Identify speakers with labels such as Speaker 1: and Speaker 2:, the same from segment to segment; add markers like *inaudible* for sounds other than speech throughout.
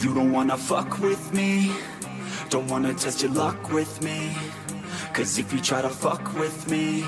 Speaker 1: You don't wanna fuck with me Don't wanna test your luck with me Cause if you try to fuck with me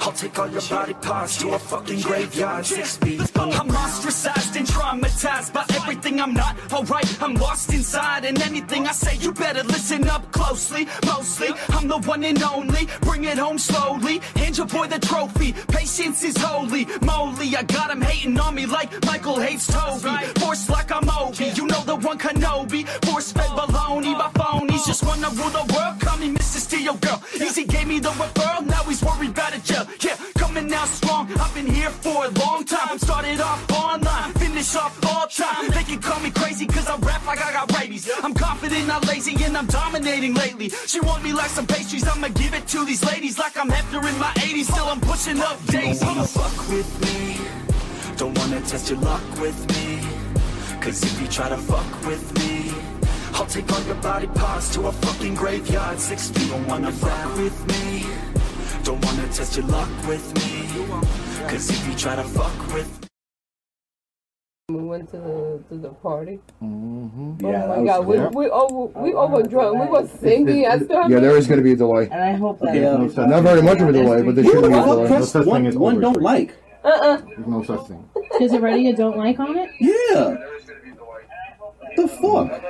Speaker 1: I'll take all your body parts to a fucking graveyard Six feet under
Speaker 2: I'm ostracized and traumatized by everything I'm not alright. I'm lost inside, and anything I say, you better listen up closely. Mostly, I'm the one and only. Bring it home slowly. Hand your boy the trophy. Patience is holy. Moly, I got him hating on me like Michael hates Toby. Force like I'm Obi. You know the one Kenobi. Force fed baloney by phonies. Just wanna rule the world. Call me Mr. Steel Girl. Easy gave me the referral. Now he's worried about a jail. Yeah, coming out strong. I've been here for a long time. Started off online, finish off all time. They can call me crazy cause I rap like I got rabies. I'm confident, not lazy, and I'm dominating lately. She want me like some pastries, I'ma give it to these ladies like I'm Hefner in my 80s. Still, I'm pushing up
Speaker 1: You
Speaker 2: daisies.
Speaker 1: don't wanna fuck with me Don't wanna test your luck with me Cause if you try to fuck with me I'll take all your body parts to a fucking graveyard Six feet Don't wanna fuck with me Don't wanna test your luck with me Cause if you try to fuck with
Speaker 3: We went to the to the party.
Speaker 4: Yeah,
Speaker 3: oh
Speaker 4: that
Speaker 3: my
Speaker 4: was-
Speaker 3: god, we
Speaker 4: yeah.
Speaker 3: we over we
Speaker 5: Oh,
Speaker 3: overdrunk. We were
Speaker 5: nice.
Speaker 3: singing. I still have
Speaker 6: Yeah, there is going to be a delay.
Speaker 5: And I hope that.
Speaker 4: Yeah.
Speaker 6: So not very much of a delay, but there
Speaker 4: Who
Speaker 6: should
Speaker 4: the
Speaker 6: be a
Speaker 4: fuck
Speaker 6: delay.
Speaker 4: pressed
Speaker 7: such thing
Speaker 4: one,
Speaker 7: as
Speaker 4: one don't
Speaker 7: overdraft.
Speaker 4: like?
Speaker 8: Uh-uh.
Speaker 6: There's no such thing.
Speaker 8: There's already a don't like on it?
Speaker 4: Yeah. The fuck?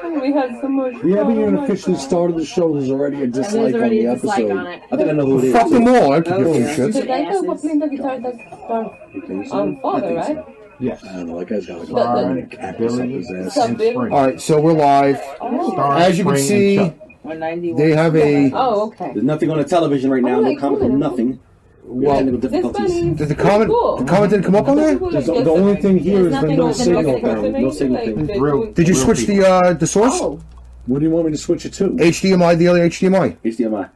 Speaker 8: Oh,
Speaker 3: we had so much.
Speaker 9: We haven't
Speaker 3: fun.
Speaker 9: even
Speaker 3: Oh my
Speaker 9: officially
Speaker 3: God.
Speaker 9: started the show. There's already a dislike
Speaker 8: already
Speaker 9: on
Speaker 8: a
Speaker 9: the
Speaker 8: dislike
Speaker 9: episode.
Speaker 8: on it.
Speaker 9: I think I know who it is. Oh,
Speaker 6: Fuck them all. I don't give
Speaker 9: yeah.
Speaker 6: a
Speaker 3: The
Speaker 6: shit.
Speaker 3: guy that was
Speaker 8: Asses.
Speaker 3: playing the guitar that's
Speaker 9: Okay, so-
Speaker 3: um
Speaker 9: I
Speaker 3: father,
Speaker 9: think so.
Speaker 3: right?
Speaker 7: Yes.
Speaker 9: I don't know. That guy's got like a
Speaker 3: But-
Speaker 9: lot
Speaker 7: Star,
Speaker 9: of cactus up his ass.
Speaker 3: Sub-
Speaker 7: and Spring.
Speaker 6: All right, so we're live.
Speaker 3: Oh,
Speaker 7: Star,
Speaker 6: As you can
Speaker 7: Spring,
Speaker 6: see,
Speaker 7: and Chuck.
Speaker 5: Or 91.
Speaker 6: They have a
Speaker 3: oh okay.
Speaker 9: There's nothing on the television right now.
Speaker 3: Oh
Speaker 9: No
Speaker 3: my
Speaker 9: comment.
Speaker 3: God.
Speaker 9: Nothing.
Speaker 6: well.
Speaker 9: Technical
Speaker 3: This
Speaker 9: difficulties.
Speaker 3: bunny is
Speaker 6: Did the comment
Speaker 3: cool.
Speaker 6: the comment didn't come up on there?
Speaker 3: Cool,
Speaker 9: There's-
Speaker 3: like,
Speaker 9: the only
Speaker 3: yesterday.
Speaker 9: thing here is
Speaker 8: There's
Speaker 9: the
Speaker 8: nothing
Speaker 9: no
Speaker 8: on the
Speaker 9: signal
Speaker 8: television.
Speaker 9: thing. No signal
Speaker 3: Like,
Speaker 9: thing.
Speaker 3: they're
Speaker 7: Real-
Speaker 3: doing-
Speaker 6: Did you
Speaker 7: Real
Speaker 6: switch the
Speaker 7: people.
Speaker 6: uh, the source?
Speaker 3: Oh,
Speaker 9: What do you want me to switch it to?
Speaker 6: HDMI, the other HDMI.
Speaker 9: HDMI.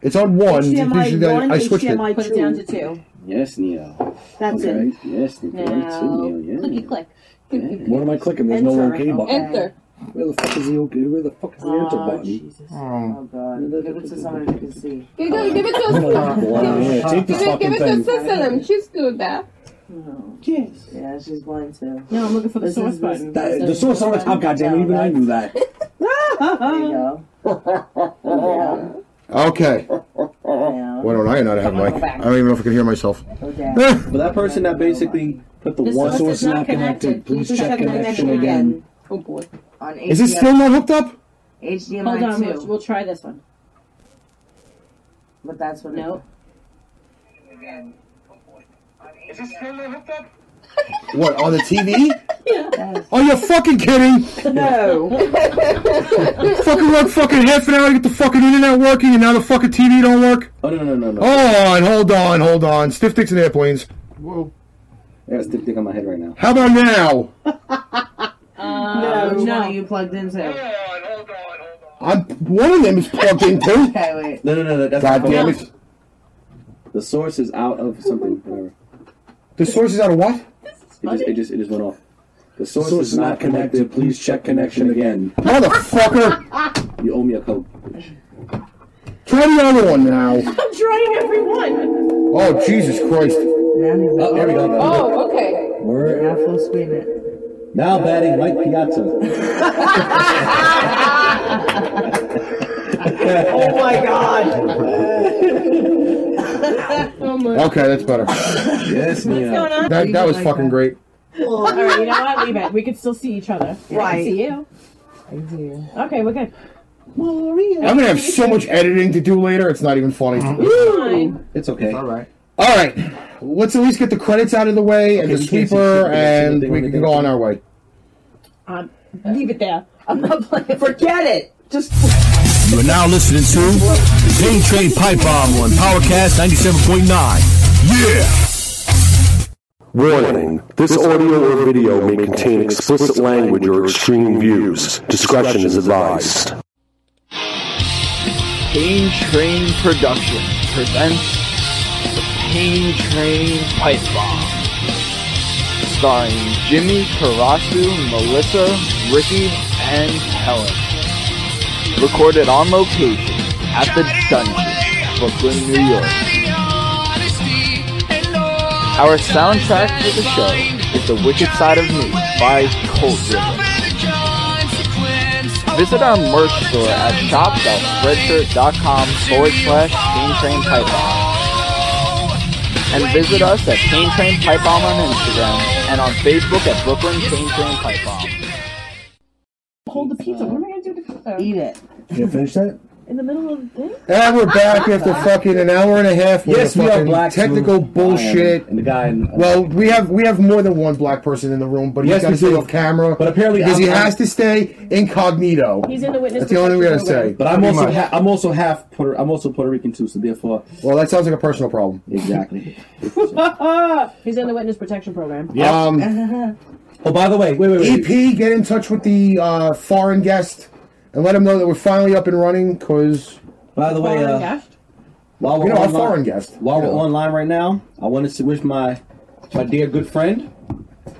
Speaker 6: It's on one.
Speaker 5: HDMI
Speaker 6: Usually I-
Speaker 5: 1,
Speaker 6: I switched it.
Speaker 5: HDMI 2.
Speaker 8: Put it down to two.
Speaker 9: Yes, Neo.
Speaker 5: That's
Speaker 9: Okay.
Speaker 5: it.
Speaker 9: Yes, Neo.
Speaker 8: Now,
Speaker 9: Neo. Yeah.
Speaker 8: clicky click.
Speaker 9: Yeah. What am I clicking? There's no
Speaker 5: Enter.
Speaker 9: OK button.
Speaker 3: enter.
Speaker 9: Where the fuck is the OK? Where the fuck is the enter
Speaker 5: Oh,
Speaker 9: button?
Speaker 5: Jesus. Oh, God. Give it to someone who can see.
Speaker 3: You gotta give it to
Speaker 9: Wow,
Speaker 3: us.
Speaker 9: yeah, take
Speaker 3: You
Speaker 9: this
Speaker 3: gotta give
Speaker 9: fucking
Speaker 3: it to
Speaker 9: thing.
Speaker 3: Sisalem. She's good there.
Speaker 9: Yes.
Speaker 5: Yeah, she's blind too.
Speaker 8: No, I'm looking for the
Speaker 5: This
Speaker 8: source
Speaker 5: is-
Speaker 8: button.
Speaker 9: That- Uh, the source on the top, goddamn it, even I knew that.
Speaker 5: *laughs* There you
Speaker 9: *laughs*
Speaker 5: go. Go
Speaker 6: Okay.
Speaker 5: down.
Speaker 6: Why don't I not have a mic? I don't even know if I can hear myself.
Speaker 5: Go down.
Speaker 9: But that person that basically put the
Speaker 8: The
Speaker 9: one
Speaker 8: source
Speaker 9: source
Speaker 8: is not
Speaker 9: not connected,
Speaker 8: connected.
Speaker 9: please
Speaker 8: Please
Speaker 9: check
Speaker 8: check
Speaker 9: connection
Speaker 8: connection
Speaker 9: again.
Speaker 3: Oh boy.
Speaker 5: On
Speaker 6: Is it still not hooked up?
Speaker 8: Hold
Speaker 5: HDMI
Speaker 8: on, we'll,
Speaker 5: 2.
Speaker 8: *laughs* we'll try this one.
Speaker 5: But that's what
Speaker 8: No.
Speaker 6: What on the TV?
Speaker 5: it is.
Speaker 6: Are you fucking kidding? *laughs*
Speaker 5: No.
Speaker 6: fucking work fucking half an hour to get the fucking internet working, and now the fucking TV don't work.
Speaker 9: Oh, no, no, no, no. no.
Speaker 6: Hold on, hold on, hold on. Stiff dicks and airplanes.
Speaker 9: I got a stiff dick on my head right now.
Speaker 6: How about now?
Speaker 8: Uh,
Speaker 5: Which
Speaker 8: no.
Speaker 5: one you plugged into?
Speaker 6: I'm one of them is plugged into.
Speaker 5: Okay, wait.
Speaker 9: No, no, no, no that's
Speaker 6: God
Speaker 9: not
Speaker 6: damn
Speaker 9: cool.
Speaker 6: it!
Speaker 9: The source is out of something, whatever.
Speaker 6: The source is out of what?
Speaker 9: It just, it just, it just went off. The source,
Speaker 4: The source
Speaker 9: is not connected, please check connection again.
Speaker 6: Motherfucker!
Speaker 9: You owe me a coke.
Speaker 6: Try the other one now.
Speaker 8: *laughs* I'm
Speaker 5: *laughs*
Speaker 8: trying every one.
Speaker 6: Oh Jesus Christ!
Speaker 5: Now he's
Speaker 9: Oh, there we go.
Speaker 3: Oh, okay.
Speaker 9: We're
Speaker 5: Now full screen it.
Speaker 9: now batting Mike Piazza.
Speaker 5: Oh my god!
Speaker 8: Oh my.
Speaker 6: Okay, that's better.
Speaker 8: What's
Speaker 9: Yes,
Speaker 8: going
Speaker 9: Neo.
Speaker 8: on?
Speaker 6: That that was fucking great.
Speaker 8: All right, you know what? Leave it. We can still see each other. Yeah, I
Speaker 5: Right.
Speaker 8: can see you.
Speaker 5: I do.
Speaker 8: Okay, we're good.
Speaker 6: I'm gonna have so much editing to do later. It's not even funny.
Speaker 8: Fine.
Speaker 9: Mm-hmm. It's okay.
Speaker 7: All right.
Speaker 6: All right, let's at least get the credits out of the way and
Speaker 9: Okay,
Speaker 6: the
Speaker 9: we can't see
Speaker 6: sweeper,
Speaker 9: shit, we can't see
Speaker 6: and
Speaker 9: nothing,
Speaker 6: we
Speaker 9: we
Speaker 6: can
Speaker 9: can't
Speaker 6: go
Speaker 9: see.
Speaker 6: on our way.
Speaker 8: Um, leave it there. I'm not playing.
Speaker 5: Forget it! Just.
Speaker 10: You are now listening to the Game Train Pipe Bomb on Powercast 97.9. Yeah!
Speaker 11: Warning. This audio or video may contain explicit language or extreme views. Discretion is advised.
Speaker 2: Pain Train Production presents the Pain Train Pipe Bomb, starring Jimmy Karasu, Melissa, Ricky, and Helen. Recorded on location at the Dungeon, Brooklyn, New York. Our soundtrack for the show is The Wicked Side of Me by Cold River.
Speaker 12: Visit our merch store at shop.spreadshirt.com forward slash Pain Train Pipe Bomb. And visit us at Pain Train Pipe Bomb on Instagram and on Facebook at Brooklyn Pain Train Pipe Bomb.
Speaker 13: Hold the pizza. What am I gonna do with the pizza?
Speaker 14: Eat it.
Speaker 6: You finish that?
Speaker 13: In the middle of the thing?
Speaker 6: And we're back after fucking an hour and a half. worth
Speaker 9: Yes,
Speaker 6: of
Speaker 9: we are
Speaker 6: fucking
Speaker 9: blacks
Speaker 6: technical
Speaker 9: who-
Speaker 6: bullshit.
Speaker 9: And the guy in-
Speaker 6: Well, we have we have more than one black person in the room, but he's
Speaker 9: Yes,
Speaker 6: got
Speaker 9: we
Speaker 6: to stay
Speaker 9: do.
Speaker 6: off camera.
Speaker 9: But apparently
Speaker 6: because he
Speaker 9: I'm-
Speaker 6: has to stay incognito.
Speaker 13: He's in the witness
Speaker 6: That's the only way to
Speaker 13: protection
Speaker 6: say.
Speaker 13: program.
Speaker 9: But I'm
Speaker 6: Pretty
Speaker 9: also
Speaker 6: much.
Speaker 9: ha- I'm also half Puerto I'm also Puerto Rican too, so therefore.
Speaker 6: Well, that sounds like a personal problem.
Speaker 9: Exactly.
Speaker 8: *laughs*
Speaker 13: He's in the witness protection program.
Speaker 6: Um,
Speaker 9: oh, by the way, wait, wait,
Speaker 6: EP, E get in touch with the uh, foreign guest and let him know that we're finally up and running. Because
Speaker 9: by the way, uh, while we're
Speaker 6: you know, our
Speaker 9: online,
Speaker 6: foreign guest.
Speaker 9: While
Speaker 6: Yeah.
Speaker 9: we're online right now, I wanted to wish my my dear good friend,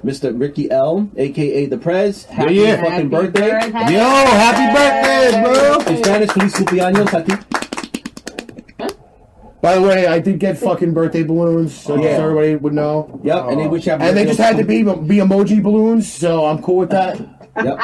Speaker 9: Mr. Ricky L, aka the Prez, happy
Speaker 6: yeah.
Speaker 9: fucking
Speaker 6: Happy
Speaker 9: birthday!
Speaker 6: birthday. Yo, happy birthday, bro.
Speaker 9: In Spanish, feliz cumpleaños a ti.
Speaker 6: By the way, I did get fucking birthday balloons, so
Speaker 9: Yeah.
Speaker 6: just everybody would know. Uh,
Speaker 9: Yep, and they wish you happy
Speaker 6: And they
Speaker 9: birthday.
Speaker 6: just had to be be emoji balloons, so I'm cool with that.
Speaker 9: Yep.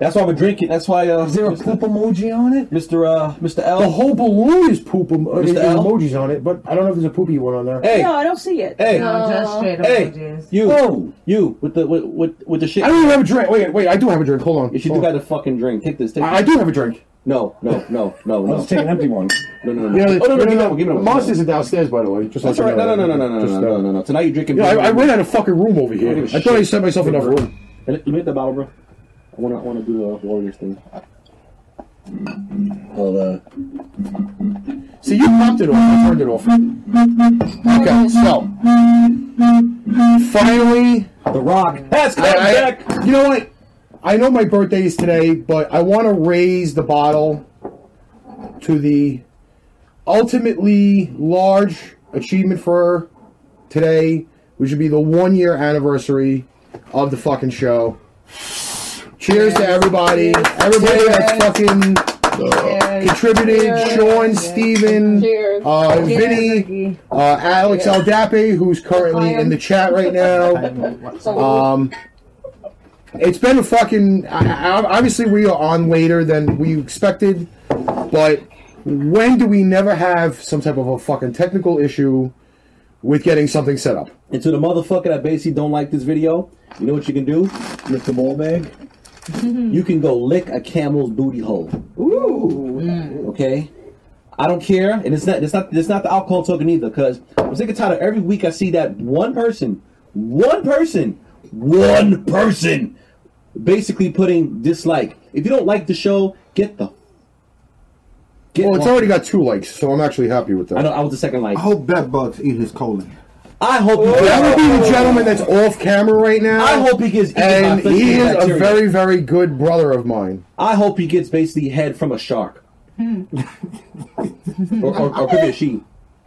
Speaker 9: That's why we're drinking. That's why uh, is there a poop emoji on it, Mr. Uh, Mr. L?
Speaker 6: The whole balloon is poop em- uh,
Speaker 9: Mr.
Speaker 6: there's
Speaker 9: L?
Speaker 6: emojis on it, but I don't know if there's a poopy one on there.
Speaker 9: Hey,
Speaker 13: No, I don't see it.
Speaker 9: hey,
Speaker 13: No, just straight
Speaker 9: hey, you, you with the with, with with the shit.
Speaker 6: I don't even have a drink. Wait, wait, I do have a drink. Hold on.
Speaker 9: You should do
Speaker 6: Hold
Speaker 9: got
Speaker 6: on.
Speaker 9: a fucking drink. Take this. Take
Speaker 6: I, I
Speaker 9: this.
Speaker 6: do have a drink.
Speaker 9: No, no, no, no, no.
Speaker 6: Let's take an
Speaker 9: empty one. No, no, no. no.
Speaker 6: You know,
Speaker 9: oh, no, no,
Speaker 6: you
Speaker 9: give
Speaker 6: know,
Speaker 9: me that one. Give me that one.
Speaker 6: Monsters are downstairs, by the way. Just
Speaker 9: That's all
Speaker 6: like
Speaker 9: right. No, no, no, no, no, no, no, no, no, no. Tonight you're drinking.
Speaker 6: uh, Yeah,
Speaker 9: beer.
Speaker 6: I, I ran out of fucking room over here. I thought I set myself enough room.
Speaker 9: Let me hit the bottle, bro. I wanna, I wanna do the Warriors thing. uh, Hold on.
Speaker 6: See, you popped it off. I turned it off. Okay, so Mm-hmm. finally,
Speaker 9: The Rock has come
Speaker 6: I- I-
Speaker 9: back.
Speaker 6: You know what? I know my birthday is today, but I want to raise the bottle to the ultimately large achievement for today, which would be the one year anniversary of the fucking show. Cheers to everybody. Everybody that's fucking contributed. Sean, Steven, uh, Vinny, uh, Alex Aldape, who's currently in the chat right
Speaker 9: *laughs*
Speaker 6: now. Um, it's been a fucking. I, I, obviously, we are on later than we expected, but when do we never have some type of a fucking technical issue with getting something set up?
Speaker 9: And to the motherfucker that basically don't like this video, you know what you can do, Mr. Ballbag. you can go lick a camel's booty hole. Ooh. Okay. I don't care, and it's not. It's not. It's not the alcohol token either, because I'm sick and tired of every week I see that one person, one person, one person, basically putting dislike. If you don't like the show, get the. Get
Speaker 6: Well, it's
Speaker 9: off.
Speaker 6: already got two likes, so I'm actually happy with that.
Speaker 9: I know. I was the second like.
Speaker 15: I hope that bug's eat his colon.
Speaker 9: I hope. you-
Speaker 6: That would be the gentleman that's off camera right now.
Speaker 9: I hope he gets eaten
Speaker 6: and
Speaker 9: by
Speaker 6: he
Speaker 9: fifteen
Speaker 6: is a
Speaker 9: bacteria.
Speaker 6: very, very good brother of mine.
Speaker 9: I hope he gets basically head from a shark. or, or, or could be a *laughs* she.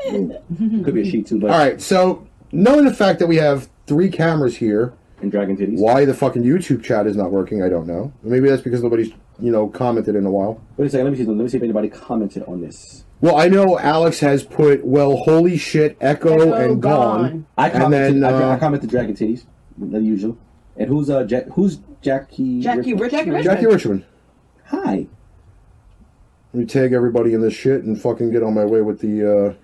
Speaker 9: Could be a she too, but
Speaker 6: All right, so knowing the fact that we have three cameras here,
Speaker 9: and dragon titties.
Speaker 6: why the fucking YouTube chat is not working, I don't know. Maybe that's because nobody's you know commented in a while.
Speaker 9: Wait a second, let me see. Let me see if anybody commented on this.
Speaker 6: Well, I know Alex has put well, holy shit, echo,
Speaker 13: Echo
Speaker 6: and gone.
Speaker 13: gone.
Speaker 9: I
Speaker 6: and
Speaker 9: commented.
Speaker 6: then,
Speaker 9: I,
Speaker 6: uh,
Speaker 9: I commented dragon titties, the usual. And who's uh Jack? Who's Jackie?
Speaker 13: Jackie Rich- Jackie Richmond.
Speaker 6: Jackie Richmond.
Speaker 9: Hi.
Speaker 6: Let me tag everybody in this shit and fucking get on my way with the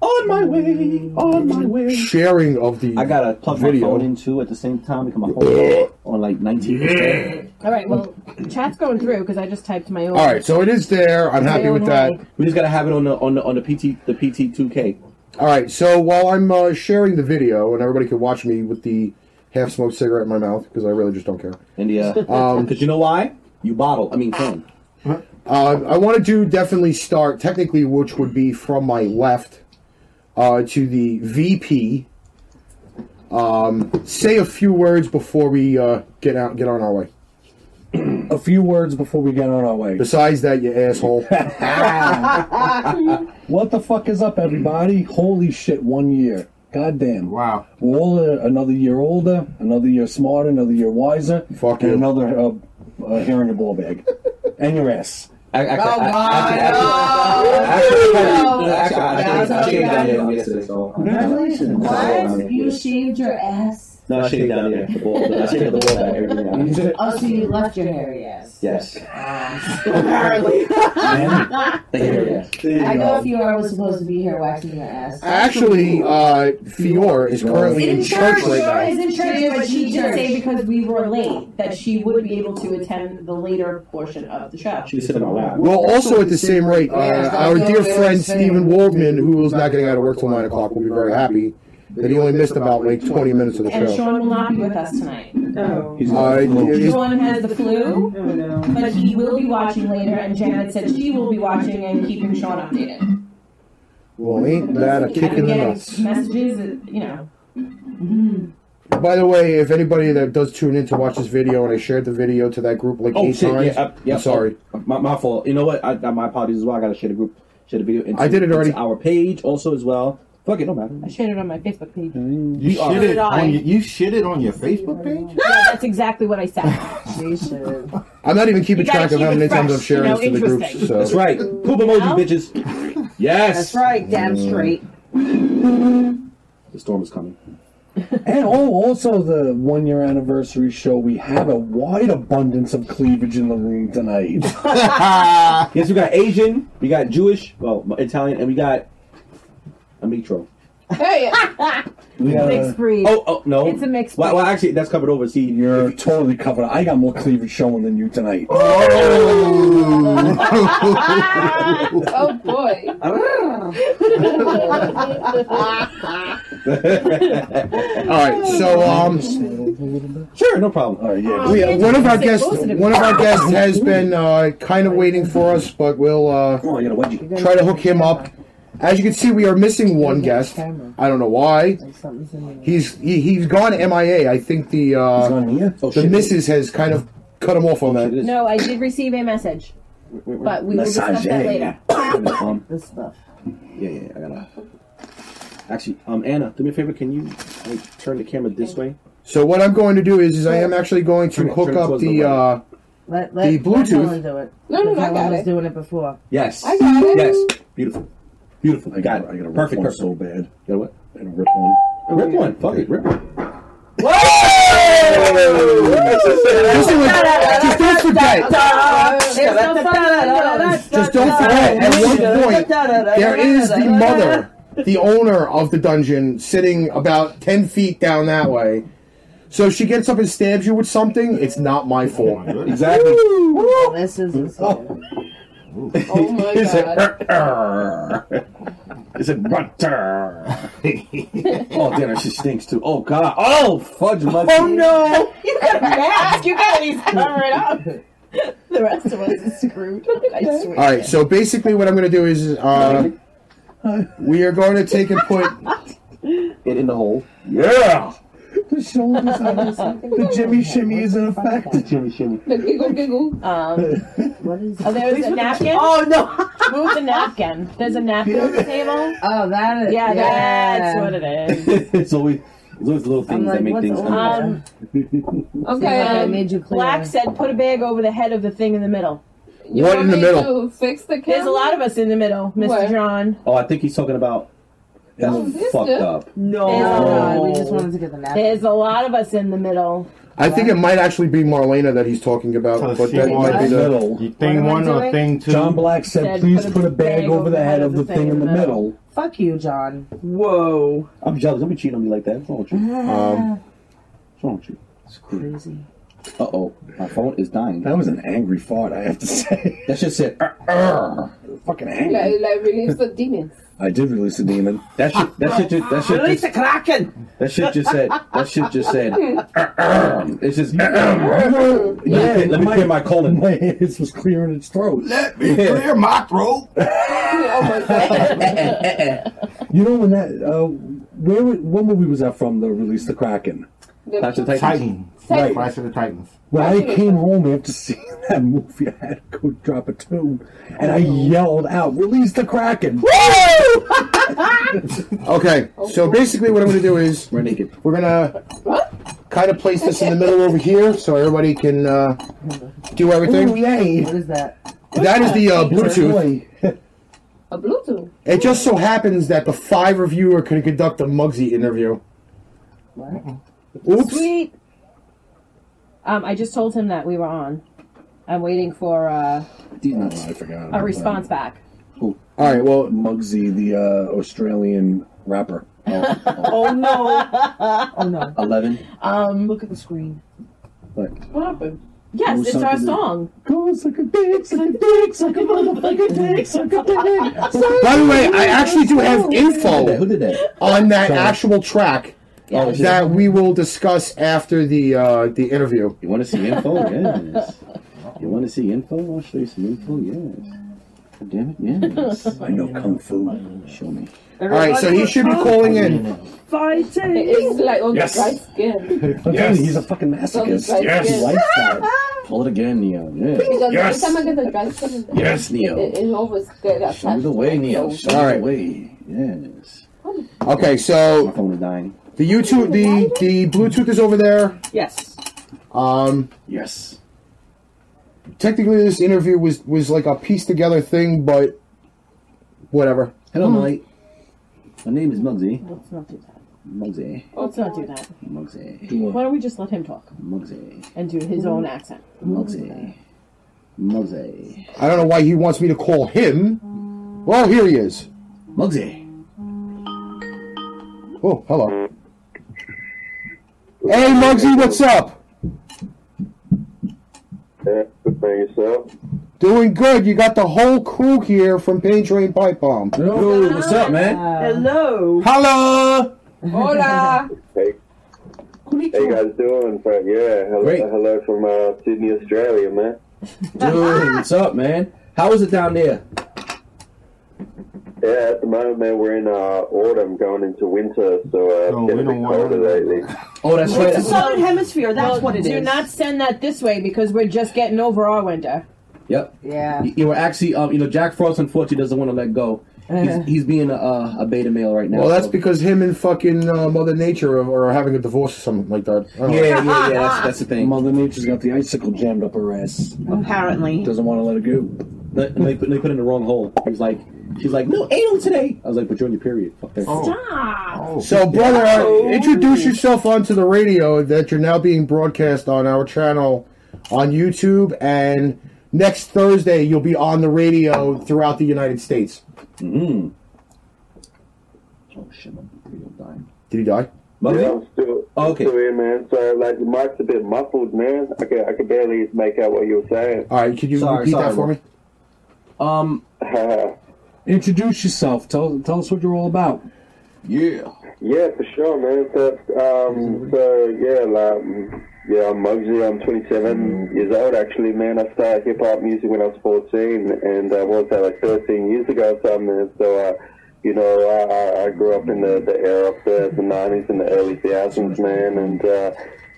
Speaker 9: On
Speaker 6: *laughs*
Speaker 9: my way. On my
Speaker 6: uh,
Speaker 9: way.
Speaker 6: sharing of the
Speaker 9: I gotta plug
Speaker 6: video.
Speaker 9: my phone in too at the same time because my phone on like 19.
Speaker 13: All right. Well, chat's going through because I just typed my own.
Speaker 6: All right, so it is there. I'm happy with that.
Speaker 9: We just gotta have it on the on the on the PT the PT 2K.
Speaker 6: All right, so while I'm uh, sharing the video and everybody can watch me with the half smoked cigarette in my mouth because I really just don't care.
Speaker 9: And yeah,
Speaker 6: *laughs*
Speaker 9: *laughs*
Speaker 6: Um,
Speaker 9: because you know why? You bottle. I mean, phone.
Speaker 6: Uh, I wanted to definitely start technically, which would be from my left uh, to the VP. Um, say a few words before we uh, get out, get on our way.
Speaker 11: A few words before we get on our way.
Speaker 6: Besides that, you asshole.
Speaker 11: What the fuck is up, everybody? Holy shit, one year. Goddamn. Wow. We're all uh, another year older, another year smarter, another year wiser,
Speaker 6: Fuck
Speaker 11: and
Speaker 6: you.
Speaker 11: another uh, uh, hair in a ball bag. *laughs* and your ass.
Speaker 9: I, I,
Speaker 5: Oh
Speaker 11: Oh,
Speaker 9: I, I,
Speaker 11: Congratulations.
Speaker 14: You shaved your ass.
Speaker 9: No, I shake it down here. The ball, I shake the ball back. Everything.
Speaker 14: Oh, so you left your hairy
Speaker 5: *laughs*
Speaker 14: ass.
Speaker 9: Yes.
Speaker 14: Apparently.
Speaker 9: The hair, yes.
Speaker 14: I know Fiora was supposed to be here waxing your ass.
Speaker 6: Actually, uh, Fior is currently in church right now.
Speaker 8: Is in church,
Speaker 13: She is,
Speaker 8: but she did
Speaker 13: church.
Speaker 8: say because we were late that she would be able to attend the later portion of the show.
Speaker 9: She said in my lap.
Speaker 6: Well, also at the same rate, uh, our dear friend Stephen Waldman, who is not getting out of work till 9 o'clock, will be very happy that he only missed about like 20 minutes of the
Speaker 8: And
Speaker 6: show.
Speaker 8: Sean will not be with us tonight. No.
Speaker 6: Uh, he's-
Speaker 8: Sean has the flu, but he will be watching later. And Janet said she will be watching and keeping Sean updated.
Speaker 6: well, ain't that a kick
Speaker 8: I've
Speaker 6: in
Speaker 8: been
Speaker 6: the
Speaker 8: getting
Speaker 6: nuts?
Speaker 8: Messages, that, you know.
Speaker 6: By the way, if anybody that does tune in to watch this video and I shared the video to that group like
Speaker 9: Oh
Speaker 6: eight
Speaker 9: shit!
Speaker 6: times,
Speaker 9: Yeah, I, yeah,
Speaker 6: I'm sorry.
Speaker 9: oh, my, my fault. You know what? I, I, my apologies as well. I gotta share the group, share the video. Into,
Speaker 6: I did it already.
Speaker 9: into Our page also as well. Fuck it, no matter.
Speaker 8: I shared it on my Facebook page.
Speaker 9: You
Speaker 8: So
Speaker 9: shit
Speaker 8: did
Speaker 9: it
Speaker 8: I.
Speaker 9: on your-
Speaker 6: You shit it on your Facebook page?
Speaker 8: *laughs* Yeah, that's exactly what I said.
Speaker 6: *laughs* I'm not even keeping
Speaker 8: You gotta
Speaker 6: track of
Speaker 8: keep
Speaker 6: how
Speaker 8: it
Speaker 6: many times
Speaker 8: fresh,
Speaker 6: I'm sharing this to
Speaker 8: you know,
Speaker 6: the groups.
Speaker 8: interesting.
Speaker 6: So.
Speaker 9: That's right. Poop emoji, *laughs* bitches. Yes. Mm.
Speaker 8: That's right, damn straight.
Speaker 9: The storm is coming.
Speaker 11: And oh, also the one year anniversary show, we have a wide abundance of cleavage in the room tonight.
Speaker 9: yes, we got Asian, we got Jewish, well Italian, and we got a metro. *laughs*
Speaker 8: Hey,
Speaker 9: We got
Speaker 8: mixed breed.
Speaker 9: Oh, oh no,
Speaker 8: It's a mixed
Speaker 9: Well, well, actually, that's covered over. See,
Speaker 11: you're totally covered. I got more cleavage showing than you tonight.
Speaker 3: Oh boy.
Speaker 6: All right, so um,
Speaker 9: sure, no problem. All right,
Speaker 11: yeah.
Speaker 6: we, uh, one of our guests, one of our guests has been uh, kind of waiting for us, but we'll uh, try to hook him up. As you can see, we are missing one guest. I don't know why. He's he, he's gone MIA. I think the uh,
Speaker 9: Oh,
Speaker 6: the missus has kind of cut him off on that.
Speaker 8: No, I did receive a message, but we will discuss that later.
Speaker 9: *coughs* um,
Speaker 14: this stuff.
Speaker 9: Yeah, yeah, I gotta. Actually, um, Anna, do me a favor. Can you like, turn the camera this way? *laughs*
Speaker 6: So what I'm going to do is, is I am actually going to
Speaker 9: Turn it-
Speaker 6: hook
Speaker 9: turn it
Speaker 6: up
Speaker 9: towards the
Speaker 6: the
Speaker 9: light.
Speaker 6: uh, The
Speaker 14: Let, let, let
Speaker 6: Bluetooth.
Speaker 14: Helen do it.
Speaker 3: No, no, no, I
Speaker 14: Helen
Speaker 3: got
Speaker 14: was
Speaker 3: it.
Speaker 14: doing it before.
Speaker 9: Yes.
Speaker 14: I got it.
Speaker 9: Yes. Beautiful. Beautiful. I got it. I got a perfect,
Speaker 11: one
Speaker 9: perfect.
Speaker 11: so bad.
Speaker 9: Got what? Oh,
Speaker 11: I got a rip one.
Speaker 9: Rip one. Fuck it. Rip one.
Speaker 6: Just just don't forget. Just don't forget, at one point, there is the mother, the owner of the dungeon, sitting about 10 feet down that way. So if she gets up and stabs you with something, it's not my fault.
Speaker 9: Exactly.
Speaker 14: This is.
Speaker 3: Oh my
Speaker 9: Is it?
Speaker 3: god.
Speaker 9: *laughs* Is it runter? *laughs* oh damn, it, she stinks too. Oh god. Oh fudge monkey.
Speaker 8: Oh, no. *laughs* You got a mask. You got these covered up. The rest of us is screwed. I swear.
Speaker 6: All right, so basically what I'm going to do is uh, we are going to take and put
Speaker 9: it in the hole.
Speaker 6: Yeah.
Speaker 11: The shoulders are The Jimmy shimmy is in effect. The
Speaker 9: Jimmy shimmy.
Speaker 3: The giggle giggle.
Speaker 8: Um,
Speaker 9: *laughs*
Speaker 14: what is
Speaker 8: oh, there's a napkin.
Speaker 14: Oh, no.
Speaker 8: *laughs* Move the napkin. There's a napkin on the table.
Speaker 14: Oh, that is.
Speaker 8: Yeah, that's
Speaker 14: yeah.
Speaker 8: what it is.
Speaker 9: it's always it's always little things
Speaker 14: like,
Speaker 9: that make
Speaker 14: what's
Speaker 9: things.
Speaker 14: all
Speaker 9: come
Speaker 14: that?
Speaker 9: out.
Speaker 3: Okay.
Speaker 8: Um,
Speaker 14: I made you clear.
Speaker 8: Black said, "Put a bag over the head of the thing in the middle."
Speaker 3: You
Speaker 9: What
Speaker 3: want
Speaker 9: in the
Speaker 3: me
Speaker 9: middle?
Speaker 3: to Fix the camera.
Speaker 8: There's a lot of us in the middle, Mr.
Speaker 3: Where?
Speaker 8: John.
Speaker 9: Oh, I think he's talking about. That's
Speaker 3: this
Speaker 9: fucked
Speaker 3: good.
Speaker 9: up.
Speaker 14: No, we just wanted to get the napkin.
Speaker 8: There's a lot of us in the middle.
Speaker 6: I think it might actually be Marlena that he's talking about, but that might be the...
Speaker 11: You
Speaker 8: thing What am I one or doing? thing
Speaker 11: two? John Black said,
Speaker 8: Said
Speaker 11: please put a bag over the head of the thing in the middle.
Speaker 14: Fuck you, John.
Speaker 9: Whoa. I'm jealous. Don't be cheating on me like that. What's wrong with you?
Speaker 11: Um,
Speaker 14: Ah.
Speaker 9: um, What's wrong with you? It's
Speaker 14: crazy.
Speaker 9: Uh oh, my phone is dying.
Speaker 11: That was an angry fart, I have to say.
Speaker 9: That shit said. "Arr, arr." Fucking angry.
Speaker 3: Like, like release the demons.
Speaker 11: I did release a demon.
Speaker 9: That shit. That shit. Just, that shit. Just,
Speaker 14: Kraken!
Speaker 9: that shit just said. That shit just said. "Arr,
Speaker 6: Oh,
Speaker 9: arr." Um, It's
Speaker 11: *clears throat*
Speaker 9: just. "Arr, arr." Let me- let me clear my colon.
Speaker 11: *laughs* My ass was clearing its throat.
Speaker 9: Yeah.
Speaker 15: my throat.
Speaker 3: oh my god.
Speaker 16: *laughs*
Speaker 11: You know when that? Uh, where? What movie was that from? The release the Kraken.
Speaker 3: The-
Speaker 9: of the Titans.
Speaker 15: Titan.
Speaker 3: Titan.
Speaker 15: Clash of the Titans.
Speaker 11: When I came home after seeing *laughs* that movie, I had to go drop a tune, and I yelled out, "Release the Kraken!"
Speaker 6: *laughs* Okay, so basically what I'm going to do is
Speaker 9: We're naked.
Speaker 6: We're gonna kind of place this in the middle over here so everybody can uh, do
Speaker 11: Ooh,
Speaker 6: everything.
Speaker 11: yay!
Speaker 14: What is that?
Speaker 6: That is the uh, Bluetooth.
Speaker 11: Boy.
Speaker 3: A Bluetooth.
Speaker 6: It just so happens that the five of you are gonna conduct a Muggsy interview.
Speaker 14: What?
Speaker 6: Oops.
Speaker 13: Sweet. Um, I just told him that we were on. I'm waiting for uh,
Speaker 11: Oh, I forgot.
Speaker 13: a response back.
Speaker 11: All right, well, Muggsy, the uh, Australian rapper. Uh,
Speaker 13: oh *laughs* no! Oh no!
Speaker 11: 11.
Speaker 13: Um, look at the screen.
Speaker 11: Like,
Speaker 13: What happened?
Speaker 11: Go
Speaker 13: Yes, it's
Speaker 11: suck
Speaker 13: our
Speaker 11: a dick.
Speaker 13: song.
Speaker 11: Go suck a dick, suck a dick, suck a motherfucking dick, suck a dick.
Speaker 6: By the way, I actually do have info
Speaker 11: Who did that?
Speaker 6: on that
Speaker 11: Sorry.
Speaker 6: actual track
Speaker 11: Yeah. Oh, shit.
Speaker 6: that we will discuss after the uh, the interview.
Speaker 9: You want to see info?
Speaker 11: *laughs*
Speaker 9: Yes. You want to see info? I'll show you some info. Yes. God damn it. Yes. I know kung fu. Show me.
Speaker 6: All right, so he should be calling in.
Speaker 3: Fighting! It's like on
Speaker 9: Yes.
Speaker 3: the right skin.
Speaker 9: I'm telling you, he's a fucking masochist.
Speaker 3: Don't like
Speaker 9: He
Speaker 3: it.
Speaker 9: likes that. Pull it again, Neo.
Speaker 3: Because
Speaker 9: Yes.
Speaker 3: every
Speaker 9: Yes.
Speaker 3: time I get the dry skin,
Speaker 9: Yes, Neo.
Speaker 3: It, it always get upset.
Speaker 9: Show me the way, Neo. Show
Speaker 6: All
Speaker 9: me
Speaker 6: right.
Speaker 9: the way. Yes.
Speaker 6: Okay, so
Speaker 9: My phone is dying.
Speaker 6: the YouTube, the the Bluetooth is over there.
Speaker 13: Yes.
Speaker 6: Um,
Speaker 9: yes.
Speaker 6: Technically, this interview was was like a pieced together thing, but whatever. Mm-hmm.
Speaker 9: Hello, Mike. My name is Muggsy.
Speaker 13: Let's not do that.
Speaker 9: Muggsy.
Speaker 13: Let's not do that.
Speaker 9: Muggsy.
Speaker 13: Why don't we just let him talk
Speaker 9: Muggsy.
Speaker 13: and do his own accent?
Speaker 9: Muggsy. Muggsy.
Speaker 6: I don't know why he wants me to call him. Well, here he is.
Speaker 9: Muggsy.
Speaker 6: Oh, hello. Hey, Muggsy, what's up?
Speaker 17: Yeah, good thing yourself.
Speaker 6: Doing good. You got the whole crew here from Pain Train Pipe Bomb.
Speaker 11: Yo, what's up, man?
Speaker 17: Hello.
Speaker 6: Hello.
Speaker 3: Hola.
Speaker 17: Hey. How you guys doing? Frank? Yeah, hello, hello from uh, Sydney, Australia, man.
Speaker 9: Dude, what's up, man? How is it down there?
Speaker 17: Yeah, at the moment, man, we're in uh, autumn, going into winter, so uh,
Speaker 6: Oh,
Speaker 17: it's getting a bit colder lately.
Speaker 9: Oh, that's
Speaker 13: right.
Speaker 17: It's
Speaker 13: Southern
Speaker 14: Hemisphere,
Speaker 17: that's what
Speaker 13: it
Speaker 17: it
Speaker 13: is. do
Speaker 17: is.
Speaker 13: not send that this way because we're just getting over our winter.
Speaker 9: Yep.
Speaker 14: Yeah.
Speaker 9: You were actually, um, you know, Jack Frost unfortunately doesn't want to let go. He's, he's being a, uh, a beta male right now.
Speaker 6: Well, that's
Speaker 9: so-
Speaker 6: because him and fucking uh, Mother Nature are, are having a divorce or something like that. I don't know.
Speaker 9: yeah, yeah, yeah. That's, that's the thing.
Speaker 11: Mother Nature's got the icicle jammed up her ass.
Speaker 9: Apparently, doesn't want to let it go. And they put, they put it in the wrong hole. He's like, she's like, no anal today. Oh. I was like, but you're on your period. Fuck that.
Speaker 13: Stop.
Speaker 9: *laughs*
Speaker 6: So, brother, uh,
Speaker 9: uh, Oh.
Speaker 6: introduce yourself onto the radio that you're now being broadcast on our channel on YouTube, and next Thursday you'll be on the radio throughout the United States.
Speaker 9: Mm. Oh shit, my burrito dying.
Speaker 6: Did he die?
Speaker 17: Yeah, I'm still,
Speaker 6: Oh,
Speaker 17: I'm still here, man. So, like, the mic's a bit muffled, man. I could, I could barely make out what you were saying.
Speaker 6: All right, could you
Speaker 11: Sorry,
Speaker 6: repeat
Speaker 11: sorry,
Speaker 6: that for me?
Speaker 9: Um,
Speaker 11: *laughs* Introduce yourself. Tell tell us what you're all about.
Speaker 9: Yeah.
Speaker 17: Yeah, for sure, man. So, um, so yeah, like, um, yeah, I'm Muggsy. I'm 27 years old, actually, man. I started hip hop music when I was 14, and uh, what was that, like 13 years ago or something. And so, uh, you know, I, I- I grew up in the, the era of the, the 90s and the early 2000s, man. And uh,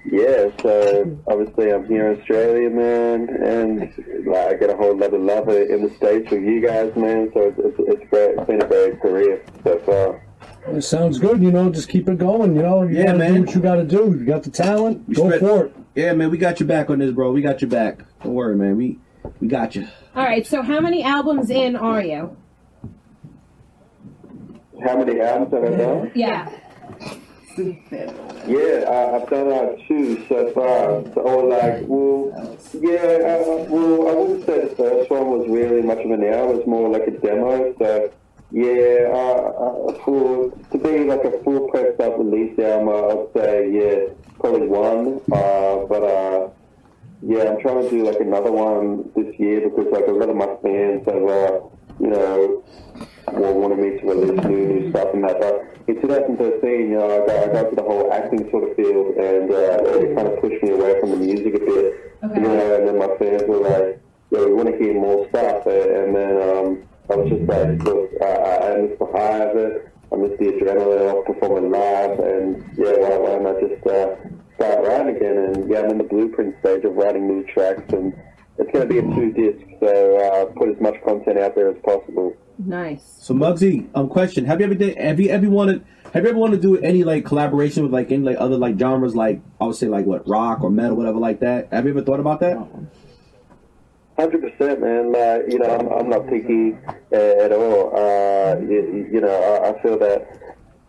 Speaker 17: yeah, so obviously I'm here in Australia, man, and like, I get a whole lot of love in the States with you guys, man. So it's, it's, it's, great. it's been a great career so far.
Speaker 11: Well, sounds good. You know, just keep it going. You know, you
Speaker 9: Yeah,
Speaker 11: gotta
Speaker 9: man.
Speaker 11: do what you gotta do. You got the talent.
Speaker 9: We
Speaker 11: go
Speaker 9: spread-
Speaker 11: for it.
Speaker 9: Yeah, man, we got your back on this, bro. We got your back. Don't worry, man. We we got you.
Speaker 13: All right. So how many albums in are you?
Speaker 17: How many albums have I done?
Speaker 13: Yeah.
Speaker 17: Yeah, I, I've done uh, two so far. So, or like, well, yeah, uh, well, I wouldn't say the first one was really much of an hour. It was more like a demo. So, yeah, uh, uh, for to be like a full pressed up release album, uh, I'd say yeah, probably one. Uh, but uh, yeah, I'm trying to do like another one this year because like a lot of my fans have, uh, you know, well, wanted me to release new new stuff and that. But in 2013, you know, uh, I got, I got to the whole acting sort of field, and uh, it kind of pushed me away from the music a bit. You know, and then my fans were like, "Yeah, we want to hear more stuff," and, and then um, I was just like, "Look, I, I I miss the high of it. I miss the adrenaline of performing live, and yeah, why, why don't I just uh, start writing again?" And yeah, I'm in the blueprint stage of writing new tracks and. It's going to be a two disc, so uh, put as much content out there as possible.
Speaker 13: Nice.
Speaker 9: So Muggsy, um, question: Have you ever did? Have you ever wanted? Have you ever wanted to do any like collaboration with like any like other like genres like I would say like what rock or metal whatever like that? Have you ever thought about that?
Speaker 17: Hundred percent, man. Like you know, I'm, I'm not picky uh, at all. Uh, you, you know, I, I feel that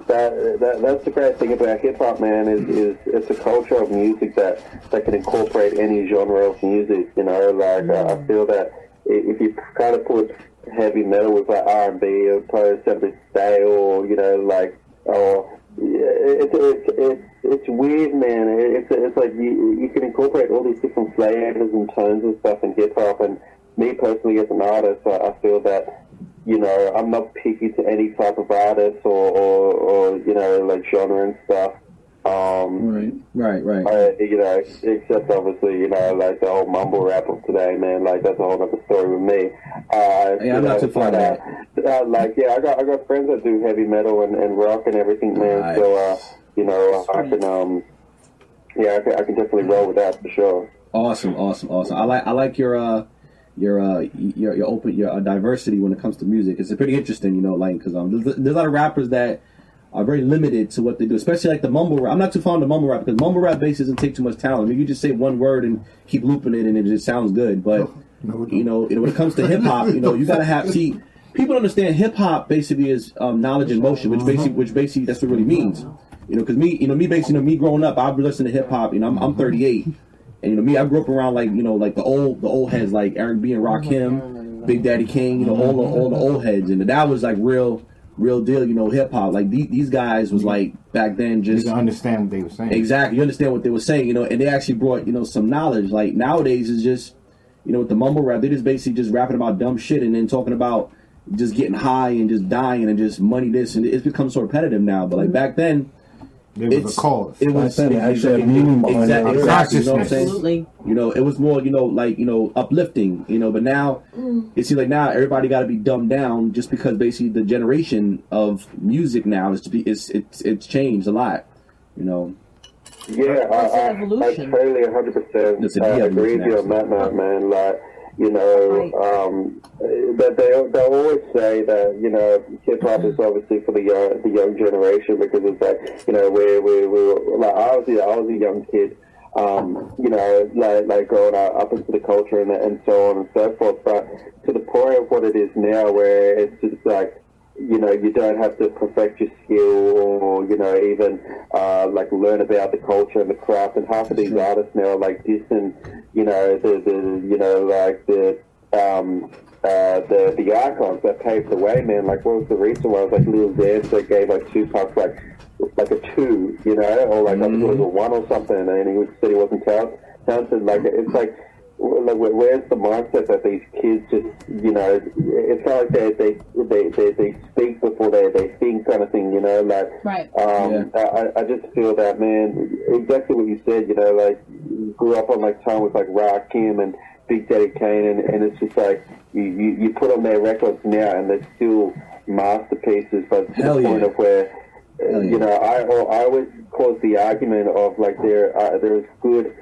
Speaker 17: that, that that's the great thing about hip hop, man. Is, is it's a culture of music that that can incorporate any genre of music. You know, like uh, I feel that i- if you kind of put heavy metal with like R and B or opposed something stale, or you know, like or yeah, it's it's it's it's weird, man. It's it's like you you can incorporate all these different flavors and tones and stuff in hip hop. And me personally, as an artist, I, I feel that you know, I'm not picky to any type of artist or, or, or you know, like genre and stuff. Um,
Speaker 15: Right, right, right.
Speaker 17: I, you know, except obviously, you know, like the whole mumble rap of today, man. Like that's a whole other story with me. Uh,
Speaker 9: Yeah, I'm
Speaker 17: you
Speaker 9: not
Speaker 17: know,
Speaker 9: too far
Speaker 17: but, uh, uh, like, yeah, I got I got friends that do heavy metal and, and rock and everything, man. So, uh, you know, I can, um, yeah, I can, I can definitely roll with that for sure.
Speaker 9: Awesome, awesome, awesome. I like I like your uh your uh your your open your uh, diversity when it comes to music. It's pretty interesting, you know, like because um there's, there's a lot of rappers that are very limited to what they do, especially like the mumble rap. I'm not too fond of mumble rap because mumble rap bass doesn't take too much talent. I mean, you just say one word and keep looping it, and it just sounds good. But you know, you know, when it comes to hip hop, you know, you gotta have see. People understand hip hop basically is um, knowledge in motion, which basically, which basically, that's what it really means. You know, because me, you know, me, basically, you know, me growing up, I've been listening to hip hop. You know, I'm, I'm 38, and you know, me, I grew up around like you know, like the old, the old heads, like Eric B and Rakim, Big Daddy King. You know, all the all the old heads, and that was like real, real deal. You know, hip hop. Like the, these guys was like back then just
Speaker 15: You understand what they were saying.
Speaker 9: Exactly. You understand what they were saying, you know, and they actually brought, you know, some knowledge. Like nowadays it's just, you know, with the mumble rap, they're just basically just rapping about dumb shit and then talking about just getting high and just dying and just money this and it's become so repetitive now. But like back then
Speaker 15: There was a
Speaker 9: it's-
Speaker 15: cause.
Speaker 9: It was
Speaker 15: Back then, it actually had meaning behind it.
Speaker 9: exactly, exactly, you know what I'm saying?
Speaker 15: Absolutely.
Speaker 9: You know, it was more, you know, like, you know, uplifting, you know, but now it seems like now everybody got to be dumbed down just because basically the generation of music now is to be it's it's it's changed a lot, you know.
Speaker 17: Yeah, I, I, I totally 100%
Speaker 9: It's a
Speaker 17: uh,
Speaker 9: de-evolution,
Speaker 17: agree with you on that, note, man. Like, you know, um, but they they always say that you know hip hop is obviously for the young the young generation because it's like you know we we we were, like I was I was a young kid, um, you know, like like growing up up into the culture and and so on and so forth. But to the point of what it is now, where it's just like you know, you don't have to perfect your skill or, you know, even uh, like learn about the culture and the craft. And half of these artists now are like dissing, you know, the, the you know, like the, um, uh, the the icons that paved the way, man. Like, what was the recent one? It was like Lil Xan that gave like Tupac like like a two, you know, or like I think it was a one or something, and he would- said he wasn't talent- talented. Like, it's like like, where- where's the mindset that these kids just, you know, it's kind of like they they, they, they, they speak before they, they think kind of thing, you know, like,
Speaker 13: Right.
Speaker 17: um, I, I I just feel that, man, exactly what you said, you know, like, you grew up on, like, time with, like, Rakim and Big Daddy Kane, and, and it's just like, you, you, you put on their records now, and they're still masterpieces, but to
Speaker 9: Hell
Speaker 17: the
Speaker 9: yeah.
Speaker 17: point of where, uh, you know, I, I always cause the argument of, like, there, uh, there's good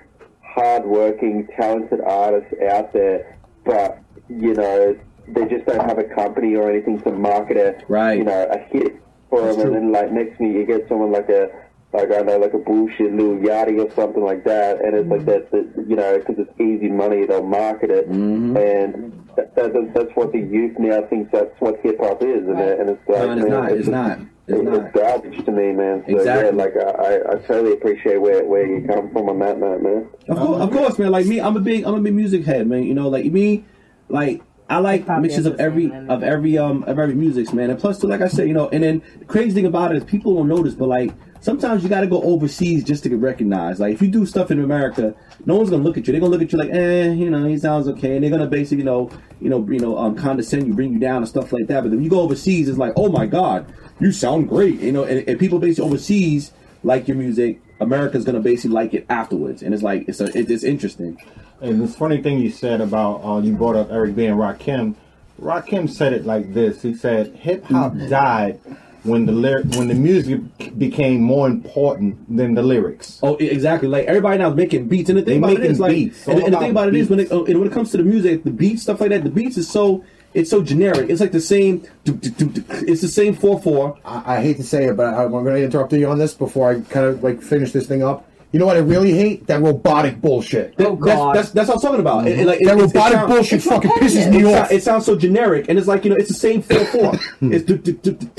Speaker 17: hard-working, talented artists out there, but you know they just don't have a company or anything to market a
Speaker 9: Right.
Speaker 17: you know a hit for them. And then like next week you get someone like a like I know like a bullshit Lil Yachty or something like that, and it's like
Speaker 9: Mm-hmm.
Speaker 17: that, that you know because it's easy money they'll market it,
Speaker 9: Mm-hmm.
Speaker 17: and that, that, that- that's what the youth now thinks that's what hip hop is, and, it- and it's like
Speaker 9: No, it's
Speaker 17: man,
Speaker 9: not. It's
Speaker 17: just-
Speaker 9: not.
Speaker 17: It's, garbage to me, man. So,
Speaker 9: Exactly.
Speaker 17: Yeah, like I, I, I totally appreciate where, where you come from on that note, man.
Speaker 9: Of course, of course, man. Like me, I'm a big, I'm a big music head, man. You know, like me, like I like mixes of every, of every, um, of every musics, man. And plus, too, like I said, you know, and then the crazy thing about it is people don't notice, but like sometimes you got to go overseas just to get recognized. Like if you do stuff in America, no one's gonna look at you. They're gonna look at you like, eh, you know, he sounds okay, and they're gonna basically, you know, you know, you know, um, condescend you, bring you down, and stuff like that. But then you go overseas, it's like, oh my god, you sound great, you know, and, and people basically overseas like your music, America's gonna basically like it afterwards, and it's like it's a, it's interesting.
Speaker 15: And this funny thing you said about uh, you brought up Eric B and Rakim. Rakim said it like this. He said hip hop died when the lyric when the music became more important than the lyrics.
Speaker 9: Oh, e- exactly. Like everybody now is making beats, and the thing
Speaker 15: They
Speaker 9: about it
Speaker 15: making
Speaker 9: is like,
Speaker 15: beats.
Speaker 9: and,
Speaker 15: All
Speaker 9: and the
Speaker 15: about
Speaker 9: thing about it is when it, uh, and when it comes to the music, the beats, stuff like that, the beats is so it's so generic. It's like the same. It's the same four four.
Speaker 6: I, I hate to say it, but I, I'm going to interrupt you on this before I kind of like finish this thing up. You know what I really hate? That robotic bullshit.
Speaker 9: That- That's, that's, that's what I'm talking about. It- it- like, it-
Speaker 6: Oh, that
Speaker 9: it- it
Speaker 6: robotic
Speaker 9: sound-
Speaker 6: bullshit fucking pisses me
Speaker 9: It
Speaker 6: off. *laughs*
Speaker 9: sou- It sounds so generic, and it's like you know, it's the same four four. It's do- do- do- do- *laughs*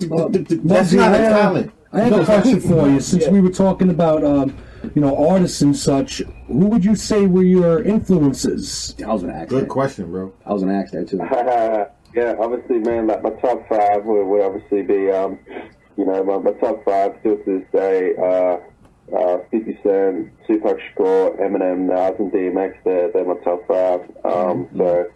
Speaker 15: That's
Speaker 11: Muggsy,
Speaker 15: not
Speaker 11: I
Speaker 15: a
Speaker 11: have-
Speaker 15: talent.
Speaker 11: I have a question for you. Since we were talking about, um, you know, artists and such, who would you say were your influences?
Speaker 9: I was an actor. Good
Speaker 15: question, bro.
Speaker 9: I was an actor too.
Speaker 17: *laughs* yeah, obviously, man, like my top five would, would obviously be, um, you know, my, my top five still to this day, uh, uh, 50 Cent, Tupac Shakur, Eminem, Nas, and DMX, they're, they're my top five. Um, So,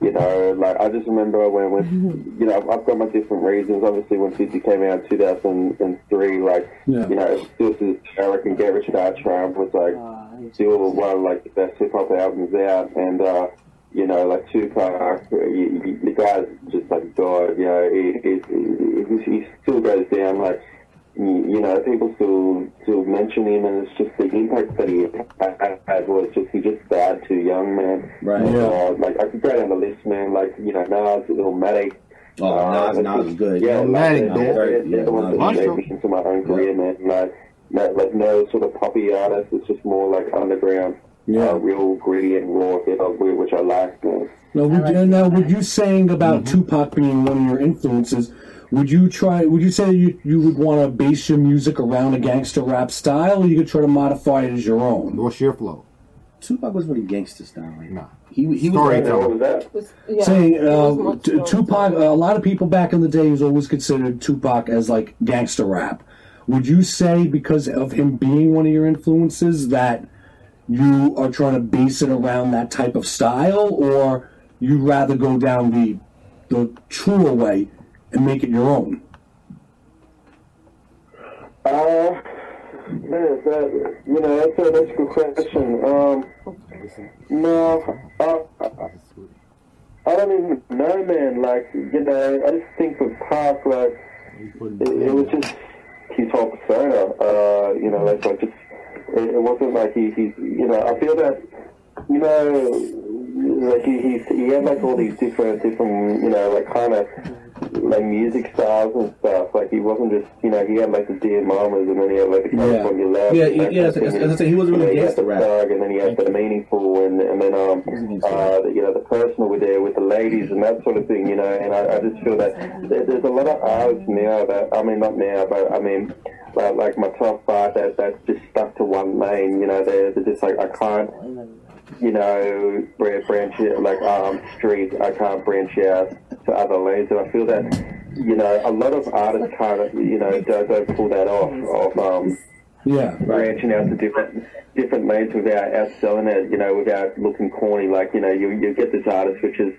Speaker 17: you know, like, I just remember when, when you know, I've got my different reasons. Obviously, when 50 came out in 2003, like,
Speaker 11: Yeah.
Speaker 17: you know, still to this day, I reckon Get Rich or Die Triumph was, like, still one of, like, the best hip-hop albums out, and, uh, you know, like Tupac, uh, you- you- the guy's just like God, you know, he, he, he, he still goes down, like, you you know, people still still mention him, and it's just the impact that he had was just, he just died too young, man.
Speaker 9: Right.
Speaker 17: Uh, like, I could go down the list, man, like, you know, Nas, Illmatic.
Speaker 9: Oh, Nas-
Speaker 17: it's
Speaker 9: Nas
Speaker 17: just-
Speaker 9: is good.
Speaker 17: Yeah,
Speaker 9: Illmatic,
Speaker 17: like, they're-
Speaker 9: dude.
Speaker 17: they're- they're the
Speaker 9: Yeah,
Speaker 17: ones
Speaker 9: Nas
Speaker 17: that
Speaker 9: is
Speaker 17: shaped me into my own career, man. Like, no, like, no sort of poppy artist, it's just more like underground
Speaker 11: Yeah.
Speaker 17: uh, real gritty and raw hip hop, whi- which I like. Man.
Speaker 11: Now, would, you now, would you saying about
Speaker 15: Mm-hmm.
Speaker 11: Tupac being one of your influences? Would you try? Would you say you you would want to base your music around a gangster rap style, or you could try to modify it as your own?
Speaker 15: What's your flow?
Speaker 9: Tupac was really gangster style. Like,
Speaker 15: nah.
Speaker 9: He, he was
Speaker 15: Storyteller.
Speaker 11: Saying uh, t- Tupac, a lot of people back in the day was always considered Tupac as like gangster rap. Would you say because of him being one of your influences that you are trying to base it around that type of style, or you'd rather go down the the truer way and make it your own?
Speaker 17: Uh, man, that, you know, that's a, that's a good question. Um, no, I, I, I don't even know, man. Like, you know, I just think with Park, like, it, it was just his whole persona. Uh, you know, like, like just, it, it wasn't like he, he, you know, I feel that, you know, like he, he, he had like all these different, different, you know, like kind of like music styles and stuff. Like he wasn't just, you know, he had like the Dear Mamas and then he had like the California Lab.
Speaker 9: Yeah,
Speaker 17: and
Speaker 9: yeah, yeah, that's- that's- that's the thing. He wasn't
Speaker 17: and
Speaker 9: really
Speaker 17: then he had
Speaker 9: gangster
Speaker 17: the
Speaker 9: rap.
Speaker 17: thug, And then he had the meaningful and, and then, um, uh, the, you know, the personal with there with the ladies and that sort of thing, you know, and I, I just feel that there, there's a lot of artists now that, I mean, not now, but I mean, like, like my top five that, that's just stuck to one lane, you know, they're, they're just like, I can't, you know, bran- branch it like um, street. I can't branch out to other lanes, and I feel that you know a lot of artists kind of you know don't, don't pull that off of um,
Speaker 11: yeah
Speaker 17: branching out to different different lanes without outselling it. You know, without looking corny. Like you know, you you get this artist which is.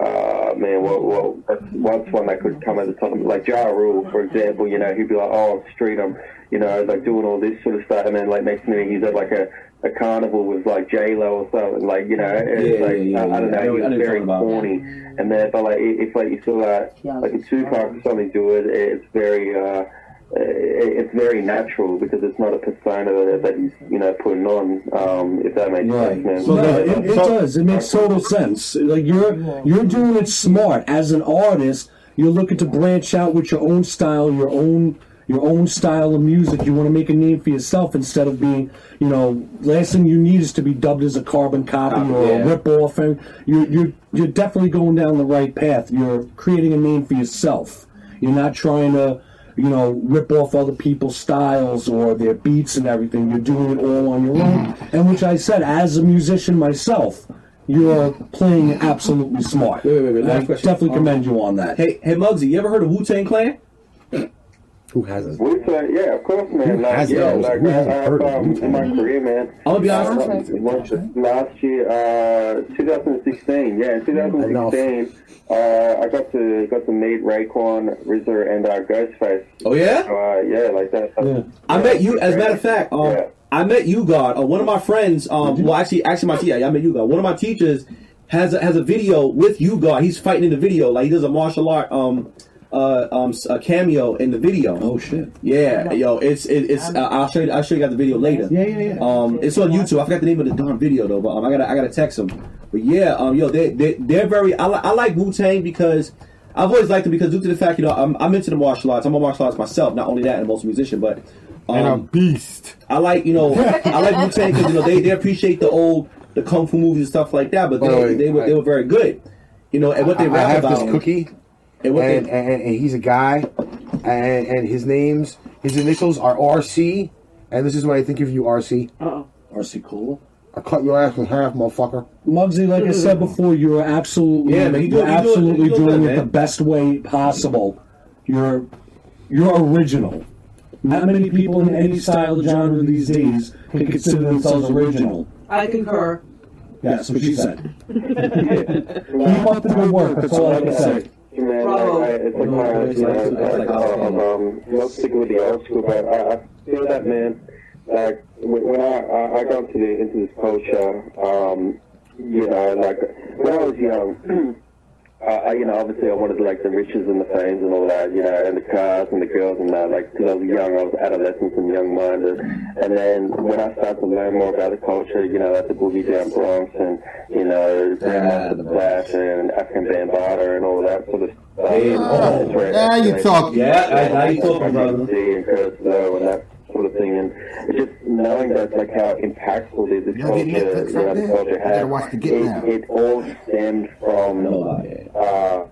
Speaker 17: Uh, man, well, well, that's once one that could come at the top, like Ja Rule, for example, you know, he'd be like, oh, I'm street, I'm, you know, like doing all this sort of stuff, and then like next minute he's at like a, a carnival with like J Lo or something, like you know, it's
Speaker 9: Yeah,
Speaker 17: like
Speaker 9: yeah, yeah,
Speaker 17: I, I don't
Speaker 9: yeah.
Speaker 17: know,
Speaker 9: I know-
Speaker 17: he
Speaker 9: I
Speaker 17: was
Speaker 9: know what
Speaker 17: very
Speaker 9: you're talking about.
Speaker 17: corny, and then but like i- if like you feel like like a Tupac or something do it, it's very uh, it- it's very natural because it's not a persona that, that he's you know putting on, um, if that makes sense, man.
Speaker 11: no, it, it does. It makes total sense. Like you're you're doing it smart as an artist. You're looking to branch out with your own style, your own your own style of music. You want to make a name for yourself instead of being, you know, last thing you need is to be dubbed as a carbon copy
Speaker 9: Copy,
Speaker 11: or
Speaker 9: yeah.
Speaker 11: a rip off. And you're you're you're definitely going down the right path. You're creating a name for yourself. You're not trying to. You know, rip off other people's styles or their beats and everything. You're doing it all on your own. And which I said, as a musician myself, you're playing absolutely smart. Wait, wait, wait.
Speaker 9: last
Speaker 11: I
Speaker 9: question.
Speaker 11: definitely
Speaker 9: Um,
Speaker 11: commend you on that.
Speaker 9: Hey, hey, Muggsy, you ever heard of Wu Tang Clan? Who hasn't?
Speaker 17: Wu Tang, yeah, of course,
Speaker 9: Who
Speaker 17: man. Like,
Speaker 9: has
Speaker 17: yeah,
Speaker 9: those?
Speaker 17: like
Speaker 9: Who
Speaker 17: I,
Speaker 9: hasn't
Speaker 17: I've,
Speaker 9: heard of
Speaker 17: um, in my career, man.
Speaker 9: I'm gonna be honest
Speaker 17: Uh,
Speaker 9: with you.
Speaker 17: last- Last year, uh, 2016, yeah, in 2016, uh, I got to got to meet Raekwon, RZA, and uh, Ghostface.
Speaker 9: Oh, yeah?
Speaker 17: Uh, yeah, like that.
Speaker 9: I met you. As a matter of fact, um, I met you, God. Uh, one of my friends. Um, well, actually, actually, my teacher. I met you, God. One of my teachers has a, has a video with you, God. He's fighting in the video. Like he does a martial art um uh um s- a cameo in the video. Oh
Speaker 11: shit.
Speaker 9: Yeah, yo, it's it, it's. Uh, I'll show you. I'll show you guys the video later.
Speaker 11: Yeah, yeah, yeah.
Speaker 9: Um, it's on YouTube. I forgot the name of the darn video though, but um, I gotta I gotta text them. But yeah, um, yo, they they they're very. I, li- I like Wu Tang because I've always liked them because due to the fact you know I'm, I'm into the martial arts. I'm a martial arts myself. Not only that, and I'm also a musician, but um,
Speaker 15: And a beast.
Speaker 9: I like you know I like Wu Tang because you know they, they appreciate the old the kung fu movies and stuff like that. But they
Speaker 15: Oh, wait,
Speaker 9: they were they were very good. You know, and what
Speaker 15: I-
Speaker 9: they
Speaker 15: I
Speaker 9: rap
Speaker 15: have
Speaker 9: about.
Speaker 15: this cookie.
Speaker 6: and, and, and, he's a guy, and, and his names, his initials are RC, and this is what I think of you, RC.
Speaker 11: Uh-oh. RC Cool.
Speaker 6: I cut your ass in half, motherfucker.
Speaker 11: Mugsy, like I said before, you're absolutely,
Speaker 6: Yeah, man, you
Speaker 11: you're
Speaker 6: do it- you do it-
Speaker 11: absolutely
Speaker 6: you do it
Speaker 11: doing
Speaker 6: good,
Speaker 11: it
Speaker 6: man.
Speaker 11: the best way possible. You're, you're original. Not many people in any style of genre these days can consider themselves original.
Speaker 14: I concur.
Speaker 11: Yeah, that's what she
Speaker 6: *laughs*
Speaker 11: said. Keep up the good work. That's all I can say.
Speaker 17: Man, I, I, it's like my you know, it's like, oh, um, no stick with the old school, but I, I feel that man. Like when when I, I I got into the into this culture, um, you know, like when I was young, *clears throat* I, I you know obviously I wanted like the riches and the fames and all that, you know, and the cars and the girls and that. Like because I was young, I was adolescent and young minded, and then when I started to learn more about the culture, you know, like the boogie down Bronx and you know, Grandmaster the Flash and African Bambaataa and all that sort of stuff.
Speaker 4: Oh, now you talking. Yeah, I- now you talking, brother.
Speaker 17: And Curtis Lowe and that sort of thing, and just knowing that like how impactful this, this culture, you know, the culture has. It, it all stemmed from uh, uh,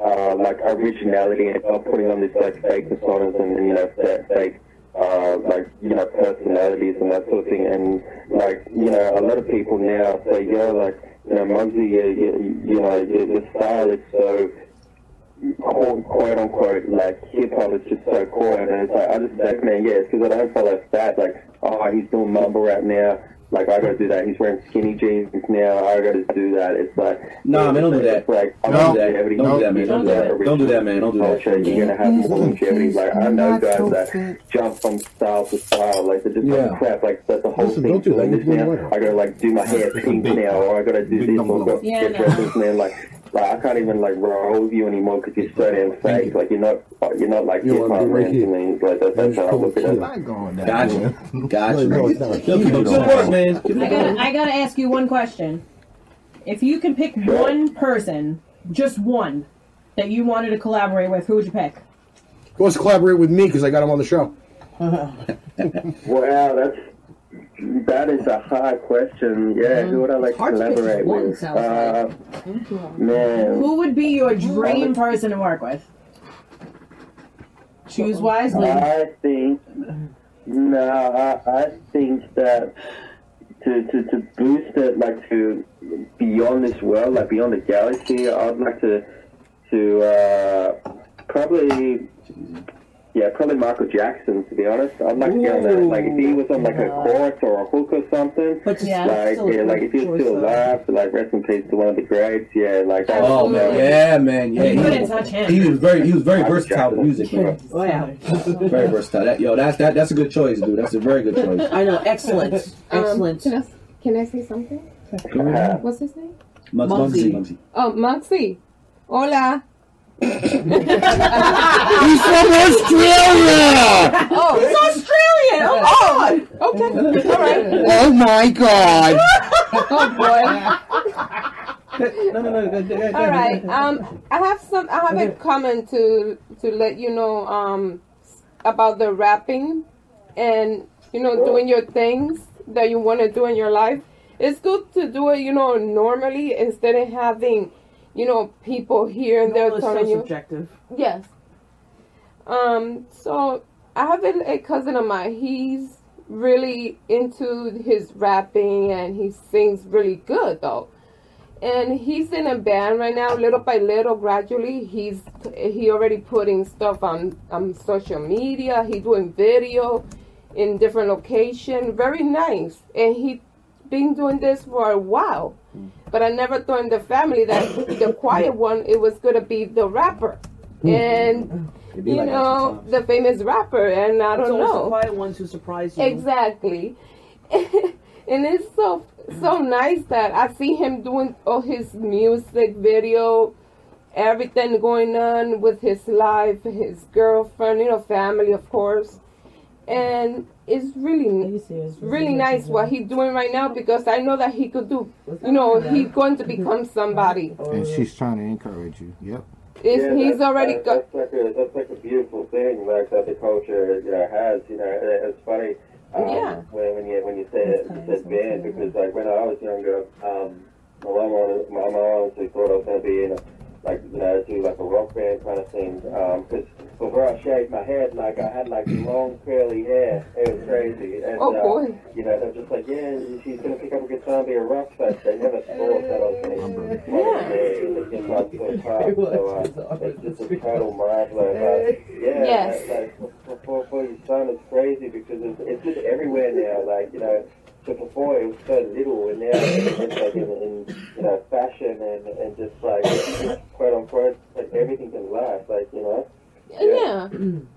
Speaker 17: uh, like originality and not putting on these like fake personas and you know fa- fake uh, like you know personalities and that sort of thing. And like you know, a lot of people now say, yeah, like you know, Muggsy, you, you, you know, your, your style is so quote, quote unquote, like hip hop is just so cool. And it's like, I just like, man, yeah, it's because I don't follow stats. Like, oh, he's doing mumble rap now. Like, I gotta do that. He's wearing skinny jeans now. I gotta do that. It's like,
Speaker 9: Nah, man, don't do that.
Speaker 17: Like,
Speaker 9: Don't do that. Don't do that, man. Don't do that. Don't do that, man. Don't do that.
Speaker 17: Culture, you're gonna have more longevity. Like, I know guys that jump from style to style. Like, they're just like crap. Like, that's the whole thing.
Speaker 6: don't do that.
Speaker 17: doing
Speaker 6: You're
Speaker 17: this
Speaker 6: doing
Speaker 17: now.
Speaker 6: it wrong.
Speaker 17: I gotta, like, do my hair pink now, or I gotta do this, or I gotta
Speaker 6: Yeah,
Speaker 17: get
Speaker 6: no.
Speaker 17: dresses this, man. Like, like I can't even like roll with you anymore because you're so damn fake. Like you're not, you're not like
Speaker 9: You
Speaker 17: hip
Speaker 9: wanna
Speaker 17: hop
Speaker 9: be right
Speaker 17: man to me. Like that's, that's how I look at it.
Speaker 9: Gotcha. Gotcha.
Speaker 17: No, it's not.
Speaker 9: Yo, keep up the good work, man. Keep
Speaker 13: I
Speaker 9: up the good
Speaker 13: gotta,
Speaker 9: work.
Speaker 13: I gotta ask you one question. If you could pick one person, just one, that you wanted to collaborate with, who would you pick?
Speaker 6: He wants to collaborate with me because I got him on the show.
Speaker 17: Wow, that's that is a hard question. Yeah, who would I like to
Speaker 13: Hard to pick
Speaker 17: collaborate
Speaker 13: one,
Speaker 17: with?
Speaker 13: sounds
Speaker 17: Uh, man,
Speaker 13: Who would be your dream person to work with? Choose wisely.
Speaker 14: Oh,
Speaker 17: I think no, I, I think that to, to, to boost it like to beyond this world, like beyond the galaxy, I'd like to to uh, probably yeah, probably Michael Jackson to be honest. I'd like to get on that. Like if he was on like a chorus or a hook or something.
Speaker 14: But yeah,
Speaker 17: like
Speaker 14: still a
Speaker 17: yeah, like if he was still alive, like rest in peace to one of the greats, yeah, like that-
Speaker 9: Oh man, yeah, man, yeah.
Speaker 17: You
Speaker 9: he-
Speaker 17: couldn't touch him.
Speaker 9: He was very, he was very
Speaker 17: Michael
Speaker 9: versatile with music, man.
Speaker 14: Oh, yeah.
Speaker 9: Very versatile. That, yo, that's that, that's a good choice, dude. That's a very good choice.
Speaker 14: *laughs* I know. Excellent. Excellent.
Speaker 3: Um, Can I, can I say something? Uh,
Speaker 9: Go ahead.
Speaker 3: What's his name?
Speaker 9: Muggsy.
Speaker 14: Muggsy.
Speaker 9: Muggsy.
Speaker 3: Oh, Moxie. Hola.
Speaker 6: He's from Australia!
Speaker 3: Oh,
Speaker 14: He's Australian. Oh,
Speaker 3: God.
Speaker 11: *laughs*
Speaker 3: Okay. All right.
Speaker 6: Oh my god!
Speaker 3: Oh, boy.
Speaker 9: *laughs* No, no, no.
Speaker 3: All right. Um, I have some. I have a comment to to let you know. Um, about the rapping, and you know, doing your things that you want to do in your life. It's good to do it, you know, normally instead of having, you know, people here and there
Speaker 14: It's so
Speaker 3: telling you.
Speaker 14: subjective.
Speaker 3: Yes. Um, so I have a, a cousin of mine. He's really into his rapping and he sings really good though. And he's in a band right now, little by little, gradually. He's he already putting stuff on on social media. He doing video in different location. Very nice. And he been doing this for a while. But I never thought in the family that the quiet one it was gonna be the rapper and
Speaker 14: Hmm. It'd be
Speaker 3: you
Speaker 14: like that
Speaker 3: know the famous rapper and i
Speaker 14: It's
Speaker 3: don't
Speaker 14: always
Speaker 3: know
Speaker 14: the quiet ones who surprise you.
Speaker 3: exactly *laughs* and it's so so nice that i see him doing all his music video everything going on with his life his girlfriend you know family of course and it's really really nice what he's doing right now because i know that he could do you know he's going to become somebody
Speaker 4: And she's trying to encourage you. Yep.
Speaker 3: Is-
Speaker 17: Yeah,
Speaker 3: he's
Speaker 17: that's-
Speaker 3: already
Speaker 17: that-
Speaker 3: go-
Speaker 17: That's like a that's like a beautiful thing, like that the culture you know has. You know, it- it's funny. Um,
Speaker 3: Yeah.
Speaker 17: When, when you when you say it, you said band because like when I was younger, um, my mom always- my mom honestly thought I was gonna be in a like you know, do like a rock band kind of thing. Um 'cause before I shaved my head, like I had like long curly hair. It was crazy. And,
Speaker 3: Oh, boy.
Speaker 17: Uh, you know, they were just like, yeah, she's gonna pick up a guitar and be a rock star. They never thought that I was gonna. Yeah. It was just like so
Speaker 3: *laughs*
Speaker 17: far. So uh, it's just a total marvel. Uh, yeah.
Speaker 3: Yes.
Speaker 17: Like, like before, before your son, it's crazy because it's, it's just everywhere now. Like you know. So before it was so little, and now it's like in, in you know fashion and, and just like quote unquote, like everything's in life, like you know.
Speaker 3: Yeah,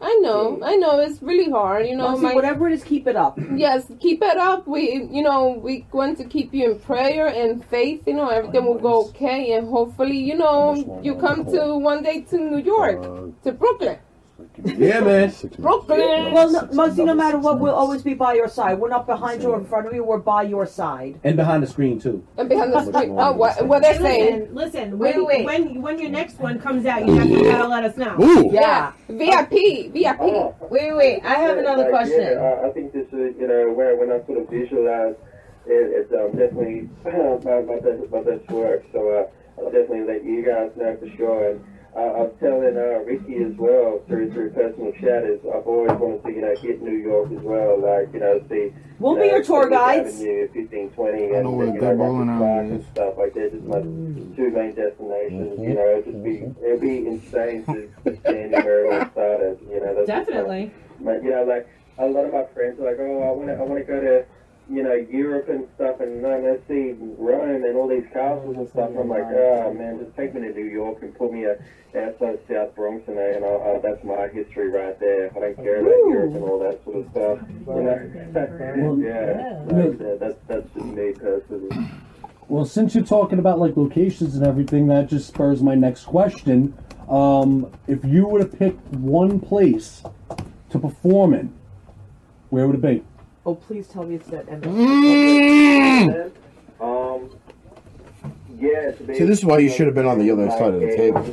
Speaker 3: I know. I know it's really hard. You know,
Speaker 14: Well, see, whatever it is, keep it up.
Speaker 3: Yes, keep it up. We, you know, we going to keep you in prayer and faith. You know, everything will go okay, and hopefully, you know, you come to one day to New York,
Speaker 14: Uh,
Speaker 3: to Brooklyn.
Speaker 9: Yeah, man.
Speaker 3: Brooklyn.
Speaker 14: Well, no, Muggsy, no matter what, we'll always be by your side. We're not behind you or in front of you. We're by your side.
Speaker 9: And behind the screen too.
Speaker 3: And behind the screen. Oh, what? What
Speaker 14: what
Speaker 3: they
Speaker 14: they
Speaker 3: saying?
Speaker 13: Listen, listen when,
Speaker 3: Wait, wait.
Speaker 13: when when your next one comes out, you have to, gotta let us know.
Speaker 3: Ooh. Yeah. VIP, VIP.
Speaker 14: Oh.
Speaker 8: Wait, wait, I have
Speaker 17: Yeah,
Speaker 8: another
Speaker 17: like,
Speaker 8: question.
Speaker 17: Yeah, I, I think this is you know where when I sort of visualize it, it's um, definitely *clears throat* my, my best my best work. So uh, I'll definitely let you guys know for sure. And uh, I'm telling uh, Ricky as well through through personal shatters. I've always wanted to you know hit New York as well. Like you know see.
Speaker 14: We'll
Speaker 17: you
Speaker 14: be
Speaker 17: know,
Speaker 14: your tour
Speaker 17: Fifth
Speaker 14: guides.
Speaker 17: Avenue, 1520, and
Speaker 4: know
Speaker 17: you
Speaker 4: where
Speaker 17: know,
Speaker 4: Good Bowling
Speaker 17: Rocky
Speaker 4: Alley
Speaker 17: Park and stuff like that. Just my two main destinations. You know, it'd just be it'd be insane to to stand where it all started. You know, that's just my-
Speaker 8: Definitely.
Speaker 17: but you know, like a lot of my friends are like, oh, I want to, I want to go to, you know, Europe and stuff, and I want to see Rome and all these castles and stuff. And I'm like, oh man, just take me to New York and put me uh, outside South Bronx, and, I, and I, I, that's my history right there. I don't care about Europe and all that sort of stuff. You *laughs* know, yeah, like, uh, that's that's just me personally.
Speaker 11: Well, since you're talking about like locations and everything, that just spurs my next question. Um, if you were to pick one place to perform in, where would it be?
Speaker 14: Oh, please tell me it's that MS.
Speaker 10: Mm.
Speaker 17: Um, yeah. to be-
Speaker 10: See, this is why you should have been on the other side of the table.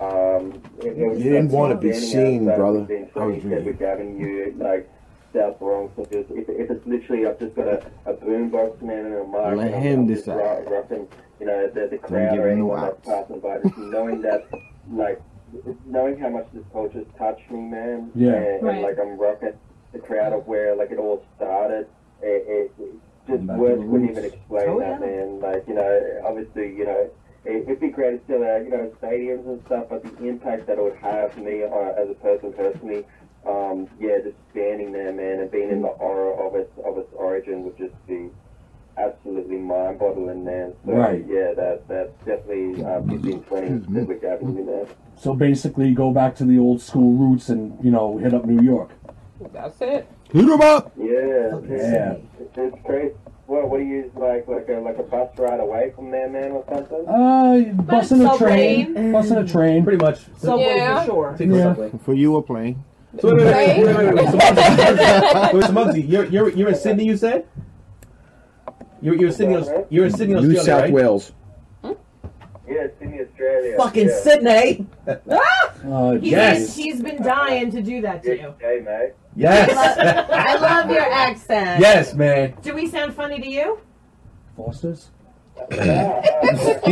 Speaker 17: um, You
Speaker 10: You didn't wanna be seen, brother.
Speaker 17: I was Avenue, like South Bronx. and just- If, if it's literally, I've just got a, a boombox man and a mic.
Speaker 4: Let
Speaker 17: and I'm-
Speaker 4: him
Speaker 17: I'm just
Speaker 4: decide.
Speaker 17: ru- Roughing, you know, the, the crowd
Speaker 4: give
Speaker 17: or
Speaker 4: him no
Speaker 17: anyone that's
Speaker 4: outs.
Speaker 17: passing by. Just knowing that, like, knowing how much this culture's touched me, man.
Speaker 4: Yeah.
Speaker 17: And,
Speaker 4: Right.
Speaker 17: and like I'm rocking the crowd of where like it all started. It, it, just
Speaker 4: Back to
Speaker 17: words
Speaker 4: the
Speaker 17: couldn't
Speaker 4: roots.
Speaker 17: even explain
Speaker 4: Oh,
Speaker 17: that, man. Like, you know, obviously, you know, it, it'd be great to still, uh, you know, stadiums and stuff, but the impact that it would have me uh, as a person personally, um, yeah, just standing there, man, and being in the aura of its of its origin would just be absolutely mind-boggling, man. So,
Speaker 11: Right.
Speaker 17: Yeah, that that's definitely uh, 1520 Civic Avenue there.
Speaker 11: So basically, go back to the old school roots and you know hit up New York.
Speaker 3: That's it.
Speaker 11: Hit 'em up.
Speaker 17: Yeah,
Speaker 11: Yeah.
Speaker 17: It's, it's crazy. What, what do you use, like, like a, like a bus ride away from there, man, or something?
Speaker 11: Uh, busting a
Speaker 17: subway.
Speaker 11: train, busting a
Speaker 9: Mm.
Speaker 11: train, pretty much.
Speaker 17: Subway for Yeah. sure. Take the
Speaker 4: For you, a plane.
Speaker 9: So wait, wait, wait, wait, wait, wait, wait, so Muggsy, wait, so Muggsy, you're, you're, you're in Sydney, you said? You're, you're in Sydney, Aus- you're in Sydney,
Speaker 10: New
Speaker 9: Australia,
Speaker 10: South
Speaker 9: right?
Speaker 10: Wales.
Speaker 17: Yeah, Sydney, Australia. *laughs*
Speaker 14: Fucking
Speaker 17: yeah.
Speaker 14: Sydney.
Speaker 13: Ah!
Speaker 11: Uh,
Speaker 13: He's been, he's been dying to do that to you.
Speaker 17: Hey, mate.
Speaker 9: Yes.
Speaker 13: I love your accent.
Speaker 9: yes,
Speaker 3: *laughs*
Speaker 9: man.
Speaker 13: Do we sound funny to you?
Speaker 6: *laughs*
Speaker 11: Foster's.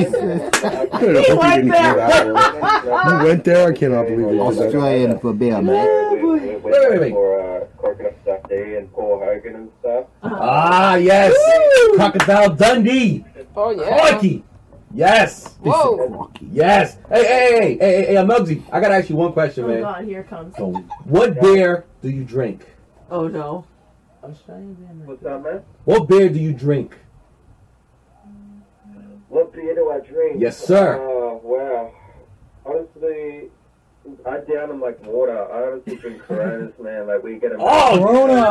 Speaker 13: He went there.
Speaker 6: *laughs*
Speaker 13: Oh,
Speaker 10: You went there. I cannot believe you.
Speaker 4: Australian for beer,
Speaker 10: man.
Speaker 17: Wait, wait, wait. For uh, Coconut Stuff Day and Paul Hogan and stuff.
Speaker 9: Ah, yes. Crocodile Dundee.
Speaker 17: Ah.
Speaker 3: Oh yeah.
Speaker 9: Clarky. Yes.
Speaker 3: Whoa.
Speaker 9: Yes. Hey, hey, hey, hey, hey, hey, uh, Muggsy, I gotta ask you one question,
Speaker 14: Oh
Speaker 9: man.
Speaker 14: God, here it comes.
Speaker 9: So, what beer do you drink?
Speaker 14: Oh no.
Speaker 17: What's up, man?
Speaker 9: What beer do you drink?
Speaker 17: What beer do I drink?
Speaker 9: Yes, sir.
Speaker 17: Oh, wow. Honestly, I down them like water. I honestly drink Coronas, man. Like, we get them.
Speaker 9: Oh, Corona.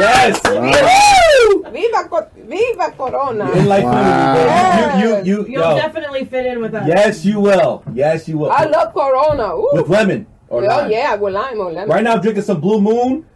Speaker 9: Yes.
Speaker 3: Viva, Co- viva Corona.
Speaker 9: In like
Speaker 3: Wow.
Speaker 9: you, you, you, you,
Speaker 13: You'll
Speaker 9: yo.
Speaker 13: definitely fit in with us.
Speaker 9: Yes, you will. Yes, you will.
Speaker 3: I love Corona. Ooh.
Speaker 9: With lemon or
Speaker 3: oh
Speaker 9: lime.
Speaker 3: yeah, with lime or lemon.
Speaker 9: Right now, I'm drinking some Blue Moon,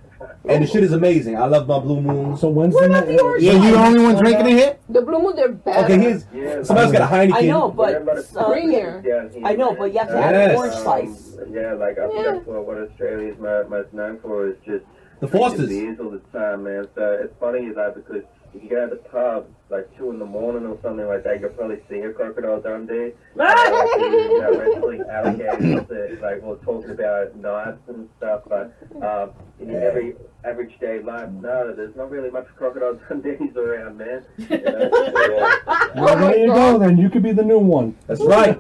Speaker 9: and the shit is amazing. I love my Blue Moon. So
Speaker 11: when's the
Speaker 9: night?
Speaker 11: Yeah, you the only one
Speaker 3: Oh,
Speaker 9: drinking it here?
Speaker 3: The blue moon, they're better.
Speaker 9: Okay, here's somebody's got a Heineken.
Speaker 14: I know, but uh,
Speaker 17: Yeah,
Speaker 14: I know, but you have to
Speaker 9: Yes.
Speaker 14: have orange slice.
Speaker 17: Um, yeah, like I think that's what, what Australia is mo- most known for is just
Speaker 9: The
Speaker 17: drinking
Speaker 9: Fosters.
Speaker 17: beers all the time, man. So it's funny is that because you got at the pub like two in the morning or something like that, you could probably see a crocodile
Speaker 14: *laughs*
Speaker 17: Dundee. uh, wrestling alligators that like we're talking about knives and stuff, but um, in your every average day life, no, there's not really much *laughs* crocodile Dundees around,
Speaker 14: *laughs*
Speaker 17: man. You know?
Speaker 11: Well, there you go. Then you could be the new one.
Speaker 3: *laughs*
Speaker 9: That's right.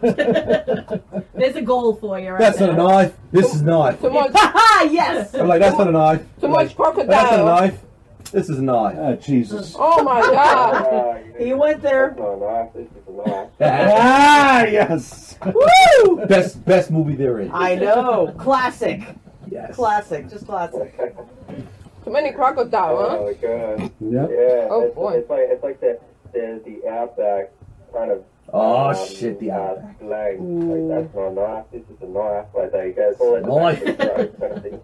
Speaker 13: There's a goal for you. Right Ah,
Speaker 9: That's not a knife. This is a knife.
Speaker 13: *laughs*
Speaker 3: Too much.
Speaker 13: yes.
Speaker 9: I'm like, that's not a knife.
Speaker 3: Too much
Speaker 9: That's not a
Speaker 3: crocodile.
Speaker 9: knife. This is a knife.
Speaker 11: Oh, Jesus.
Speaker 3: Oh
Speaker 14: *laughs*
Speaker 3: my god.
Speaker 14: He went there.
Speaker 9: *laughs* ah,
Speaker 11: yes.
Speaker 9: Woo! Best, best movie there is.
Speaker 14: I know. Classic.
Speaker 9: Yes.
Speaker 14: Classic. Just classic.
Speaker 3: Too many crocodile,
Speaker 17: Oh god.
Speaker 11: Yeah.
Speaker 3: Oh,
Speaker 17: it's,
Speaker 3: boy.
Speaker 17: It's like it's like the the, the outback kind of.
Speaker 9: Oh,
Speaker 17: um,
Speaker 9: shit, the
Speaker 17: uh,
Speaker 9: Outback.
Speaker 17: slang. Like, that's my knife. This is a knife. Like they go. Call it
Speaker 9: Knife.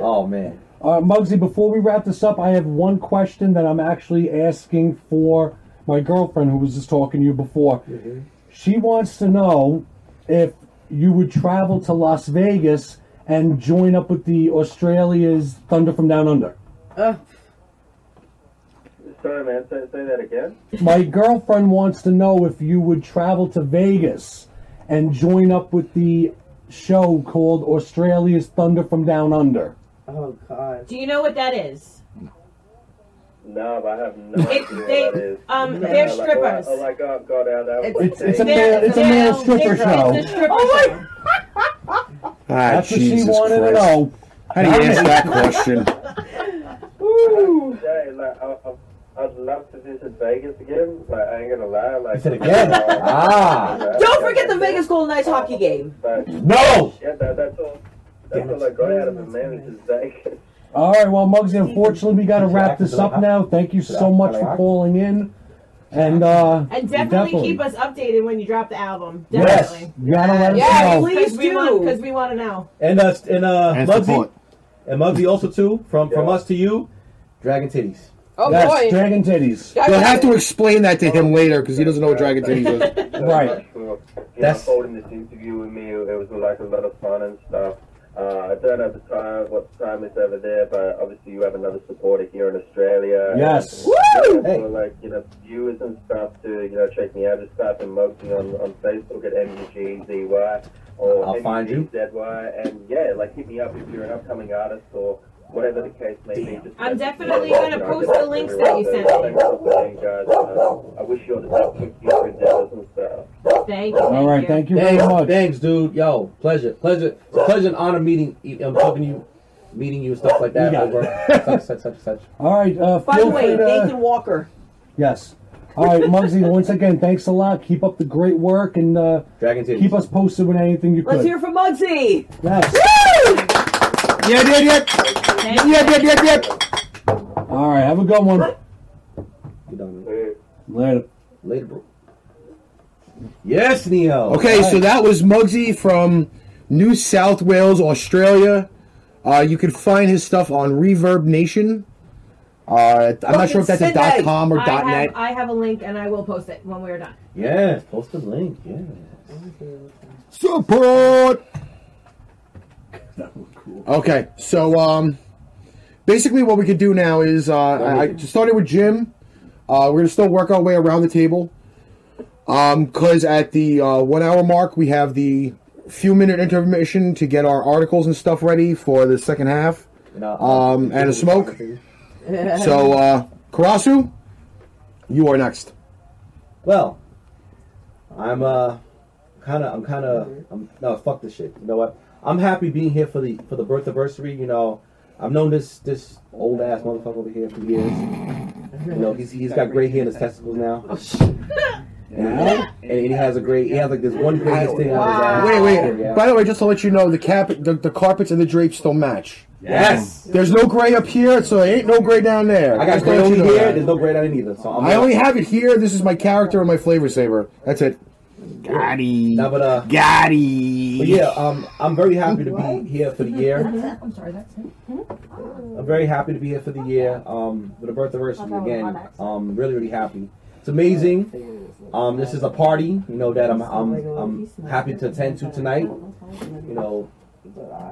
Speaker 17: Oh
Speaker 9: man.
Speaker 11: Uh, Muggsy, before we wrap this up, I have one question that I'm actually asking for my girlfriend who was just talking to you before. She wants to know if you would travel to Las Vegas and join up with the Australia's Thunder from Down Under.
Speaker 17: Sorry, man. Say, say that again.
Speaker 11: My girlfriend wants to know if you would travel to Vegas and join up with the show called Australia's Thunder from Down Under.
Speaker 17: Oh god.
Speaker 13: Do you know what that is?
Speaker 17: No, but I have no
Speaker 13: It's-
Speaker 17: idea
Speaker 13: they-
Speaker 17: what that is.
Speaker 13: um,
Speaker 17: No,
Speaker 13: they're
Speaker 17: like,
Speaker 13: strippers.
Speaker 17: Oh, my god, god, out that was
Speaker 11: It's- it's a
Speaker 17: insane.
Speaker 11: male- it's a male stripper
Speaker 13: it's,
Speaker 11: show.
Speaker 13: It's a stripper show.
Speaker 11: That's what she
Speaker 10: Oh Jesus
Speaker 11: wanted to
Speaker 10: Christ.
Speaker 11: know.
Speaker 10: How do you answer that
Speaker 17: *laughs*
Speaker 10: question?
Speaker 17: I'd say, like, I, I, I'd love to visit Vegas again. Like, I ain't gonna lie. Like, *laughs*
Speaker 9: again? Ah.
Speaker 14: Don't forget the Vegas Golden Knights hockey game.
Speaker 9: No!
Speaker 17: Yeah, that, that's all. That's all I got out of it, man. Is just Vegas.
Speaker 11: All right, well, Muggsy, unfortunately, we got to wrap this up now. Thank you so much for calling in. And,
Speaker 17: oh.
Speaker 11: uh,
Speaker 13: And definitely, keep us updated when you drop the album.
Speaker 9: Yes.
Speaker 13: Definitely.
Speaker 11: You gotta let us know.
Speaker 13: Please do. Because we want to know.
Speaker 9: And uh, and uh,
Speaker 11: And
Speaker 9: Muggsy,
Speaker 11: support.
Speaker 9: and Muggsy also too. From from us to you, Dragon Titties.
Speaker 3: Oh
Speaker 9: Yes,
Speaker 3: boy.
Speaker 11: Dragon Titties.
Speaker 10: You'll have to explain that to him later because he doesn't know what Dragon
Speaker 6: *laughs*
Speaker 10: Titties
Speaker 17: *laughs*
Speaker 10: is.
Speaker 11: Right.
Speaker 17: for you know,
Speaker 10: That's-
Speaker 17: holding this interview with me. It was like a lot of fun and stuff. Uh, I don't know the time, what time is over there, but obviously you have another supporter here in Australia.
Speaker 11: Yes.
Speaker 17: Woo!
Speaker 11: Hey.
Speaker 17: like you know, viewers and stuff to you know check me out. Just type in Moxie on, on Facebook at MUGZY or
Speaker 9: I'll find you.
Speaker 17: MUGZY, and yeah, like hit me up if you're an upcoming artist or whatever the case may be. Just
Speaker 13: I'm
Speaker 17: message me.
Speaker 13: definitely gonna
Speaker 17: You know,
Speaker 13: post
Speaker 17: just
Speaker 13: the links that you
Speaker 17: everyone,
Speaker 13: sent me.
Speaker 17: Thanks for playing, guys. Uh, I wish you all the best with future endeavors and stuff.
Speaker 13: Thank you.
Speaker 11: All right, thank you
Speaker 9: Thanks,
Speaker 11: very much.
Speaker 9: thanks, dude. Yo, pleasure, pleasure, it's a pleasure, and honor meeting, um, talking to you, meeting you, and stuff like that.
Speaker 11: You got it.
Speaker 9: Over such, such, such, such.
Speaker 11: All right, uh,
Speaker 14: By the
Speaker 11: feel
Speaker 14: way,
Speaker 11: free to-
Speaker 14: Nathan Walker.
Speaker 11: Yes. All right, Muggsy, once again, thanks a lot. Keep up the great work and uh,
Speaker 9: Dragon Titties.
Speaker 11: keep us posted with anything you
Speaker 14: Let's
Speaker 11: could.
Speaker 14: hear from Muggsy.
Speaker 11: Yes.
Speaker 10: Yeah, yeah, yeah. Yeah, yeah, yeah, yeah.
Speaker 11: All right, have a good one.
Speaker 9: Good on me.
Speaker 11: Later.
Speaker 9: Later, bro. Yes, Neo.
Speaker 6: Oh, Okay, so that was Muggsy from New South Wales, Australia. Uh, you can find his stuff on Reverb Nation. Uh, I'm not sure if that's a dot .com or
Speaker 13: I
Speaker 6: dot
Speaker 13: have,
Speaker 6: .net.
Speaker 13: I have a link and I will post it when we're done.
Speaker 9: Yes, post the link. Yeah.
Speaker 6: Support. Okay, so um, basically what we could do now is uh, I, I started with Jim. Uh, we're gonna still work our way around the table. Um, cause at the uh, one hour mark we have the few minute intermission to get our articles and stuff ready for the second half. Um, and a smoke.
Speaker 13: *laughs*
Speaker 6: So uh, Karasu, you are next.
Speaker 9: Well, I'm uh kind of I'm kind of
Speaker 6: Mm-hmm.
Speaker 9: I'm no fuck this shit. You know what? I'm happy being here for the for the birth anniversary. You know, I've known this this old ass motherfucker over here for years. You know, he's he's got gray hair in his testicles now.
Speaker 6: Oh,
Speaker 9: And, and he has a great, he has like this one crazy thing on his ass.
Speaker 6: Wait, wait.
Speaker 9: Yeah.
Speaker 6: By the way, just to let you know, the cap, the, the carpets and the drapes still match.
Speaker 9: Yes.
Speaker 6: There's no gray up here, so there ain't no gray down there.
Speaker 9: I got
Speaker 6: Just
Speaker 9: gray
Speaker 6: to let
Speaker 9: over
Speaker 6: you know
Speaker 9: here.
Speaker 6: that.
Speaker 9: There's no gray on it either. So I'm
Speaker 6: I only have it here. This is my character and my flavor saver. That's it.
Speaker 9: Gotti. No, but, uh, Gotti. But yeah, um, I'm very happy to be here for the
Speaker 5: *laughs*
Speaker 9: year.
Speaker 8: I'm sorry, that's it.
Speaker 6: Hmm?
Speaker 9: I'm very happy to be here for the year. Um, for the birth anniversary again. Um, really, really happy. It's amazing. Um, this is a party, you know, that I'm I'm, I'm happy to attend to tonight. You know,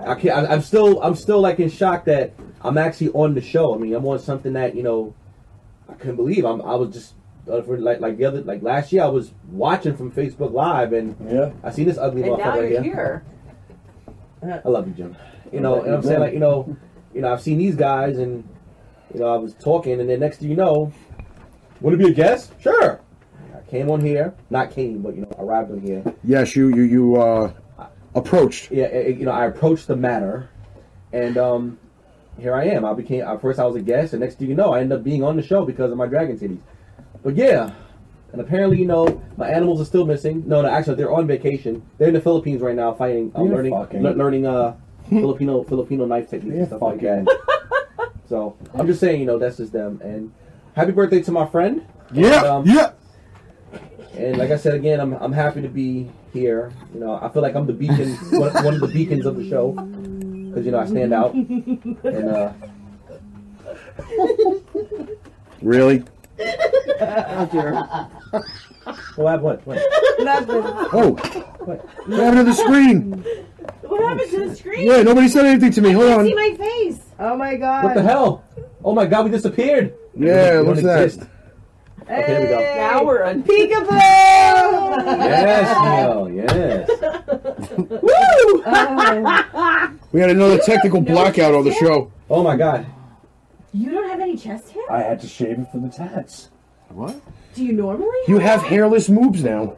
Speaker 9: I can't. I, I'm still I'm still like in shock that I'm actually on the show. I mean, I'm on something that you know I couldn't believe I'm, I was just uh, for like like the other like last year I was watching from Facebook Live and yeah I seen this ugly
Speaker 14: And
Speaker 9: motherfucker
Speaker 14: now
Speaker 9: right
Speaker 14: you're
Speaker 9: here.
Speaker 14: here.
Speaker 9: I love you, Jim. You know, and I'm saying like you know, you know I've seen these guys and you know I was talking and then next thing you know, want to be a guest? Sure. I came on here, not came, but you know arrived on here.
Speaker 6: Yes, you you you uh, approached.
Speaker 9: Yeah, it- it- you know, I approached the matter, and um, here I am. I became at first I was a guest, and next thing you know, I ended up being on the show because of my dragon titties. But yeah, and apparently, you know, my animals are still missing. No, no, actually, they're on vacation. They're in the Philippines right now, fighting, uh,
Speaker 11: You're
Speaker 9: learning,
Speaker 11: fucking-
Speaker 9: le-
Speaker 6: *laughs*
Speaker 9: learning uh, Filipino Filipino knife techniques and stuff like that. *laughs* so I'm just saying, you know, that's just them. And happy birthday to my friend.
Speaker 6: Yeah,
Speaker 9: And, um,
Speaker 6: yeah.
Speaker 9: And like I said again, I'm I'm happy to be here. You know, I feel like I'm the beacon,
Speaker 6: *laughs*
Speaker 9: one, one of the beacons of the show, because you know I
Speaker 8: *laughs*
Speaker 9: stand out. And uh,
Speaker 6: Really?
Speaker 9: what what what?
Speaker 6: Oh, what happened to the screen?
Speaker 7: What happened to the screen?
Speaker 6: Yeah, nobody said anything to me. Hold
Speaker 7: I
Speaker 6: on.
Speaker 7: See my face. Oh my god.
Speaker 9: What the hell? Oh my God, we disappeared.
Speaker 6: Yeah,
Speaker 9: You
Speaker 6: what's
Speaker 9: don't
Speaker 6: that?
Speaker 9: exist. Okay, there we go.
Speaker 7: Now we're on peekaboo.
Speaker 6: *laughs*
Speaker 9: Yes,
Speaker 14: *laughs*
Speaker 9: Neil. Yes.
Speaker 7: Woo!
Speaker 6: We had another technical blackout on the show.
Speaker 9: Oh my god.
Speaker 7: you don't have any chest hair?
Speaker 11: I had to shave it for the tats. What?
Speaker 7: Do
Speaker 6: *laughs*
Speaker 7: you normally?
Speaker 6: You have hairless moobs now.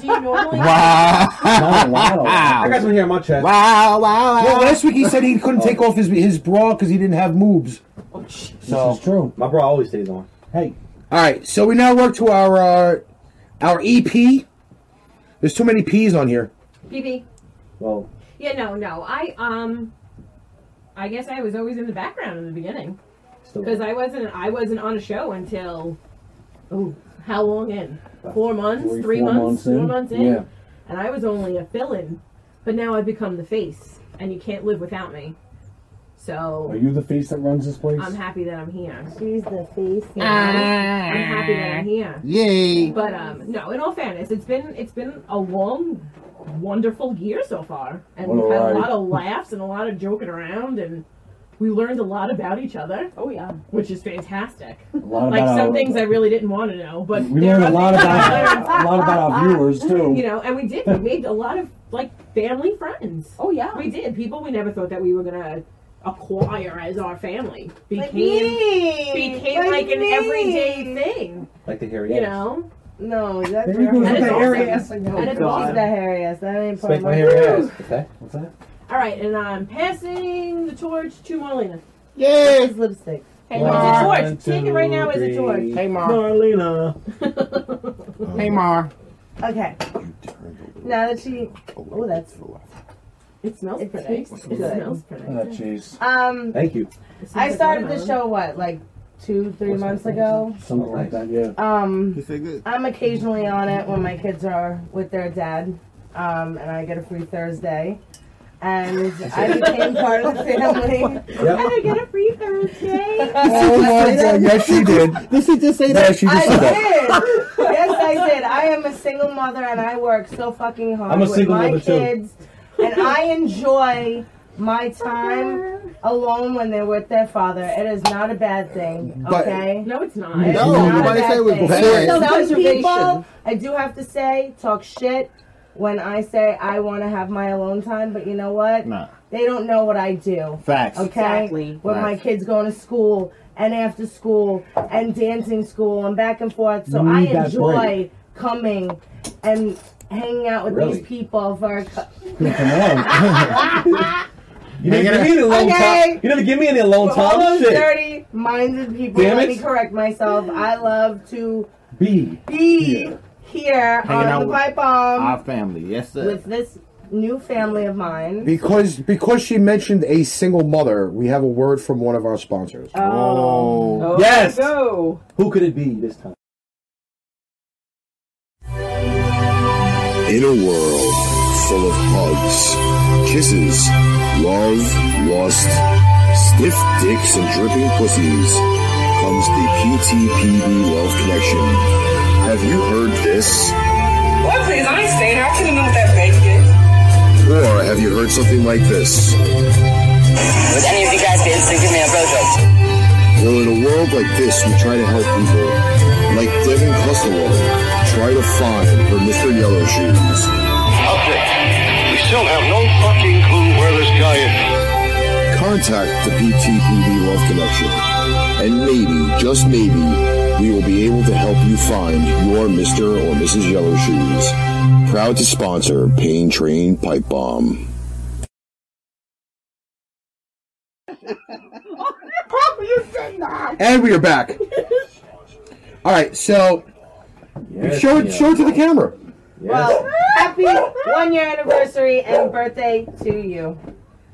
Speaker 7: Do you
Speaker 6: *laughs*
Speaker 7: normally?
Speaker 6: Wow.
Speaker 9: I got some hair on my chest.
Speaker 6: Wow, wow, Well, last week he said he couldn't take off his his bra because he didn't have moobs.
Speaker 15: Oh,
Speaker 9: So this is true. My bra always stays on. Hey.
Speaker 6: All right, so we now work to our uh, our EP. There's too many P's on here.
Speaker 8: BB.
Speaker 9: Well,
Speaker 8: Yeah, no, no. I um, I guess I was always in the background in the beginning
Speaker 9: still.
Speaker 8: because I wasn't. I wasn't on a show until oh, how long in? Four months?
Speaker 11: Three,
Speaker 8: three
Speaker 11: four
Speaker 8: months?
Speaker 11: months
Speaker 8: four
Speaker 11: in.
Speaker 8: months in?
Speaker 11: Yeah.
Speaker 8: And I was only a fill-in, but now I've become the face, and you can't live without me. So
Speaker 11: Are you the face that runs this place? *laughs*
Speaker 8: I'm happy that I'm here.
Speaker 7: She's the face.
Speaker 8: You know? I'm happy that I'm here.
Speaker 11: Yay.
Speaker 8: But um, no, in all fairness, it's been it's been a long, wonderful year so far, and
Speaker 11: What a
Speaker 8: we've had
Speaker 11: ride.
Speaker 8: a lot of laughs and a lot of joking around, and we learned a lot about each other. Oh yeah, which is fantastic. A
Speaker 11: lot
Speaker 8: like
Speaker 11: about
Speaker 8: some
Speaker 11: our-
Speaker 8: things I really didn't want to know, but
Speaker 11: We
Speaker 8: there
Speaker 11: learned a
Speaker 8: are
Speaker 11: lot
Speaker 8: things
Speaker 11: about-
Speaker 8: I learned.
Speaker 11: a lot about our
Speaker 8: *laughs*
Speaker 11: viewers, too.
Speaker 8: You know, and we did. We made a lot of like family friends. Oh yeah, we did. People we never thought that we were gonna acquire as our family became
Speaker 7: Like me.
Speaker 8: became
Speaker 7: Like
Speaker 8: like an
Speaker 7: me.
Speaker 8: everyday thing.
Speaker 9: *laughs* Like the hairy
Speaker 8: You
Speaker 9: ass.
Speaker 8: know?
Speaker 7: No, that's
Speaker 9: There you go,
Speaker 7: that
Speaker 9: with
Speaker 7: is
Speaker 9: the
Speaker 7: awesome.
Speaker 9: hairy ass thing. Oh,
Speaker 7: That is
Speaker 9: God.
Speaker 7: She's the hairy ass. That ain't part
Speaker 9: Spank
Speaker 7: of
Speaker 9: my
Speaker 7: my
Speaker 9: hairy ass. Okay. What's that?
Speaker 8: All right, and I'm passing the torch to Marlena.
Speaker 7: Yay! His lipstick.
Speaker 8: Hey, Mar. It's a torch. Take it right now as a torch.
Speaker 7: Hey, Mar.
Speaker 9: *laughs* Marlena.
Speaker 7: Hey, Mar. Okay. Now that she, oh, that's
Speaker 8: it smells
Speaker 7: it
Speaker 8: pretty.
Speaker 7: tastes
Speaker 8: It
Speaker 7: good.
Speaker 8: smells pretty.
Speaker 11: Oh, jeez.
Speaker 7: Um,
Speaker 9: Thank you.
Speaker 7: I started the show what like two, three months ago.
Speaker 11: Something like that, yeah.
Speaker 5: *laughs*
Speaker 7: Um, I'm occasionally on it when my kids are with their dad, um, and I get a free Thursday. And I became part of the family.
Speaker 11: Yep.
Speaker 7: *laughs* And I get a free Thursday.
Speaker 6: Oh my god, yes she did.
Speaker 5: *laughs*
Speaker 4: Did she just say
Speaker 6: that? Yeah, she just
Speaker 7: I
Speaker 6: said that.
Speaker 7: did. yes, I did. I am a single mother and I work so fucking hard
Speaker 6: I'm a
Speaker 7: with
Speaker 6: single
Speaker 7: my
Speaker 6: mother, too.
Speaker 7: kids, and I enjoy my time alone when they're with their father. It is not a bad thing.
Speaker 8: But-
Speaker 7: Okay?
Speaker 8: no, it's not.
Speaker 7: It is
Speaker 8: No,
Speaker 7: not a
Speaker 8: nobody
Speaker 7: bad
Speaker 8: said it was
Speaker 7: thing.
Speaker 8: bad.
Speaker 7: There's
Speaker 8: It's
Speaker 7: Some
Speaker 8: observation.
Speaker 7: people, I do have to say, talk shit when I say I want to have my alone time, but you know what?
Speaker 15: Nah.
Speaker 7: They don't know what I do.
Speaker 15: Facts.
Speaker 7: Okay.
Speaker 15: Exactly.
Speaker 7: With my
Speaker 15: Facts.
Speaker 7: kids going to school and after school and dancing school and back and forth. So
Speaker 11: You
Speaker 7: I
Speaker 11: need that
Speaker 7: enjoy
Speaker 11: break.
Speaker 7: coming and hanging out with
Speaker 11: Really?
Speaker 7: these people for a cou-
Speaker 9: *laughs* You never give me any alone
Speaker 7: Okay.
Speaker 9: time. You never give me any alone
Speaker 7: for all
Speaker 9: time.
Speaker 7: those
Speaker 9: Shit.
Speaker 7: dirty minded people.
Speaker 9: Damn
Speaker 7: let me
Speaker 9: it.
Speaker 7: correct myself. I love to
Speaker 11: B.
Speaker 7: be here
Speaker 15: Hanging out
Speaker 7: on the
Speaker 15: with
Speaker 7: pipe bomb
Speaker 15: Our family, yes sir.
Speaker 7: with this new family of mine.
Speaker 6: Because because she mentioned a single mother, we have a word from one of our sponsors.
Speaker 7: Oh.
Speaker 9: Oh, Yes.
Speaker 7: Go.
Speaker 9: Who could it be this time?
Speaker 18: In a world full of hugs, kisses, love, lust, stiff dicks, and dripping pussies comes the PTPB Love Connection. Have you heard this?
Speaker 19: What, please? I ain't staying here. I couldn't know what that bank is.
Speaker 18: Or have you heard something like this?
Speaker 19: Was any of you guys be interested in giving me a blowjob?
Speaker 18: Well, in a world like this, we try to help people. Like Devin Costello, try to find her Mr. Yellow Shoes.
Speaker 20: We still have no fucking clue where this guy is.
Speaker 18: Contact the PTPD Love Connection, and maybe, just maybe, we will be able to help you find your Mr. or Mrs. Yellow Shoes. Proud to sponsor Pain Train Pipe Bomb.
Speaker 6: And we are back. All right, so show it, show it to the camera.
Speaker 7: Well, happy one year anniversary and birthday to you.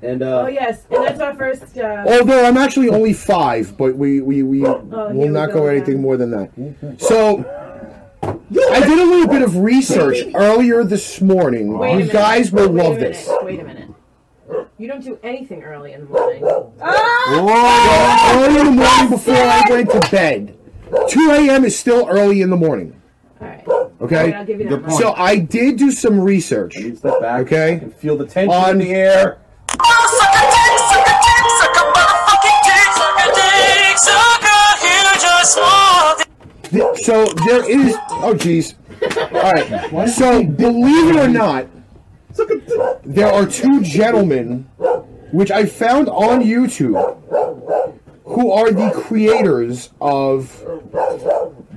Speaker 9: And
Speaker 6: Uh,
Speaker 7: oh yes, and that's our first. Uh,
Speaker 6: Although I'm actually only five, but we we, we
Speaker 8: Oh,
Speaker 7: here we
Speaker 6: will not
Speaker 7: go
Speaker 6: go, anything more than that. So I did a little bit of research earlier this morning.
Speaker 8: Wait a
Speaker 6: you
Speaker 8: minute.
Speaker 6: guys will
Speaker 8: Wait a
Speaker 6: love
Speaker 8: minute.
Speaker 6: this.
Speaker 8: Wait a minute. You don't do anything early in the morning.
Speaker 6: Whoa! Early in the morning before I went to bed. 2 a.m. is still early in the morning. Okay.
Speaker 8: Alright, I'll give you that Good much. point.
Speaker 6: So I did do some research. Okay.
Speaker 9: feel the tension
Speaker 6: on
Speaker 9: in the air.
Speaker 6: Th- So there is. Oh, jeez. All right. So believe it or not, there are two gentlemen, which I found on YouTube, who are the creators of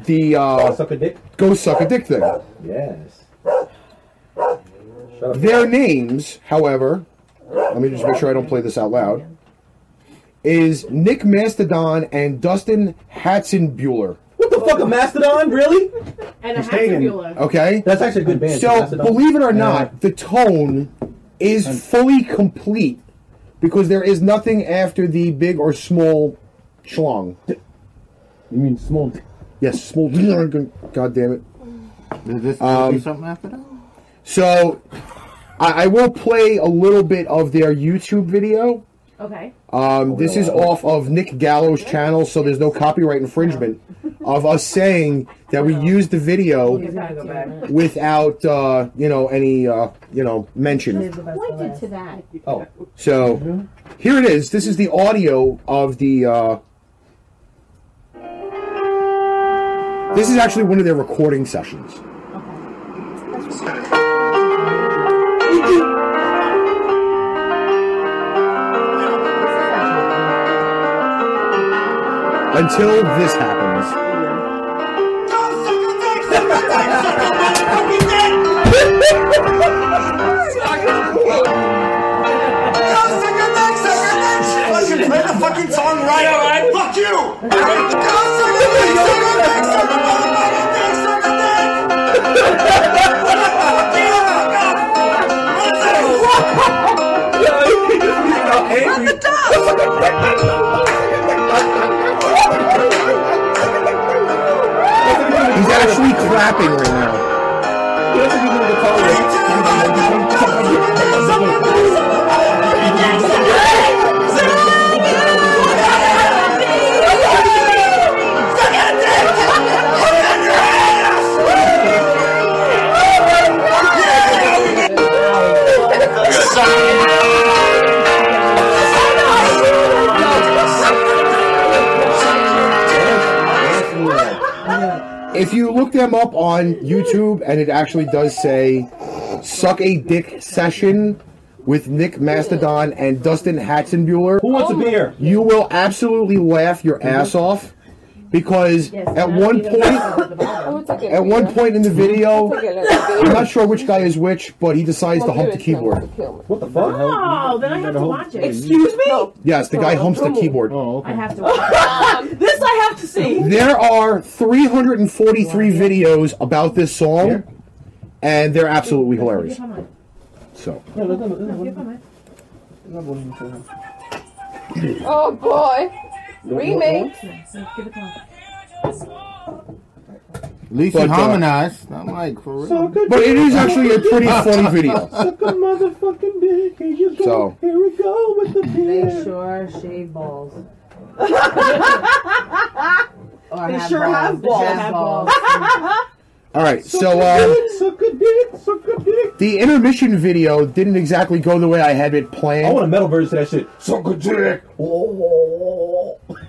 Speaker 6: the uh,
Speaker 9: suck a dick.
Speaker 6: go suck a dick thing.
Speaker 9: Yes.
Speaker 6: Their names, however, let me just make sure I don't play this out loud, is Nick Mastodon and Dustin Hatzenbuehler.
Speaker 9: What the fuck, a mastodon? Really?
Speaker 8: And
Speaker 9: He's taken. Hatzenbuehler.
Speaker 6: Okay.
Speaker 9: That's actually a good band,
Speaker 6: So,
Speaker 9: Mastodon.
Speaker 6: believe it or
Speaker 9: Yeah.
Speaker 6: not, the tone is fully complete because there is nothing after the big or small schlong. You
Speaker 9: mean small?
Speaker 6: Yes, small. *laughs* God damn it.
Speaker 4: Did this
Speaker 6: Um,
Speaker 4: do something after that?
Speaker 6: So, I, I will play a little bit of their YouTube video.
Speaker 8: Okay.
Speaker 9: Oh,
Speaker 6: Um, this is off of Nick Gallo's channel, so there's no copyright infringement of us saying that we used the
Speaker 9: Oh.
Speaker 6: video
Speaker 7: He's gotta go back.
Speaker 6: without, uh, you know, any, uh, you know, mention.
Speaker 7: Pointed to that.
Speaker 9: Oh.
Speaker 6: So here it is. This is the audio of the. Uh, this is actually one of their recording sessions. Until this happens.
Speaker 10: Play the fucking song right, alright? Fuck you!
Speaker 6: He's actually clapping right now. If you look them up on YouTube, and it actually does say "suck a dick session" with Nick Mastodon and Dustin Hatzenbuehler. Who
Speaker 9: wants a beer?
Speaker 6: You will absolutely laugh your ass off because at one point,
Speaker 3: Oh,
Speaker 6: at one point in the video, I'm not sure which guy is which, but he decides to hump the keyboard.
Speaker 9: What the fuck?
Speaker 8: Oh, then I have to watch it.
Speaker 6: Excuse me? Yes, the guy humps the keyboard. Oh,
Speaker 8: I have to *laughs* watch it. Um, This I have to see.
Speaker 6: There are 343 videos about this song, and they're absolutely hilarious. So,
Speaker 3: Oh boy. Remake.
Speaker 4: At least
Speaker 6: But,
Speaker 4: you
Speaker 6: uh,
Speaker 4: harmonized. I'm like, for real.
Speaker 6: but it is actually a pretty funny video.
Speaker 9: Suck a motherfucking dick. Here you go.
Speaker 6: So.
Speaker 9: Here we go with the beer.
Speaker 7: They sure shave
Speaker 9: *laughs*
Speaker 7: balls.
Speaker 14: They sure have balls.
Speaker 7: They have balls.
Speaker 6: All right, so uh, the intermission video didn't exactly go the way I had it planned. I want
Speaker 9: a metal version of that shit. Suck a dick.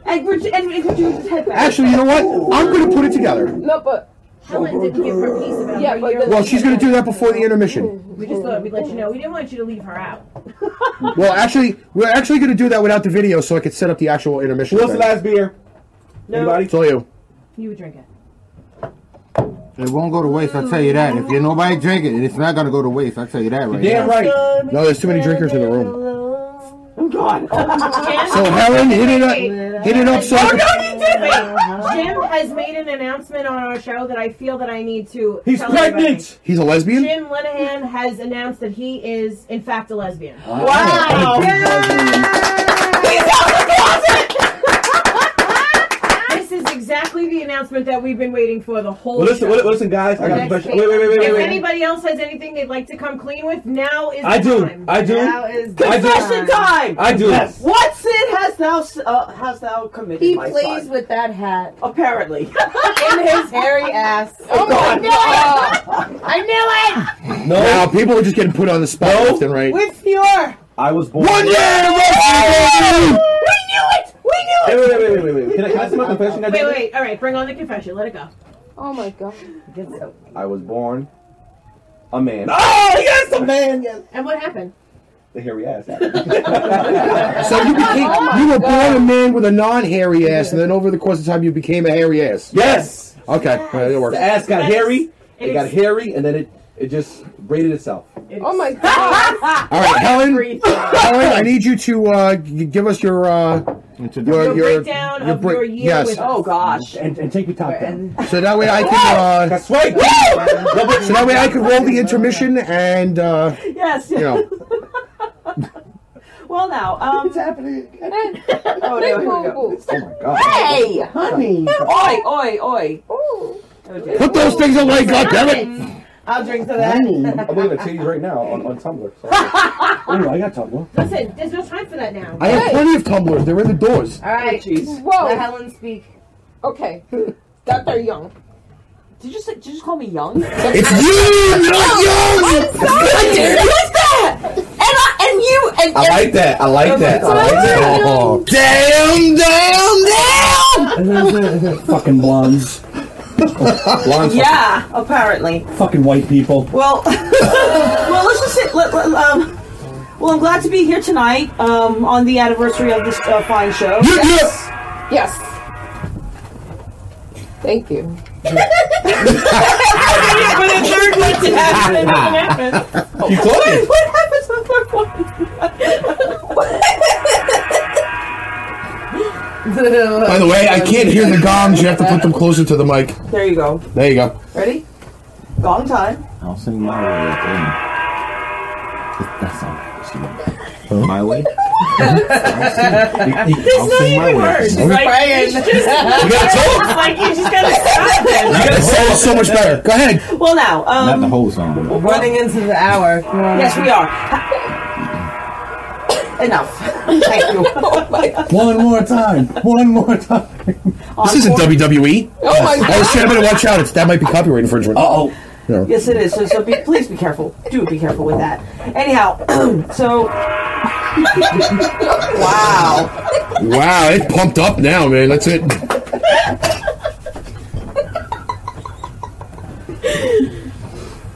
Speaker 8: Edward, Edward, Edward, just head back.
Speaker 6: Actually, you know what? I'm going to put it together.
Speaker 3: No, but
Speaker 8: Helen didn't give her piece of it.
Speaker 3: Yeah, but the-
Speaker 6: Well, she's going to do that before the intermission.
Speaker 8: We just thought we'd let you know. We didn't want you to leave her *laughs* out.
Speaker 6: Well, actually, we're actually going to do that without the video, so I could set up the actual intermission.
Speaker 9: What's the last beer?
Speaker 6: Anybody? It's all you.
Speaker 8: You would *laughs* drink it.
Speaker 4: It won't go to waste, I'll tell you that. If you nobody drink it, it's not gonna go to waste, I'll tell you that right
Speaker 6: Damn
Speaker 4: now.
Speaker 6: right. No, there's too many drinkers in the room.
Speaker 8: I'm gone.
Speaker 6: So Helen, hit it up, hit it up, so I can-
Speaker 8: Jim has made an announcement on our show that I feel that I need to.
Speaker 6: He's
Speaker 8: tell everybody.
Speaker 6: pregnant! He's a lesbian?
Speaker 8: Jim Linehan has announced that he is, in fact, a lesbian.
Speaker 6: Wow.
Speaker 8: This is exactly the announcement that we've been waiting for the whole.
Speaker 9: Well, listen,
Speaker 8: show.
Speaker 9: well, listen, guys. I got a
Speaker 8: Next
Speaker 9: question. Wait, wait, wait, wait, wait,
Speaker 8: If
Speaker 9: wait. *laughs*
Speaker 8: anybody else has anything they'd like to come clean with, now is
Speaker 9: I
Speaker 8: the
Speaker 9: do.
Speaker 8: time.
Speaker 9: I do.
Speaker 8: Now is the
Speaker 9: I do.
Speaker 8: time.
Speaker 9: I do.
Speaker 14: Yes. What sin has thou uh, has thou committed?
Speaker 7: He
Speaker 14: my
Speaker 7: plays
Speaker 14: son?
Speaker 7: with that hat *laughs*
Speaker 14: Apparently.
Speaker 7: in his hairy ass. Oh,
Speaker 14: God.
Speaker 7: I knew it! I
Speaker 6: No, people are just getting put on the spot left and right.
Speaker 7: knew it! With Fior!
Speaker 9: I was born.
Speaker 6: One year anniversary, baby!
Speaker 9: Wait, wait, wait, wait, wait, wait. Can I, can I say my confession?
Speaker 8: Wait,
Speaker 9: Daddy?
Speaker 8: wait. All right, bring on the confession. Let it go.
Speaker 3: Oh my god.
Speaker 9: I was born a man.
Speaker 8: yes, a man. Yes. And what happened?
Speaker 9: The hairy *laughs* ass.
Speaker 6: So you became,
Speaker 8: *laughs* Oh my
Speaker 6: you were
Speaker 8: God.
Speaker 6: born a man with a non-hairy ass, and then over the course of time, you became a hairy ass.
Speaker 9: Yes.
Speaker 6: Okay, all right, that works.
Speaker 9: The ass got hairy. It got hairy, and then it it just braided itself.
Speaker 3: Oh
Speaker 14: *laughs*
Speaker 3: my god.
Speaker 6: All right, Helen. Helen, I need you to uh, g- give us your uh,
Speaker 8: Your breakdown of
Speaker 6: break-
Speaker 8: your year
Speaker 6: Yes.
Speaker 8: with Oh, gosh.
Speaker 9: And, and take me top down.
Speaker 6: So that way I can. Uh,
Speaker 9: That's right.
Speaker 6: Woo! so that way I can roll the intermission and uh,
Speaker 14: *laughs* Yes.
Speaker 6: you know.
Speaker 14: Well, now, um, it's happening.
Speaker 8: Eh.
Speaker 14: oh, no, here we
Speaker 8: *laughs*
Speaker 14: go.
Speaker 9: God.
Speaker 14: Hey, honey. Oi, oi, oi.
Speaker 6: Put those things away, goddammit!
Speaker 14: I'll drink to
Speaker 9: I'm
Speaker 14: *laughs*
Speaker 9: looking at titties right now on, on Tumblr. Sorry. Ooh, I got Tumblr.
Speaker 8: Listen, there's no time for that now.
Speaker 6: I have plenty of Oh, tumblers. They're in the doors.
Speaker 7: All right.
Speaker 3: Whoa.
Speaker 7: Let Helen speak.
Speaker 3: Okay. Dr. Young.
Speaker 14: Did you say, did you just call me young? Oh,
Speaker 6: It's you, not young.
Speaker 14: I'm sorry. Who's that? And I and you and,
Speaker 9: I like that. I like that. I like that. Oh.
Speaker 6: Damn,
Speaker 9: *laughs* damn, damn! Fucking blondes. blondes.
Speaker 14: yeah, apparently.
Speaker 9: Fucking white people.
Speaker 14: Well, *laughs* well, let's just sit. Let, let- um, well, I'm glad to be here tonight um, on the anniversary of this uh, fine show.
Speaker 6: Yes.
Speaker 3: Yes. Thank you.
Speaker 14: but the third one didn't happen. It didn't happen.
Speaker 9: You told me.
Speaker 14: What, what happened to the third one?
Speaker 6: By the way, I can't hear the gongs. You have to put them closer to the mic.
Speaker 14: There you go.
Speaker 6: There you go.
Speaker 14: Ready? Gong time.
Speaker 4: I'll sing my way at the end. That's not my
Speaker 14: *laughs*
Speaker 4: way. My way?
Speaker 14: There's no even words. It's like, it's just,
Speaker 4: We gotta talk.
Speaker 14: it's like you just gotta stop it.
Speaker 6: Oh, so much better. Go ahead.
Speaker 14: Well, now, um,
Speaker 4: Not the whole song.
Speaker 7: We're running into the hour.
Speaker 14: yes, we are.
Speaker 7: *laughs*
Speaker 14: Enough. *laughs* Thank you.
Speaker 9: One more time. One more
Speaker 14: *laughs*
Speaker 9: time.
Speaker 6: This isn't WWE.
Speaker 14: Oh my
Speaker 6: Oh shit! I better watch out. It's, that might be copyright infringement.
Speaker 9: Uh
Speaker 6: oh.
Speaker 14: Yes, it is. So, so be, please be careful. Do be careful with that. Anyhow, *clears throat* so. *laughs* wow.
Speaker 6: Wow, it pumped up now, man. That's it.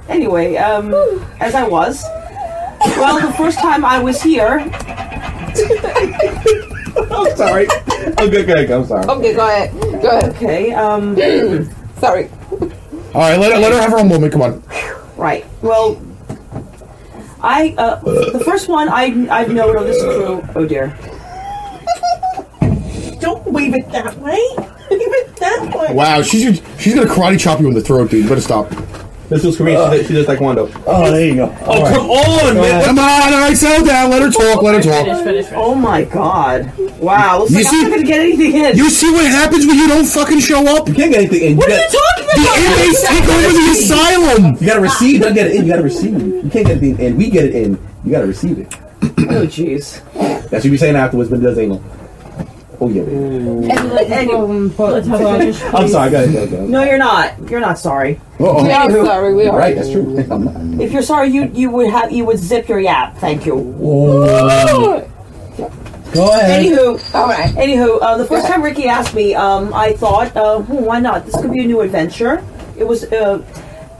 Speaker 14: Anyway, um, as I was, well, the first time I was here.
Speaker 9: I'm sorry. I'm good, good. I'm sorry.
Speaker 3: Okay, go ahead. Go ahead.
Speaker 14: Okay, um.
Speaker 3: *clears throat* Sorry.
Speaker 6: All right, let her, let her have her own moment. Come on.
Speaker 14: Right. Well, I uh, the first one I I've known of this crew. Oh dear. Don't wave it that way. Wave it that way.
Speaker 6: Wow, she's she's gonna karate chop you in the throat, dude. You better stop. Uh.
Speaker 9: This was Korean. she, did, she does taekwondo.
Speaker 11: Oh, there you go.
Speaker 9: Oh, come on, man.
Speaker 6: Come on, all right, settle down. Let her talk. Let her talk.
Speaker 14: Oh my god. Wow. Looks
Speaker 6: You
Speaker 14: like
Speaker 6: see-
Speaker 14: I'm not gonna get anything in.
Speaker 6: You see what happens when you don't fucking show up?
Speaker 9: You can't get anything in. You
Speaker 14: what are you
Speaker 9: got-
Speaker 14: talking
Speaker 6: The
Speaker 14: about?
Speaker 6: inmates take over the asylum.
Speaker 9: You gotta receive. You gotta get it in. You gotta receive. You can't get it in. We get it in. You gotta receive it.
Speaker 14: *clears throat* Oh jeez.
Speaker 9: That's what you be saying afterwards, but it does anal.
Speaker 5: Oh yeah. baby.
Speaker 14: Mm.
Speaker 5: I'm
Speaker 14: I'm
Speaker 5: sorry. Go ahead. Go ahead. Go
Speaker 14: *laughs*
Speaker 5: ahead.
Speaker 14: No, you're not. You're not sorry.
Speaker 5: Uh-oh.
Speaker 14: We are sorry, we are.
Speaker 5: Right. That's true.
Speaker 9: *laughs*
Speaker 5: I'm not.
Speaker 14: If you're sorry, you you would have you would zip your yap. Thank you.
Speaker 5: Whoa. Go ahead.
Speaker 14: Anywho, all right. Anywho, uh, the first time Ricky asked me, um, I thought, uh, hmm, why not? This could be a new adventure. It was, uh,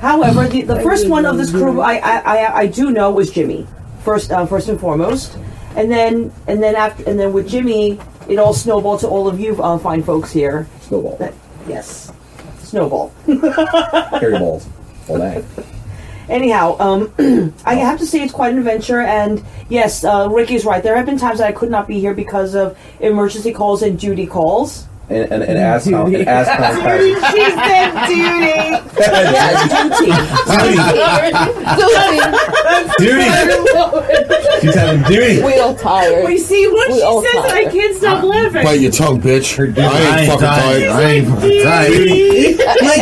Speaker 14: however, the, the first one of this crew I I, I, I do know was Jimmy. First, uh, first and foremost, and then and then after and then with Jimmy, it all snowballed to all of you uh, fine folks here.
Speaker 5: Snowball.
Speaker 14: yes, snowball.
Speaker 5: Carry balls. All that.
Speaker 14: *laughs* Anyhow, um, *clears throat* I have to say it's quite an adventure, and yes, uh, Ricky's right. There have been times that I could not be here because of emergency calls and duty calls.
Speaker 5: And and, and ass how and ass how
Speaker 14: She's been duty.
Speaker 5: She's having duty.
Speaker 3: We all tired.
Speaker 8: We see what
Speaker 3: We
Speaker 8: she
Speaker 3: all
Speaker 8: says, and I
Speaker 3: tired.
Speaker 8: can't stop laughing.
Speaker 6: Bite your tongue, bitch. I ain't fucking tired. I ain't fucking
Speaker 4: Duty.
Speaker 14: My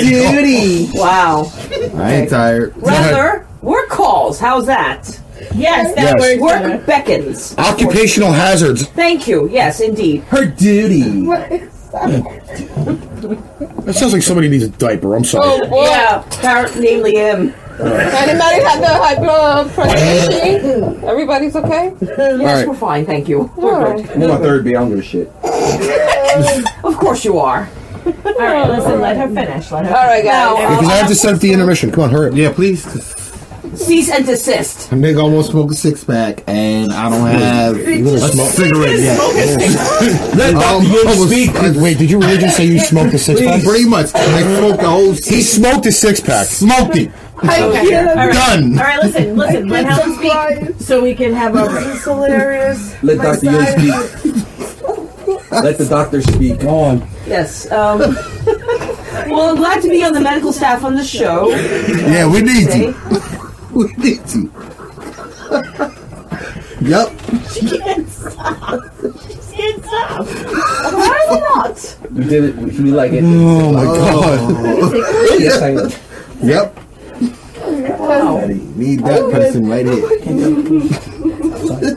Speaker 14: duty.
Speaker 5: *laughs*
Speaker 14: Wow.
Speaker 4: I ain't tired.
Speaker 14: Rather, work calls. How's that? Yes,
Speaker 6: that Yes. works
Speaker 14: Work beckons.
Speaker 6: Occupational hazards.
Speaker 14: Thank you. Yes, indeed.
Speaker 5: Her duty.
Speaker 6: That sounds like somebody needs a diaper. I'm sorry.
Speaker 14: Oh, boy. yeah, apparently, namely him.
Speaker 3: Anybody have the high blood pressure? Everybody's okay?
Speaker 14: Yes,
Speaker 5: right.
Speaker 14: we're fine. Thank you. We're good.
Speaker 5: I'm on my third beer. I don't give a shit.
Speaker 8: *laughs*
Speaker 14: Of course you are.
Speaker 8: All right, listen. Let her finish. Let her.
Speaker 14: All right, guys.
Speaker 8: Now,
Speaker 14: Yeah,
Speaker 4: because
Speaker 6: I have to set up the intermission. Come on, hurry up.
Speaker 4: Yeah, please.
Speaker 14: Cease and desist.
Speaker 4: A nigga almost smoked a six pack, and I don't have
Speaker 6: You gonna
Speaker 4: a
Speaker 6: smoke-
Speaker 4: cigarette yet. *laughs*
Speaker 6: Let Dr. Yim
Speaker 4: almost-
Speaker 6: speak.
Speaker 4: I-
Speaker 6: Wait, did you really just say you smoked a six pack?
Speaker 4: Please. Pretty much. I smoked the whole.
Speaker 6: He smoked a six pack.
Speaker 4: Smoked it.
Speaker 8: Okay. All right.
Speaker 6: Done.
Speaker 8: All right, listen, listen. Let Helen speak so we can have
Speaker 6: *laughs*
Speaker 8: a. This
Speaker 10: is hilarious.
Speaker 5: Let Doctor Yo speak. Let the doctor speak. Go on.
Speaker 14: Yes. Um, *laughs* well, I'm glad to be on the medical staff on the show.
Speaker 4: Yeah, we need
Speaker 14: today.
Speaker 4: you. We need you. Yep.
Speaker 8: She can't stop. She can't stop. Why not?
Speaker 5: We did it. We like it. Oh
Speaker 4: my
Speaker 5: god. *laughs* yes, I know.
Speaker 4: Yep.
Speaker 6: Oh.
Speaker 14: Wow.
Speaker 4: Need
Speaker 5: Oh.
Speaker 4: that person right here.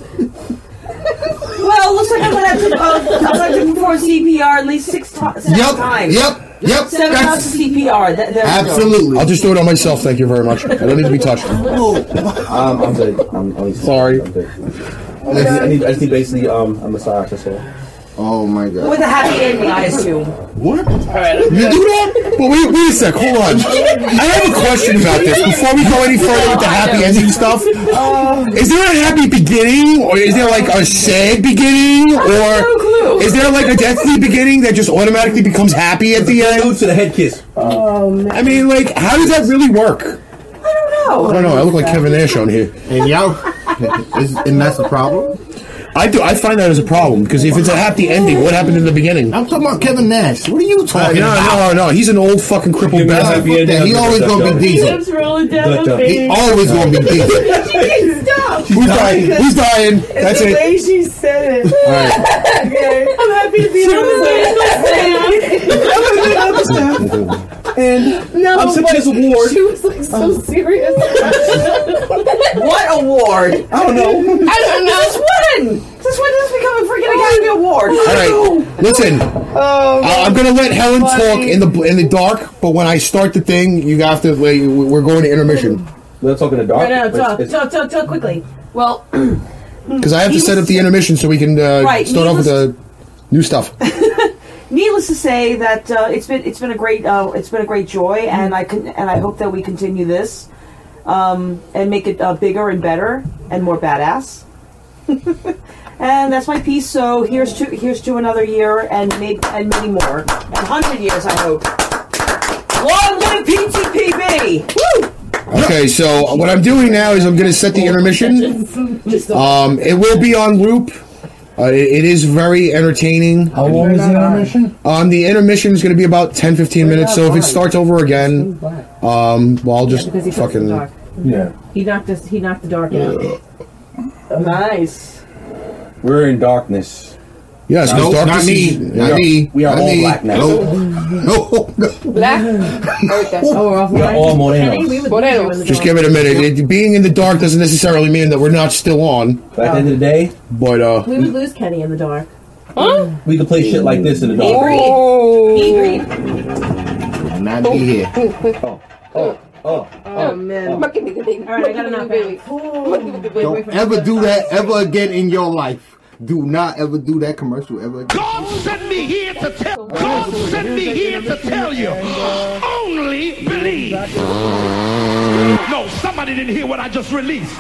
Speaker 14: Well, looks like I'm gonna have to, uh, I'm gonna have to perform CPR at least six to- seven
Speaker 6: Yep,
Speaker 14: times.
Speaker 6: yep, yep.
Speaker 14: Seven
Speaker 6: That's-
Speaker 14: times of CPR. That, there we go.
Speaker 6: I'll just do it on myself. Thank you very much. I don't need to be
Speaker 4: *laughs*
Speaker 6: touched.
Speaker 5: Um, I'm good. I'm, I'm
Speaker 6: Sorry.
Speaker 5: I'm good. I just, I need, I just need basically um, a massage. That's all.
Speaker 4: Oh my god.
Speaker 14: With a happy ending, I assume.
Speaker 6: What? You do that? Well, wait, wait a sec. Hold on. I have a question about this. Before we go any further with the happy ending stuff, is there a happy beginning, or is there like a sad beginning, or is there like a deathly beginning that just automatically becomes happy at the end?
Speaker 5: to the head kiss.
Speaker 6: Oh man. I mean, like, how does that really work? I don't know. I look like Kevin Nash on here.
Speaker 4: And y'all, is, and that's the problem.
Speaker 6: I do. I find that as a problem because if it's a happy ending, what happened in the beginning?
Speaker 4: I'm talking about Kevin Nash. What are you
Speaker 6: Oh,
Speaker 4: talking
Speaker 6: no,
Speaker 4: about?
Speaker 6: no, no. He's an old fucking crippled bastard.
Speaker 4: happy ending. He always gonna be
Speaker 8: He
Speaker 4: diesel.
Speaker 8: keeps rolling down
Speaker 6: Doctor.
Speaker 8: the
Speaker 4: He
Speaker 8: face.
Speaker 4: always gonna be diesel.
Speaker 8: She can't stop.
Speaker 6: Who's dying? Who's dying?
Speaker 10: It's
Speaker 6: That's
Speaker 10: the
Speaker 6: it.
Speaker 10: way she said it.
Speaker 6: All right.
Speaker 10: Okay. I'm happy to be on the side.
Speaker 5: And
Speaker 10: no,
Speaker 5: I'm accepting this award.
Speaker 10: She was like so serious.
Speaker 14: What award?
Speaker 5: I don't know.
Speaker 14: I don't know. Since when? Since when does this become a freaking Academy Award?
Speaker 6: All right. Listen,
Speaker 5: Oh.
Speaker 6: I- I'm gonna let Helen
Speaker 14: funny.
Speaker 6: talk in the in the dark, but when I start the thing, you have to. Like, we're going to intermission
Speaker 5: We're not talking to
Speaker 8: No,
Speaker 5: doctor.
Speaker 8: no,
Speaker 5: It's-
Speaker 8: talk,
Speaker 5: it's-
Speaker 8: talk, talk, talk quickly.
Speaker 14: Well,
Speaker 6: because I have to set up the intermission so we can uh,
Speaker 14: Right,
Speaker 6: start off with the new stuff.
Speaker 14: Needless to say that uh, it's been it's been a great uh, it's been a great joy,
Speaker 7: Mm-hmm.
Speaker 14: and I can and I hope that we continue this um, and make it uh, bigger and better and more badass. *laughs* and that's my piece. So here's to here's to another year and maybe and many more and hundred years I hope. Long live PTPB! Woo!
Speaker 6: Okay, so what I'm doing now is I'm gonna set the intermission.
Speaker 8: Just
Speaker 6: Um, it will be on loop. Uh, it, it is very entertaining. How long is the intermission? Um, the intermission is going to be about 10, 15 minutes. So if it starts over again, um, well, I'll just
Speaker 8: because he cuts
Speaker 6: fucking
Speaker 8: the dark.
Speaker 5: Yeah.
Speaker 8: He knocked us. He knocked the dark out.
Speaker 14: Nice.
Speaker 5: We're in darkness.
Speaker 6: Yes,
Speaker 5: Nope,
Speaker 6: Dark
Speaker 5: not me.
Speaker 6: Disease-
Speaker 5: Not
Speaker 6: Yeah.
Speaker 5: me.
Speaker 6: We are
Speaker 5: Not
Speaker 6: all
Speaker 5: me.
Speaker 6: black now.
Speaker 5: No, no, no.
Speaker 6: *laughs*
Speaker 3: Black.
Speaker 6: Oh, we're off We're line. all Morenos. Kenny, we Just give it a minute. It- being in the dark doesn't necessarily mean that we're not still on. At
Speaker 9: the end of the day,
Speaker 6: but uh,
Speaker 8: We would lose Kenny in the dark.
Speaker 3: Huh?
Speaker 9: We could play shit like this in the
Speaker 8: He
Speaker 9: dark.
Speaker 4: Oh.
Speaker 8: agreed. He agreed.
Speaker 9: Not
Speaker 8: be
Speaker 9: here.
Speaker 3: Oh,
Speaker 9: oh, oh,
Speaker 8: Oh, man.
Speaker 3: All right,
Speaker 8: I got enough.
Speaker 4: Don't ever do that ever again in your life. Do not ever do that commercial ever again.
Speaker 16: God sent me here to tell. God sent me here to tell you. Only believe. No, somebody didn't hear what I just released.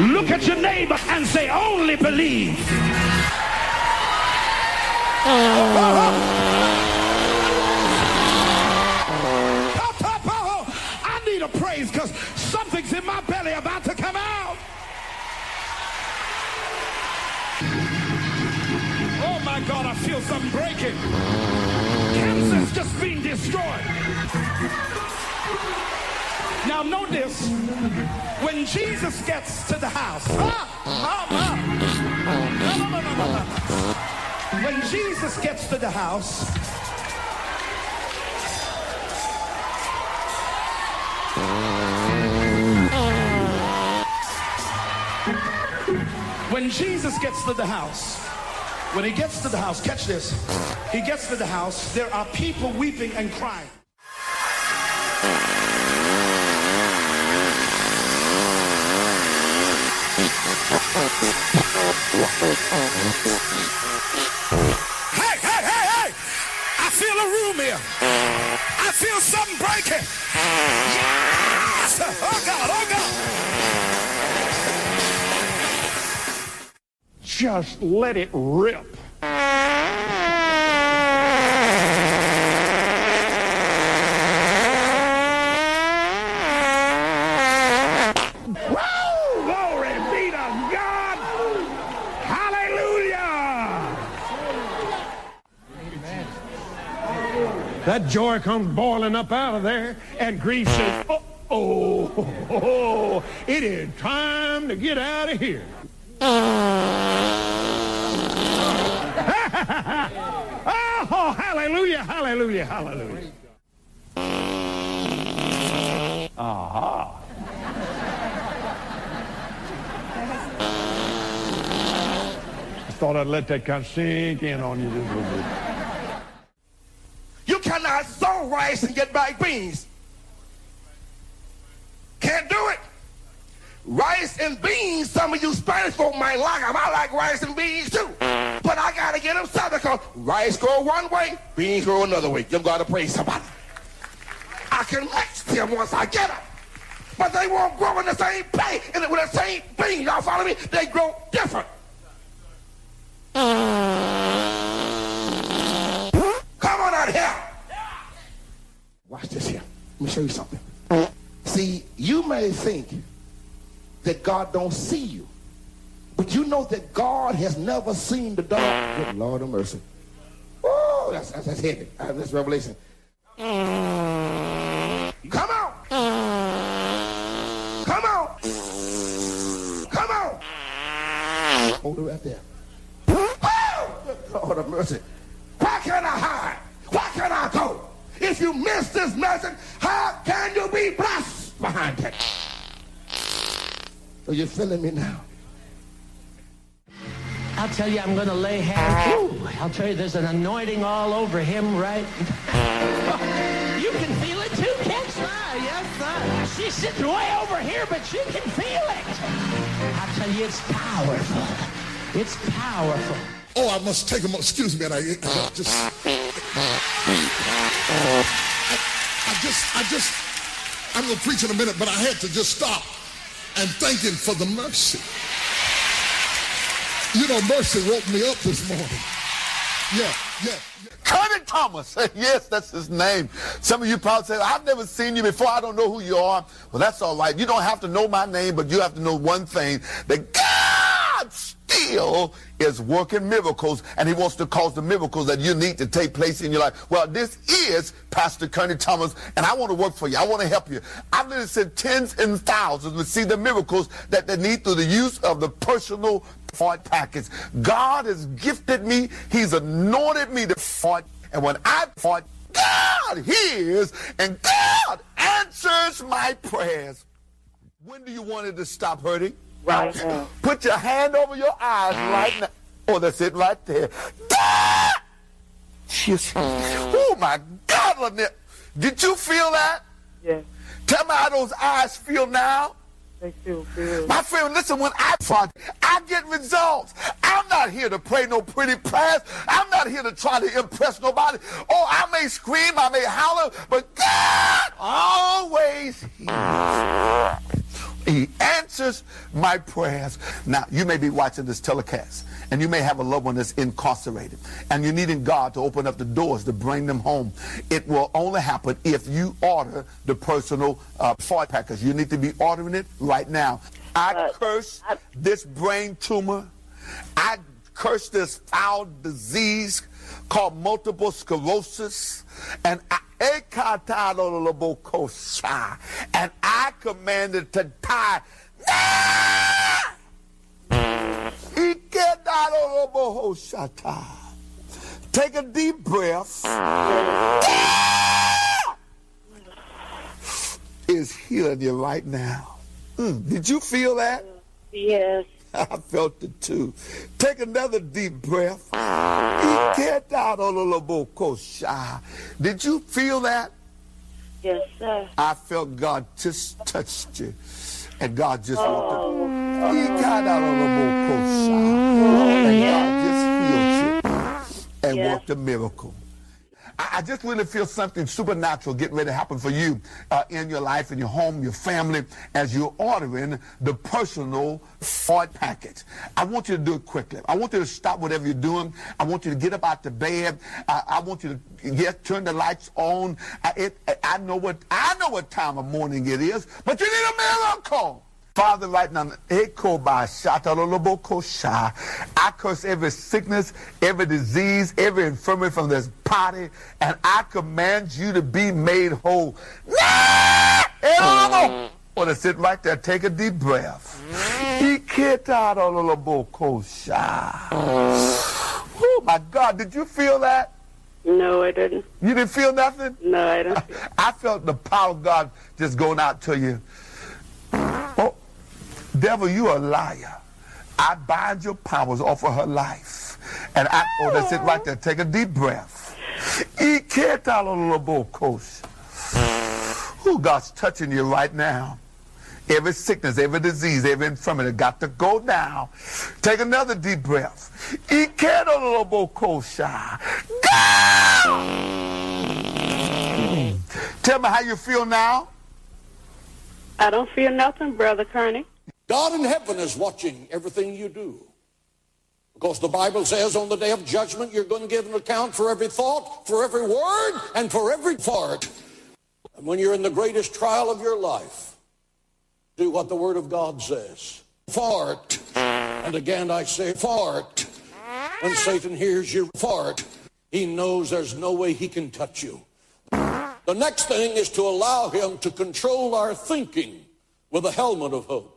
Speaker 16: Look at your neighbor and say, only believe. Uh-huh. I need a praise because something's in my belly about to come out. Oh my God, I feel something breaking. Cancer's just being destroyed. Now notice, when Jesus gets to the house, ah, ah, ah. No, no, no, no, no, no. when Jesus gets to the house, when Jesus gets to the house, when he gets to the house, catch this. He gets to the house, there are people weeping and crying. Hey, hey, hey, hey! I feel a room here. I feel something breaking. Yes! Oh God, oh God! Just let it rip. Woo! Glory be to God! Hallelujah! That joy comes boiling up out of there, and grief says, oh, oh, oh, *laughs* it is time to get out of here. *laughs* oh, hallelujah, hallelujah, hallelujah. Aha. I thought I'd let that kind of sink in on you just a little bit.
Speaker 21: You cannot sow rice and get black beans. Can't do it. Rice and beans, some of you Spanish folk might like them. I like rice and beans too. But I gotta get them something because rice grow one way, beans grow another way. You gotta praise somebody. I can mix them once I get them. But they won't grow in the same place and with the same bean. Y'all follow me? They grow different. Come on out here. Watch this here. Let me show you something. See, you may think that God don't see you, but you know that God has never seen the dark. Good Lord of mercy. Oh, that's, that's, that's heavy. Uh, That's revelation. Come on. Come on. Come on. Hold it right there. Oh, good Lord of mercy. Where can I hide? Where can I go? If you miss this message, how can you be blessed behind it? Are you feeling me now?
Speaker 2: I'll tell you, I'm going to lay hands. Ooh, I'll tell you, there's an anointing all over him, right? you can feel it too, can't you?
Speaker 16: Ah,
Speaker 2: Yes, sir. She's sitting way over here, but you can feel it. I'll tell you, it's powerful. It's powerful.
Speaker 22: Oh, I must take them. Excuse me, and I, uh, I just, I just, I just, I'm gonna preach in a minute, but I had to just stop and thank Him for the mercy. You know, mercy woke me up this morning. Yeah, yeah.
Speaker 23: Kermit Thomas. *laughs* Yes, that's his name. Some of you probably say, I've never seen you before. I don't know who you are. Well, that's all right. You don't have to know my name, but you have to know one thing that God still is working miracles, and He wants to cause the miracles that you need to take place in your life. Well, this is Pastor Kermit Thomas, and I want to work for you. I want to help you. I've literally sent tens and thousands to see the miracles that they need through the use of the personal fart package. God has gifted me. He's anointed me to fart. And when I fart, God hears and God answers my prayers. When do you want it to stop hurting? Right now. Put your hand over your eyes right now. Oh, that's it right there. God! She's, oh my God, Lynette. Did you feel that?
Speaker 24: Yes.
Speaker 23: Tell me how those eyes feel now.
Speaker 24: They feel good.
Speaker 23: My friend, listen, when I fight, I get results. I'm not here to pray no pretty prayers. I'm not here to try to impress nobody. Oh, I may scream, I may holler, but God always he answers my prayers. Now, you may be watching this telecast, and you may have a loved one that's incarcerated, and you're needing God to open up the doors to bring them home. It will only happen if you order the personal uh, fart package. You need to be ordering it right now. I curse this brain tumor. I curse this foul disease called multiple sclerosis. And I, Ekatadolobokosha. and I commanded to die. Ikedadolobohoshata. Take a deep breath. Is healing you right now. Mm, did you feel that?
Speaker 24: Yes.
Speaker 23: *laughs* I felt it too. Take another deep breath. Get out on the Lobokosha. Did you feel that?
Speaker 24: Yes, sir.
Speaker 23: I felt God just touched you. And God just
Speaker 24: Oh.
Speaker 23: walked up. He got out on the Lobokosha. And God just healed you and
Speaker 24: Yes.
Speaker 23: worked a miracle. I, I just really feel something supernatural getting ready to happen for you uh, in your life, in your home, your family, as you're ordering the personal fart package. I want you to do it quickly. I want you to stop whatever you're doing. I want you to get up out the bed. I, I want you to get turn the lights on. I, it, I- I know what I know what time of morning it is, but you need a miracle. Father, right now, Eko ba shata lo lo bo ko sha. I curse every sickness, every disease, every infirmity from this body, and I command you to be made whole. Nah!
Speaker 10: Oh.
Speaker 23: Elamo! Well, to sit right there, take a deep breath.
Speaker 24: Mm.
Speaker 23: Iketa lo lo lo bo ko sha. Oh my God, did you feel that?
Speaker 24: No, I didn't.
Speaker 23: You didn't feel nothing?
Speaker 24: No, I didn't.
Speaker 23: *laughs* I felt the power of God just going out to you. Oh, devil, you a liar. I bind your powers off of her life. And I, oh, that's it right there. Take a deep breath. Who God's touching you right now. Every sickness, every disease, every infirmity got to go now. Take another deep breath. Tell me how you feel now.
Speaker 24: I don't feel nothing, Brother Kearney.
Speaker 12: God in heaven is watching everything you do. Because the Bible says on the day of judgment, you're going to give an account for every thought, for every word, and for every fart. And when you're in the greatest trial of your life, do what the Word of God says. Fart. And again, I say fart. When Satan hears you fart, he knows there's no way he can touch you. The next thing is to allow him to control our thinking with a helmet of hope.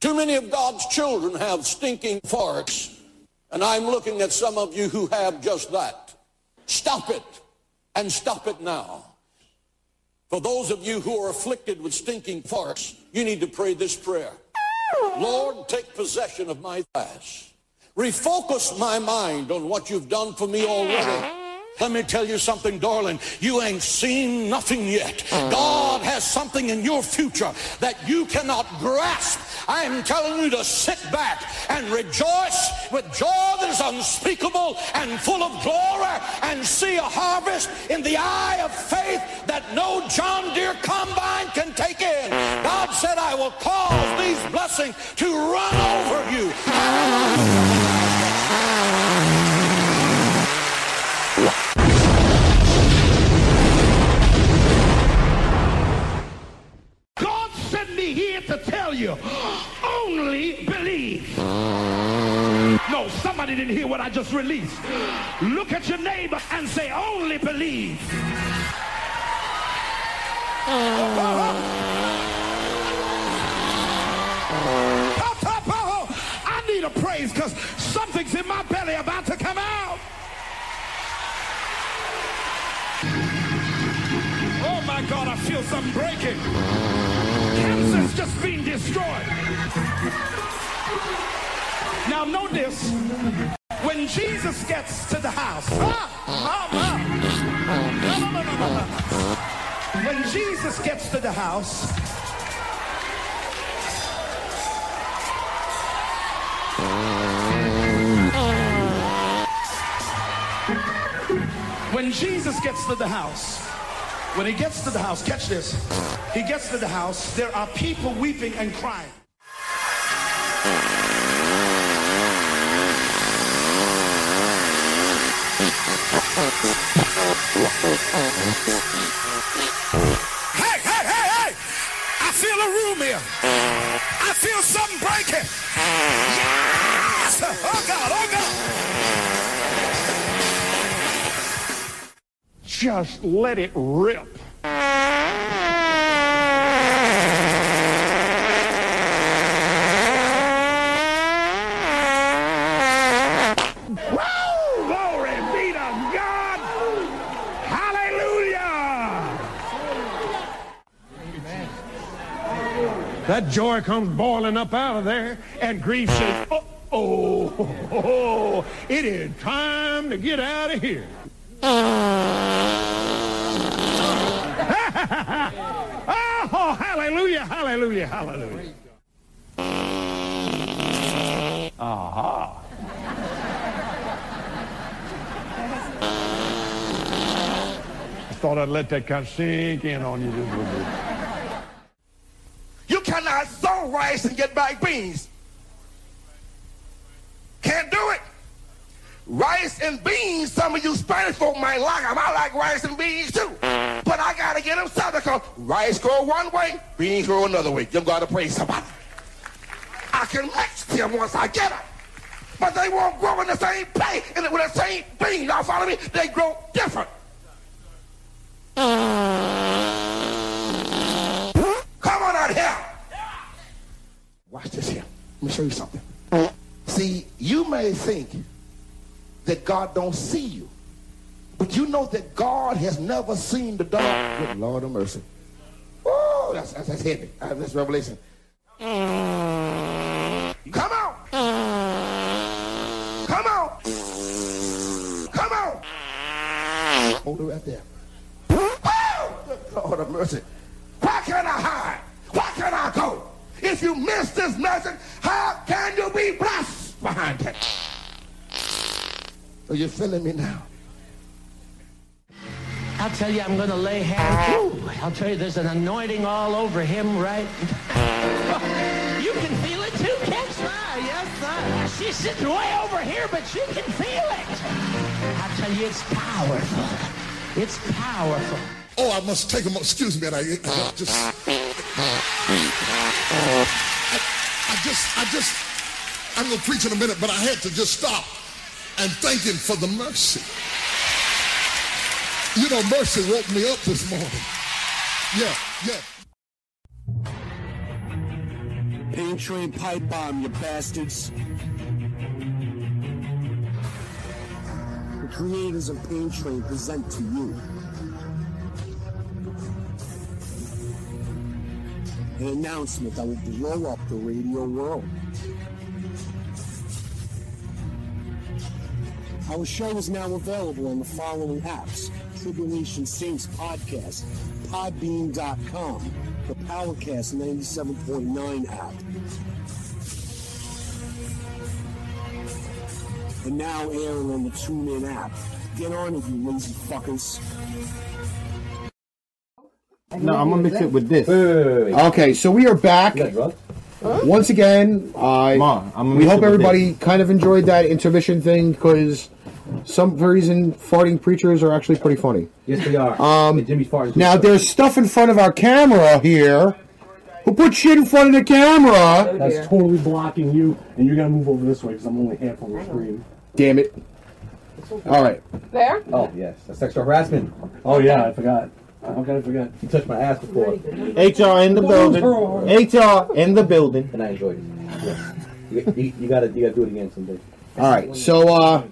Speaker 12: Too many of God's children have stinking farts, and I'm looking at some of you who have just that. Stop it, and stop it now. For those of you who are afflicted with stinking farts, you need to pray this prayer. Lord, take possession of my past. Refocus my mind on what you've done for me already. Let me tell you something, darling. You ain't seen nothing yet. God has something in your future that you cannot grasp. I am telling you to sit back and rejoice with joy that is unspeakable and full of glory and see a harvest in the eye of faith that no John Deere combine can take in. God said, I will cause these blessings to run over you.
Speaker 16: God sent me here to tell you, only believe. No, somebody didn't hear what I just released. Look at your neighbor and say, only believe. Uh-huh. I need
Speaker 13: to praise because something's in my belly about to come out. Oh my God, I feel something breaking. Cancer's just being destroyed. Now notice when Jesus gets to the house. Ah, ah, ah. When Jesus gets to the house, when Jesus gets to the house, when he gets to the house, catch this. He gets to the house, there are people weeping and crying.
Speaker 23: Hey, hey, hey, hey! I feel a room here. I feel something breaking. Yes! Oh God, oh God!
Speaker 13: Just let it rip. Woo! Glory be to God! Hallelujah! That joy comes boiling up out of there, and grief says, oh, oh, oh, *laughs* it is time to get out of here. *laughs* oh, hallelujah, hallelujah, hallelujah. Aha. I thought I'd let that kind of sink in on you just a little bit.
Speaker 21: You cannot sow rice and get back beans. Can't do it. Rice and beans, some of you Spanish folk might like them. I like rice and beans too. But I gotta get them south because rice grow one way, beans grow another way. You gotta praise somebody. I can mix them once I get them. But they won't grow in the same place and with the same bean. Y'all follow me? They grow different. Come on out here. Watch this here. Let me show you something. See, you may think that God don't see you, but you know that God has never seen the dark. Good Lord of mercy. Oh, that's, that's, that's heavy. Uh, That's revelation. Come on. Come on. Come on. Hold it right there. Oh, good Lord of mercy. Why can I hide? Why can I go? If you miss this message, how can you be blessed behind it? Are you feeling me now?
Speaker 16: I'll tell you, I'm going to lay hands. Whew, I'll tell you, there's an anointing all over him, right? you can feel it too, can't you? Ah, Yes, sir. She's sitting way over here, but you can feel it. I'll tell you, it's powerful. It's powerful.
Speaker 22: Oh, I must take them. Excuse me. I, I just, I just, I just, I'm gonna preach in a minute, but I had to just stop and thank Him for the mercy. You know, mercy woke me up this morning. Yeah, yeah.
Speaker 18: Pain train pipe bomb, you bastards. The creators of Pain Train present to you an announcement that will blow up the radio world. Our show is now available on the following apps Tribulation Saints Podcast, Podbean.com, the Powercast 97.9 app. And now airing on the TuneIn app. Get on it, you lazy fuckers.
Speaker 4: No, I'm gonna mix it with this.
Speaker 6: Okay, so we are back. Once again, I
Speaker 4: I'm gonna
Speaker 6: we
Speaker 4: mix
Speaker 6: hope
Speaker 4: it with
Speaker 6: everybody kind of enjoyed that intermission thing because some for reason farting preachers are actually pretty funny.
Speaker 9: Yes, they are.
Speaker 6: Um,
Speaker 9: Jimmy's farting.
Speaker 6: now there's stuff in front of our camera here. Who put shit in front of the camera?
Speaker 11: That's totally blocking you, and you gotta move over this way because I'm only half on the screen.
Speaker 6: Damn it! All right.
Speaker 3: There?
Speaker 9: Oh yes, that's sexual harassment.
Speaker 11: Oh yeah, I forgot. How can I forget?
Speaker 9: You touched my ass before.
Speaker 4: HR in the building. HR in the building.
Speaker 9: And I enjoyed it. Yes. You, you, you gotta, you gotta do it again someday.
Speaker 6: All right, so uh,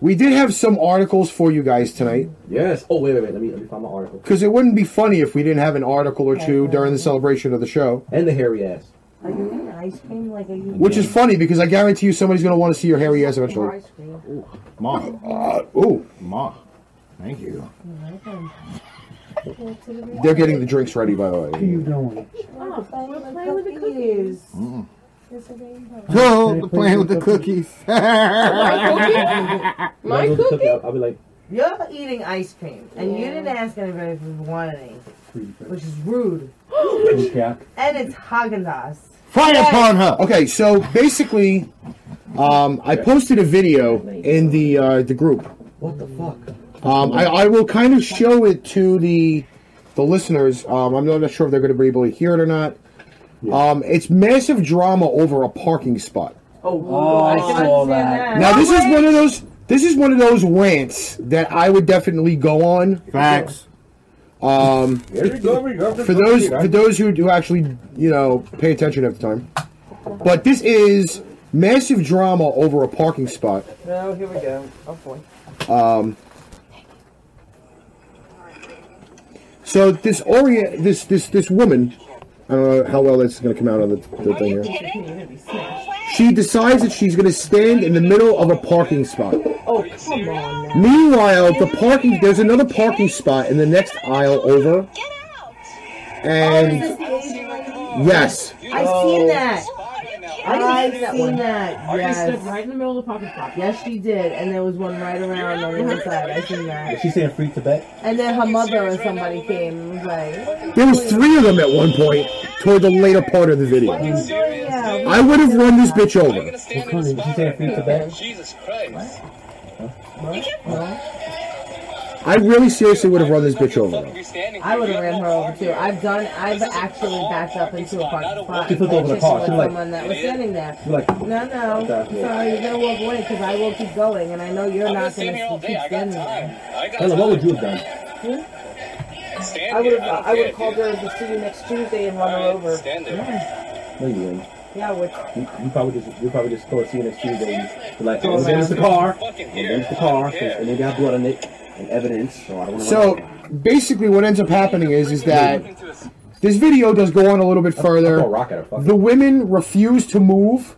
Speaker 6: we did have some articles for you guys tonight
Speaker 9: Yes. Oh wait, wait, wait. Let me, let me find my article.
Speaker 6: because it wouldn't be funny if we didn't have an article or two during the celebration of the show.
Speaker 9: And the hairy ass,
Speaker 7: Are you eating ice cream? Like, are you
Speaker 6: which is funny because I guarantee you somebody's going to want to see your hairy ass eventually. Ma, uh, ooh, ma, thank you. They're getting the drinks ready, by the way. What are you doing?
Speaker 7: Oh, we're playing with the cookies.
Speaker 4: No, playing with the
Speaker 6: *laughs*
Speaker 4: cookies.
Speaker 9: My cookie? cookie? I'll, I'll be like,
Speaker 7: You're eating ice cream, and you didn't ask anybody if we wanted any, which is rude. and it's Haagen Dazs.
Speaker 6: Fire upon her. Okay, so basically, um, I posted a video in the uh, the group.
Speaker 9: what the fuck?
Speaker 6: Um, I, I will kind of show it to the the listeners. Um, I'm not sure if they're going to be able to hear it or not. Um, it's massive drama over a parking spot.
Speaker 7: Oh,
Speaker 9: I saw that.
Speaker 6: Now this is one of those. This is one of those rants that I would definitely go on.
Speaker 4: Facts.
Speaker 6: Um,
Speaker 9: Here we go, here we go.
Speaker 6: for those for those who do actually you know pay attention at the time. But this is massive drama over a parking spot.
Speaker 7: No, here we go.
Speaker 6: *laughs*
Speaker 7: Oh boy.
Speaker 6: Um, so this Ori, this this this woman, I don't know how well this is going to come out on the, the thing here. She decides that she's going to stand in the middle of a parking spot.
Speaker 7: Oh, come on.
Speaker 6: Meanwhile, the parking there's another parking spot in the next aisle over,
Speaker 5: Oh,
Speaker 6: and yes,
Speaker 7: I've seen that. I've
Speaker 8: that
Speaker 7: seen
Speaker 8: one.
Speaker 7: that.
Speaker 8: She
Speaker 7: Yes.
Speaker 8: stood right in the middle of the parking lot.
Speaker 7: Yes, she did. And there was one right around on the other side. I seen that.
Speaker 9: She's saying free Tibet.
Speaker 7: And then her mother or somebody came and was like,
Speaker 6: there was three of them at one point toward the later part of the video. I would have run this bitch over.
Speaker 9: She's saying free Tibet.
Speaker 6: I really seriously would have run this bitch over.
Speaker 7: I would have ran her over too. I've done. I've actually backed up into a parking spot.
Speaker 9: She flipped over the car.
Speaker 7: With
Speaker 9: She was like-
Speaker 7: someone that was standing there.
Speaker 9: You're like,
Speaker 7: No, no. I'm sorry, you're gonna walk away because I will keep going, and I know you're not gonna keep standing there. Hmm?
Speaker 9: Hello, what would you have done?
Speaker 7: I would have. I would have called her as a student next Tuesday and run her over. Yeah,
Speaker 9: No, you wouldn't.
Speaker 7: yeah. Which
Speaker 9: You, you probably just, you probably just go see you next Tuesday. and be Like,
Speaker 7: Go
Speaker 9: oh, there's the car.
Speaker 7: around.
Speaker 9: And there's the car. And they got blood on it and evidence. So I don't want to.
Speaker 6: So basically, what ends up happening is is that this video does go on a little bit further.
Speaker 9: I'll rock it, I'll fuck
Speaker 6: The women refused to move,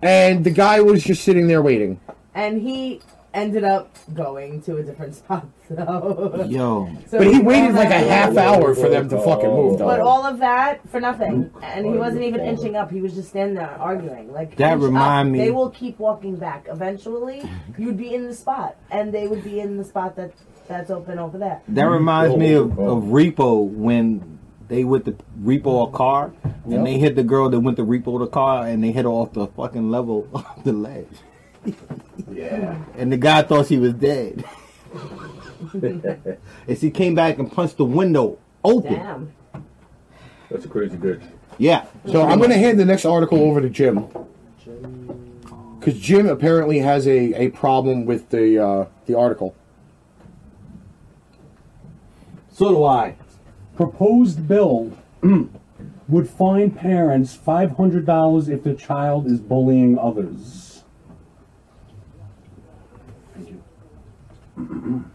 Speaker 6: and the guy was just sitting there waiting.
Speaker 7: And he ended up going to a different *laughs* spot. So.
Speaker 4: Yo.
Speaker 7: So
Speaker 6: but he
Speaker 7: all
Speaker 6: waited like a
Speaker 7: that-
Speaker 6: half hour for them to fucking move,
Speaker 10: *laughs*
Speaker 7: But
Speaker 6: though.
Speaker 7: all of that for nothing, and he wasn't even inching up. He was just standing there arguing. Like
Speaker 4: That
Speaker 7: inch
Speaker 4: remind
Speaker 7: up.
Speaker 4: me-
Speaker 7: they will keep walking back. Eventually, you'd be in the spot, and they would be in the spot that that's open over there.
Speaker 4: That reminds me
Speaker 7: Oh,
Speaker 4: of,
Speaker 9: Oh,
Speaker 4: of Repo when they went to repo a car and
Speaker 9: Yep.
Speaker 4: they hit the girl that went to repo the car and they hit her off the fucking level *laughs* of the ledge.
Speaker 9: Yeah.
Speaker 4: And the guy thought she was dead. and she came back and punched the window open.
Speaker 7: Damn.
Speaker 9: That's a crazy bitch.
Speaker 4: Yeah.
Speaker 6: So I'm going to hand the next article over to Jim. Because Jim apparently has a, a problem with the uh, the article.
Speaker 9: So do I.
Speaker 11: Proposed
Speaker 9: *clears throat*
Speaker 11: bill would fine parents five hundred dollars if their child is bullying others.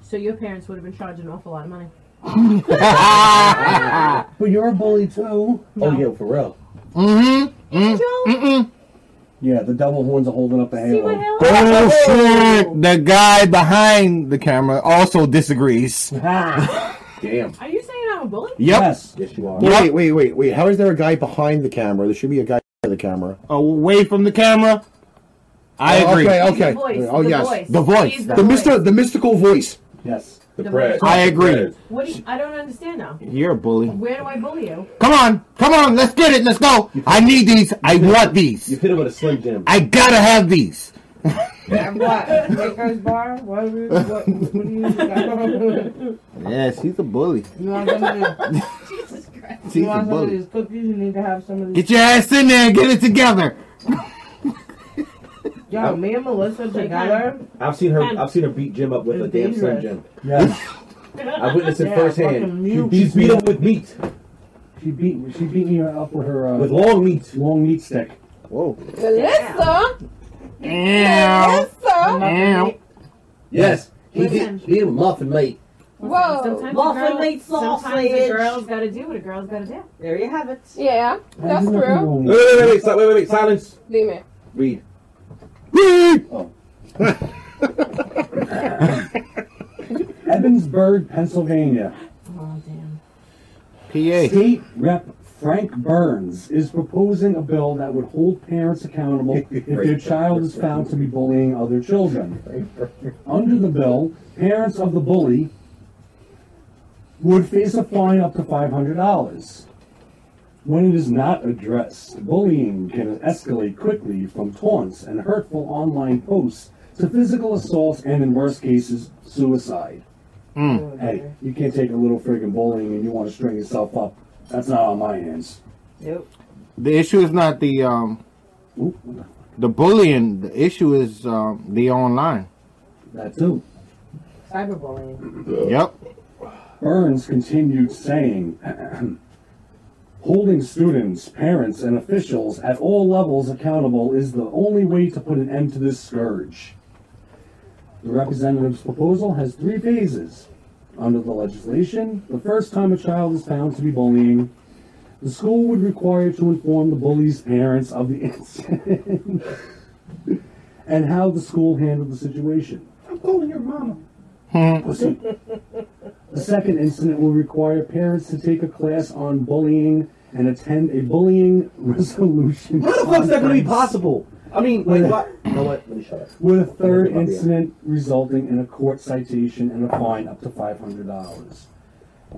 Speaker 8: So your parents would have been charged an awful lot of money.
Speaker 11: *laughs* But you're a bully too.
Speaker 9: Oh, yeah, for real.
Speaker 11: Mm-hmm.
Speaker 7: Angel?
Speaker 11: Mm-mm. Yeah, the devil horns are holding up the halo.
Speaker 4: Bullshit! Oh, The guy behind the camera also
Speaker 9: *laughs*
Speaker 4: disagrees.
Speaker 9: Damn.
Speaker 8: Are you saying I'm a bully?
Speaker 4: Yes.
Speaker 9: Yes, you are.
Speaker 6: Wait, wait, wait, wait. How is there a guy behind the camera? There should be a guy behind the camera.
Speaker 4: Away from the camera. I
Speaker 6: Oh,
Speaker 4: agree.
Speaker 6: Okay, okay.
Speaker 8: The voice,
Speaker 6: oh
Speaker 8: the
Speaker 6: yes,
Speaker 8: voice.
Speaker 6: the voice,
Speaker 8: He's
Speaker 6: the,
Speaker 8: the
Speaker 6: myster, the mystical voice.
Speaker 11: Yes.
Speaker 9: The
Speaker 8: bread.
Speaker 4: I agree.
Speaker 8: What do you, I don't understand now.
Speaker 4: You're a bully.
Speaker 8: Where do I bully you?
Speaker 4: Come on, come on, let's get it, let's go. I need these, I want these.
Speaker 9: You hit him with a slim jim.
Speaker 4: I gotta have these.
Speaker 7: And what? Baker's bar? What? What? what, what do you?
Speaker 6: *laughs*
Speaker 4: Yeah, she's a bully.
Speaker 7: you want some of these?
Speaker 8: Jesus Christ.
Speaker 4: She's
Speaker 7: You
Speaker 4: a
Speaker 7: want some of
Speaker 4: bully.
Speaker 7: these cookies? You need to have some of these.
Speaker 4: Get your ass in there and get it together.
Speaker 7: Yo, me and Melissa together.
Speaker 9: I've seen her. I've seen her beat Jim up with a damn slim
Speaker 7: dangerous.
Speaker 9: jim.
Speaker 11: Yes.
Speaker 9: I witnessed it
Speaker 7: Yeah,
Speaker 9: firsthand.
Speaker 7: fucking mute.
Speaker 9: She's beat up with meat.
Speaker 11: She She beat me. She beat me up with her uh,
Speaker 9: With long meat.
Speaker 11: long meat stick. Whoa.
Speaker 3: Melissa.
Speaker 9: Meow.
Speaker 3: Melissa.
Speaker 9: Meow. Yes, he did. He did a muffin mate.
Speaker 3: Whoa.
Speaker 8: Sometimes a
Speaker 7: Muffin
Speaker 8: girl-
Speaker 7: late sausage.
Speaker 8: Sometimes a girl's got to do what a girl's got to do.
Speaker 7: There you have it.
Speaker 3: Yeah, that's true.
Speaker 9: Wait, wait, wait, wait, si- wait, wait, wait, silence.
Speaker 3: Demon.
Speaker 9: Read.
Speaker 11: Evansburg, Pennsylvania.
Speaker 7: Oh, damn.
Speaker 11: PA. State Rep Frank Burns is proposing a bill that would hold parents accountable if their child is found to be bullying other children. Under the bill, parents of the bully would face a fine up to $500. When it is not addressed, bullying can escalate quickly from taunts and hurtful online posts to physical assaults and, in worst cases, suicide. Hey, you can't take a little friggin' bullying and you want to string yourself up. That's not on my hands.
Speaker 7: Nope.
Speaker 4: The issue is not the um, the bullying. The issue is um, the online.
Speaker 11: That too.
Speaker 7: Cyberbullying.
Speaker 4: Yep.
Speaker 11: Burns continued saying, *clears throat* holding students, parents, and officials at all levels accountable is the only way to put an end to this scourge. The representative's proposal has three phases. Under the legislation, the first time a child is found to be bullying, the school would require to inform the bully's parents of the *laughs* incident and how the school handled the situation.
Speaker 10: I'm calling your mama. Hmm.
Speaker 11: Pussy. The second incident will require parents to take a class on bullying and attend a bullying *laughs* resolution.
Speaker 9: How the fuck's that gonna be
Speaker 11: conference
Speaker 9: possible? I mean, like, what? You know what? Let me shut up.
Speaker 11: With a third incident resulting in a court citation and a fine up to five hundred dollars.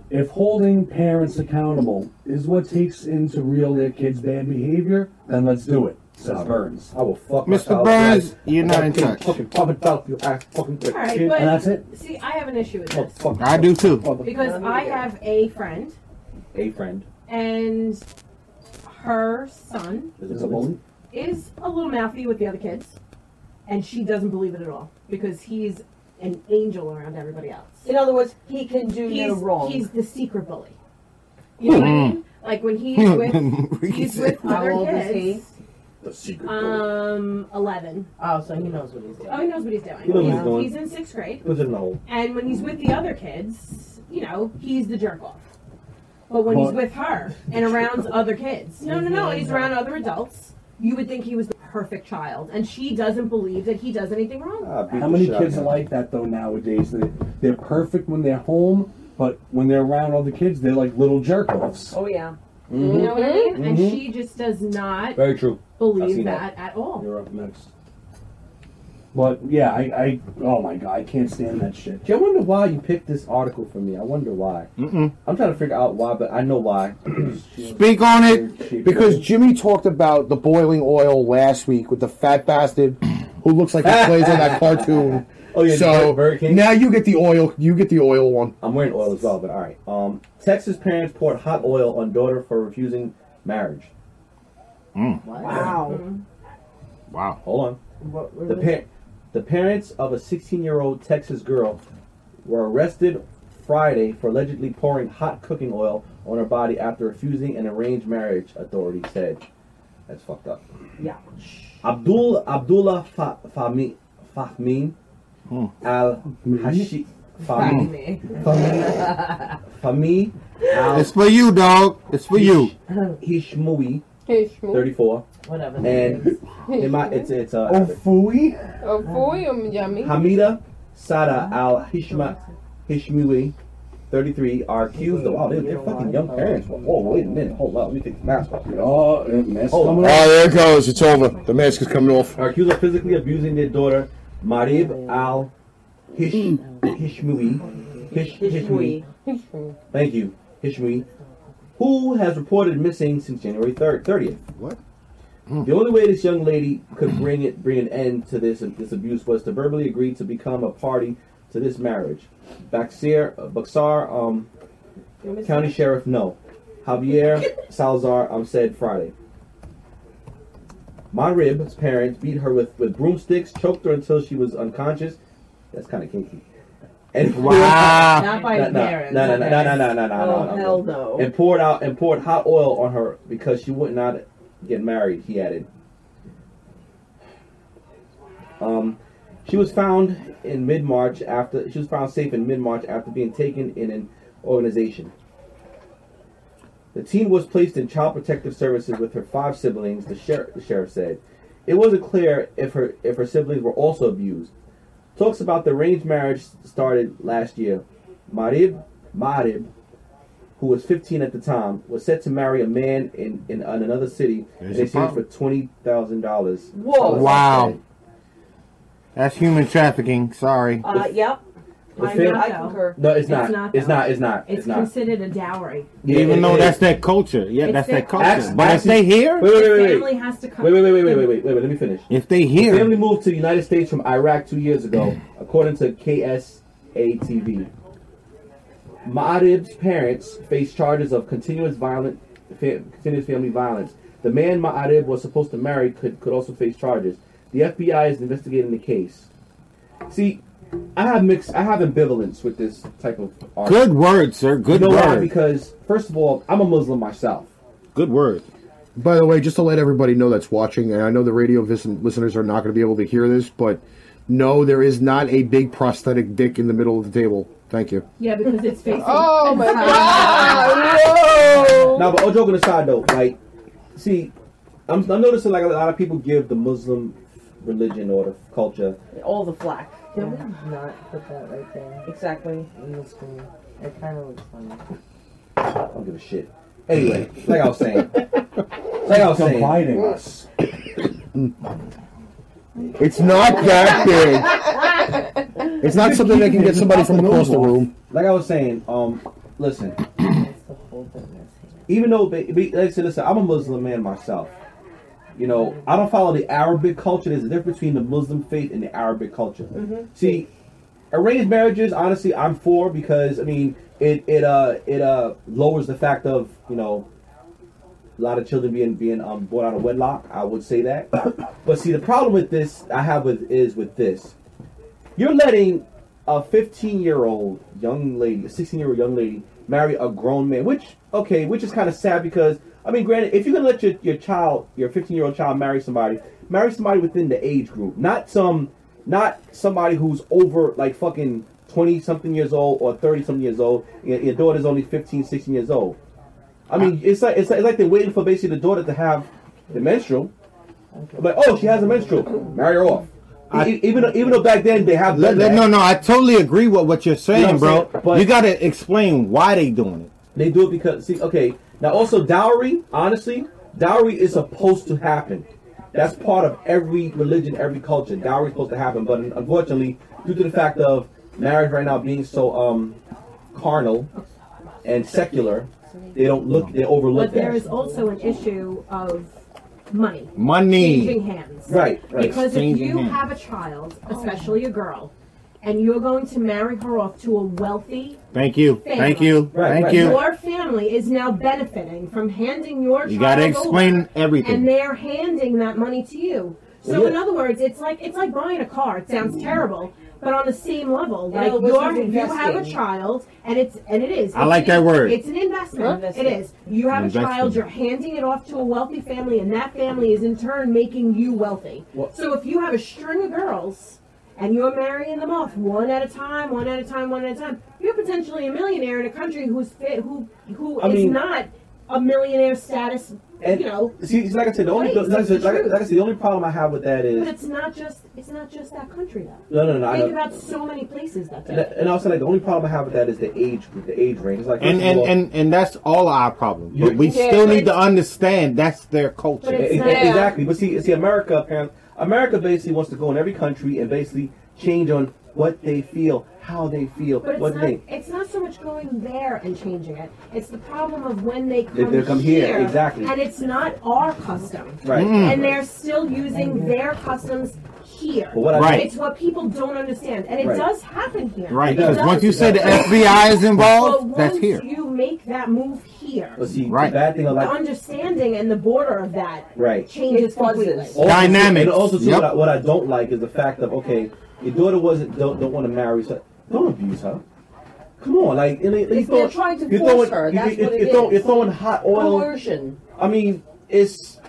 Speaker 11: If holding parents accountable is what takes in to reel their kids' bad behavior, then let's do it. Says Burns.
Speaker 9: I will fuck
Speaker 11: Mr.
Speaker 9: myself,
Speaker 11: Burns,
Speaker 9: guys.
Speaker 11: you're not
Speaker 9: I
Speaker 11: in
Speaker 9: fucking-
Speaker 11: touch.
Speaker 9: Fucking pop it out your ass, fucking quick.
Speaker 8: All right,
Speaker 9: And
Speaker 8: but
Speaker 9: that's it.
Speaker 8: See, I have an issue with
Speaker 9: Oh,
Speaker 8: this
Speaker 9: fuck.
Speaker 4: I do too.
Speaker 7: Oh,
Speaker 8: because I have a friend
Speaker 9: a friend.
Speaker 8: and her son
Speaker 9: Is it a bully?
Speaker 8: is a little mouthy with the other kids, and she doesn't believe it at all because he's an angel around everybody else.
Speaker 7: In other words, he can do
Speaker 8: he's,
Speaker 7: no wrong.
Speaker 8: He's the secret bully. You know what I mean? Like
Speaker 7: *laughs*
Speaker 8: when he's with he's with
Speaker 7: How
Speaker 8: other
Speaker 7: old is
Speaker 8: kids.
Speaker 9: The secret.
Speaker 8: Um, eleven.
Speaker 7: Oh, so he knows what he's doing.
Speaker 8: Oh, he knows what he's doing.
Speaker 9: He knows what he's
Speaker 8: Yeah.
Speaker 9: doing.
Speaker 8: He's in sixth grade.
Speaker 9: Was it an old?
Speaker 8: And when he's with the other kids, you know, he's the jerk off. But when he's
Speaker 9: What?
Speaker 8: with her and around other kids, no, no, no, he's around other adults, you would think he was the perfect child. And she doesn't believe that he does anything wrong.
Speaker 6: Ah,
Speaker 4: Ah,
Speaker 11: How many kids are like that though nowadays? They, they're perfect when they're home, but when they're around other kids, they're like little jerk offs.
Speaker 7: Oh yeah.
Speaker 4: Mm-hmm.
Speaker 8: You know what I mean? And
Speaker 11: Mhm.
Speaker 8: she just does not
Speaker 11: Very true. I've
Speaker 8: believe
Speaker 11: seen
Speaker 8: that, at all.
Speaker 11: You're up next. But yeah, I, I oh my god, I can't stand that shit.
Speaker 9: Do you wonder why you picked this article for me? I wonder why. Mm-mm. I'm trying to figure out why, but I know why.
Speaker 6: Speak on it because Jimmy talked about the boiling oil last week with the fat bastard who looks like he plays on that
Speaker 9: *laughs*
Speaker 6: cartoon.
Speaker 9: Oh, yeah,
Speaker 6: so
Speaker 9: the Burger King?
Speaker 6: now you get the oil. You get the oil one.
Speaker 9: I'm wearing oil as well, but all right. Um, Texas parents poured hot oil on daughter for refusing marriage.
Speaker 6: Mm.
Speaker 7: Wow.
Speaker 9: Wow. Hold
Speaker 7: What
Speaker 9: on.
Speaker 7: were
Speaker 9: The,
Speaker 7: they-
Speaker 9: par- the parents of a 16-year-old Texas girl were arrested Friday for allegedly pouring hot cooking oil on her body after refusing an arranged marriage. Authorities said. That's fucked up.
Speaker 7: Yeah.
Speaker 9: Abdul Abdullah Fa- Fahmi, Fahmin
Speaker 4: Hmm.
Speaker 9: Al Hashi Fahmi
Speaker 5: *laughs*
Speaker 9: Fahmi Al
Speaker 4: It's for you, dog. It's for you.
Speaker 9: Hishmui,
Speaker 3: Hey, Shmoo.
Speaker 9: thirty four,
Speaker 7: Whatever.
Speaker 9: and
Speaker 3: is.
Speaker 9: in my, it's it's uh,
Speaker 11: Fui.
Speaker 3: Oh, for you, yummy.
Speaker 9: Hamida Sada Al Hishma Hishmui, thirty three, are accused of. Wow, they're, they're fucking young parents. Whoa, wait a minute, hold up, let me take the mask off.
Speaker 11: Oh, it messed
Speaker 9: Hold
Speaker 11: someone
Speaker 9: on.
Speaker 11: up.
Speaker 9: Oh,
Speaker 6: there it goes. It's over. The mask is coming off.
Speaker 9: are accused of physically abusing their daughter Marib Al Hish Hishmui Hish Hishmui. Thank you, Hishmi, who has reported missing since January third, thirtieth.
Speaker 4: What?
Speaker 9: The only way this young lady could bring it bring an end to this this abuse was to verbally agree to become a party to this marriage. Baxir, Baxar, um, County Sheriff, no. Javier Salazar um, said Friday. My rib's parents beat her with, with broomsticks, choked her until she was unconscious. That's kind of kinky. And
Speaker 7: Wow. Not by the
Speaker 9: no,
Speaker 7: parents,
Speaker 9: No, no, no, no, no, no, no, no,
Speaker 7: Oh,
Speaker 9: no, no.
Speaker 7: hell no.
Speaker 9: And poured out and poured hot oil on her because she would not get married. He added. Um, she was found in mid March after she was found safe in mid March after being taken in an organization. The teen was placed in child protective services with her five siblings. The sheriff, the sheriff said, it wasn't clear if her if her siblings were also abused. Talks about the arranged marriage started last year. Marib Marib, who was 15 at the time, was set to marry a man in in, in another city,
Speaker 4: There's
Speaker 9: and
Speaker 4: your
Speaker 9: they sued for
Speaker 4: problem.
Speaker 9: twenty thousand dollars.
Speaker 7: Whoa.
Speaker 4: Wow. That's human trafficking. Sorry.
Speaker 7: Uh, yep.
Speaker 9: The
Speaker 7: I,
Speaker 9: fam-
Speaker 7: know, I concur.
Speaker 9: No, it's not. It's
Speaker 7: though.
Speaker 9: not. It's not.
Speaker 7: It's
Speaker 9: It's not.
Speaker 8: considered a dowry.
Speaker 4: Even
Speaker 9: it
Speaker 4: though
Speaker 9: is.
Speaker 4: that's their culture. Yeah,
Speaker 8: It's
Speaker 4: that's
Speaker 8: their
Speaker 4: their culture.
Speaker 9: Ax-
Speaker 4: but if
Speaker 9: Axis-
Speaker 4: they here,
Speaker 9: Wait, wait, wait, wait,
Speaker 8: Family has to come.
Speaker 9: wait, wait, wait, wait, wait, wait, wait, wait, wait. Let me finish.
Speaker 4: if they
Speaker 9: The
Speaker 4: here,
Speaker 9: family moved to the United States from Iraq two years
Speaker 4: *clears throat*
Speaker 9: ago, according to KSATV. Ma'arib's parents face charges of continuous violent, fa- continuous family violence. The man Ma'arib was supposed to marry could, could also face charges. The FBI is investigating the case. See, I have mixed, I have ambivalence with this type of. Argument.
Speaker 4: good word, sir. Good
Speaker 9: you know Why?
Speaker 4: word.
Speaker 9: Because first of all, I'm a Muslim myself.
Speaker 4: Good word.
Speaker 6: By the way, just to let everybody know that's watching, and I know the radio vis- listeners are not going to be able to hear this, but no, there is not a big prosthetic dick in the middle of the table. Thank you.
Speaker 8: Yeah, because it's facing.
Speaker 7: Oh my
Speaker 9: Now, nah, but all joking aside, though, like, see, I'm, I'm noticing like a lot of people give the Muslim religion or the culture.
Speaker 7: All the flack.
Speaker 8: Yeah.
Speaker 7: Not put that right there. Exactly. It looks cool. It kind of looks funny.
Speaker 9: I don't give a shit. Anyway, like I was saying, like I was saying,
Speaker 11: Combining
Speaker 5: *laughs*
Speaker 11: us.
Speaker 6: It's not that big. It's not something that can get somebody from across the room.
Speaker 9: like I was saying, um, listen, even though, ba- be- like I said, listen, I'm a Muslim man myself. You know, I don't follow the Arabic culture. There's a difference between the Muslim faith and the Arabic culture.
Speaker 7: Mhm.
Speaker 9: See, arranged marriages, honestly, I'm for because I mean, it it uh it uh lowers the fact of you know a lot of children being being um born out of wedlock. I would say that, *coughs* but see, the problem with this I have with is with this, you're letting a 15 year old young lady, a 16 year old young lady, marry a grown man, which okay, which is kind of sad because I mean, granted, if you're gonna let your, your child, your 15 year old child, marry somebody, marry somebody within the age group, not some, not somebody who's over like fucking 20 something years old or 30 something years old. Your, your daughter's only 15, 16 years old. I mean, it's like it's like, it's like they're waiting for basically the daughter to have the menstrual. But oh, she has a menstrual. Marry her off. E- e- even though- even though back then they have
Speaker 4: Let-
Speaker 9: done
Speaker 4: let-
Speaker 9: that.
Speaker 4: no, no, I totally agree with what you're saying,
Speaker 9: You know what I'm
Speaker 4: bro.
Speaker 9: saying? But-
Speaker 4: you got to explain why they doing it.
Speaker 9: They do it because see, okay. Now also dowry, honestly, dowry is supposed to happen. That's part of every religion, every culture. Dowry is supposed to happen, but unfortunately, due to the fact of marriage right now being so um carnal and secular, they don't look, they overlook
Speaker 8: But
Speaker 9: that.
Speaker 8: there is also an issue of money.
Speaker 4: Money.
Speaker 8: Changing hands.
Speaker 9: Right, right.
Speaker 8: Because if
Speaker 9: Changing
Speaker 8: you
Speaker 9: hands.
Speaker 8: have a child, especially a girl, and you're going to marry her off to a wealthy
Speaker 4: Thank you.
Speaker 8: family,
Speaker 4: Thank you. Thank you.
Speaker 8: Your family is now benefiting from handing your
Speaker 4: You
Speaker 8: child
Speaker 4: gotta
Speaker 8: over,
Speaker 4: explain everything.
Speaker 8: And they're handing that money to you. So
Speaker 4: Yeah.
Speaker 8: in other words, it's like it's like buying a car. It sounds terrible. But on the same level,
Speaker 7: Yeah,
Speaker 8: like
Speaker 7: it was
Speaker 8: you're,
Speaker 7: an
Speaker 8: you have a
Speaker 7: investment.
Speaker 8: child, and it's and it is.
Speaker 4: I like that word.
Speaker 8: It's an investment. It is. You have a child.
Speaker 4: Investment.
Speaker 8: You're handing it off to a wealthy family, and that family is in turn making you wealthy.
Speaker 9: What-
Speaker 8: So if you have a string of girls and you're marrying them off one at a time, one at a time, one at a time, you're potentially a millionaire in a country who's fit, who who
Speaker 9: I
Speaker 8: is
Speaker 9: mean-
Speaker 8: not a millionaire status.
Speaker 9: and
Speaker 8: you know,
Speaker 9: see, like I said, the only
Speaker 8: place.
Speaker 9: like I said,
Speaker 8: It's the
Speaker 9: like, I-
Speaker 8: truth.
Speaker 9: like I said, the only problem I have with that
Speaker 8: But
Speaker 9: is
Speaker 8: it's not just it's not just that country though.
Speaker 9: no, no, no. I
Speaker 8: Think
Speaker 9: don't,
Speaker 8: about so many places that. do
Speaker 9: and,
Speaker 8: it.
Speaker 9: and also like the only problem I have with that is the age, group, the age range. It's like
Speaker 4: And
Speaker 9: first of
Speaker 4: and,
Speaker 9: all-
Speaker 4: and and that's all our problem.
Speaker 9: You-
Speaker 4: But we
Speaker 9: Yeah,
Speaker 4: still
Speaker 9: but
Speaker 4: need to understand that's their culture.
Speaker 9: E- e- Exactly. But see, see, America apparently, America basically wants to go in every country and basically change on what they feel, how they feel,
Speaker 8: But it's
Speaker 9: what
Speaker 8: not,
Speaker 9: they.
Speaker 8: it's not so much going there and changing it. It's the problem of when they
Speaker 9: They-
Speaker 8: come,
Speaker 9: they come here, exactly.
Speaker 8: And it's not our custom.
Speaker 9: Right. Mm.
Speaker 8: And they're still using their customs here.
Speaker 9: But what I- Right.
Speaker 8: It's what people don't understand. And it
Speaker 4: Right.
Speaker 8: does happen here.
Speaker 4: Right,
Speaker 8: It
Speaker 4: because
Speaker 8: does.
Speaker 4: once you say the FBI is involved,
Speaker 8: But
Speaker 4: that's
Speaker 8: once
Speaker 4: here.
Speaker 8: you make that move here,
Speaker 9: But see, the bad thing
Speaker 8: the
Speaker 9: about
Speaker 8: understanding and the border of that
Speaker 9: Right.
Speaker 8: changes completely.
Speaker 9: Also,
Speaker 4: Dynamics.
Speaker 9: And also, too,
Speaker 4: Yep.
Speaker 9: what, I, what I don't like is the fact of okay, your daughter wasn't don't, don't want to marry. So Don't abuse her. Come on, like and they- they
Speaker 5: If they're
Speaker 9: throw-
Speaker 5: trying to
Speaker 9: you're
Speaker 5: force
Speaker 9: throwing-
Speaker 5: her,
Speaker 9: you-
Speaker 5: that's
Speaker 9: you-
Speaker 5: what
Speaker 9: you're
Speaker 5: it
Speaker 9: throwing-
Speaker 5: is.
Speaker 9: You're throwing hot oil.
Speaker 5: Coercion.
Speaker 9: I mean, it's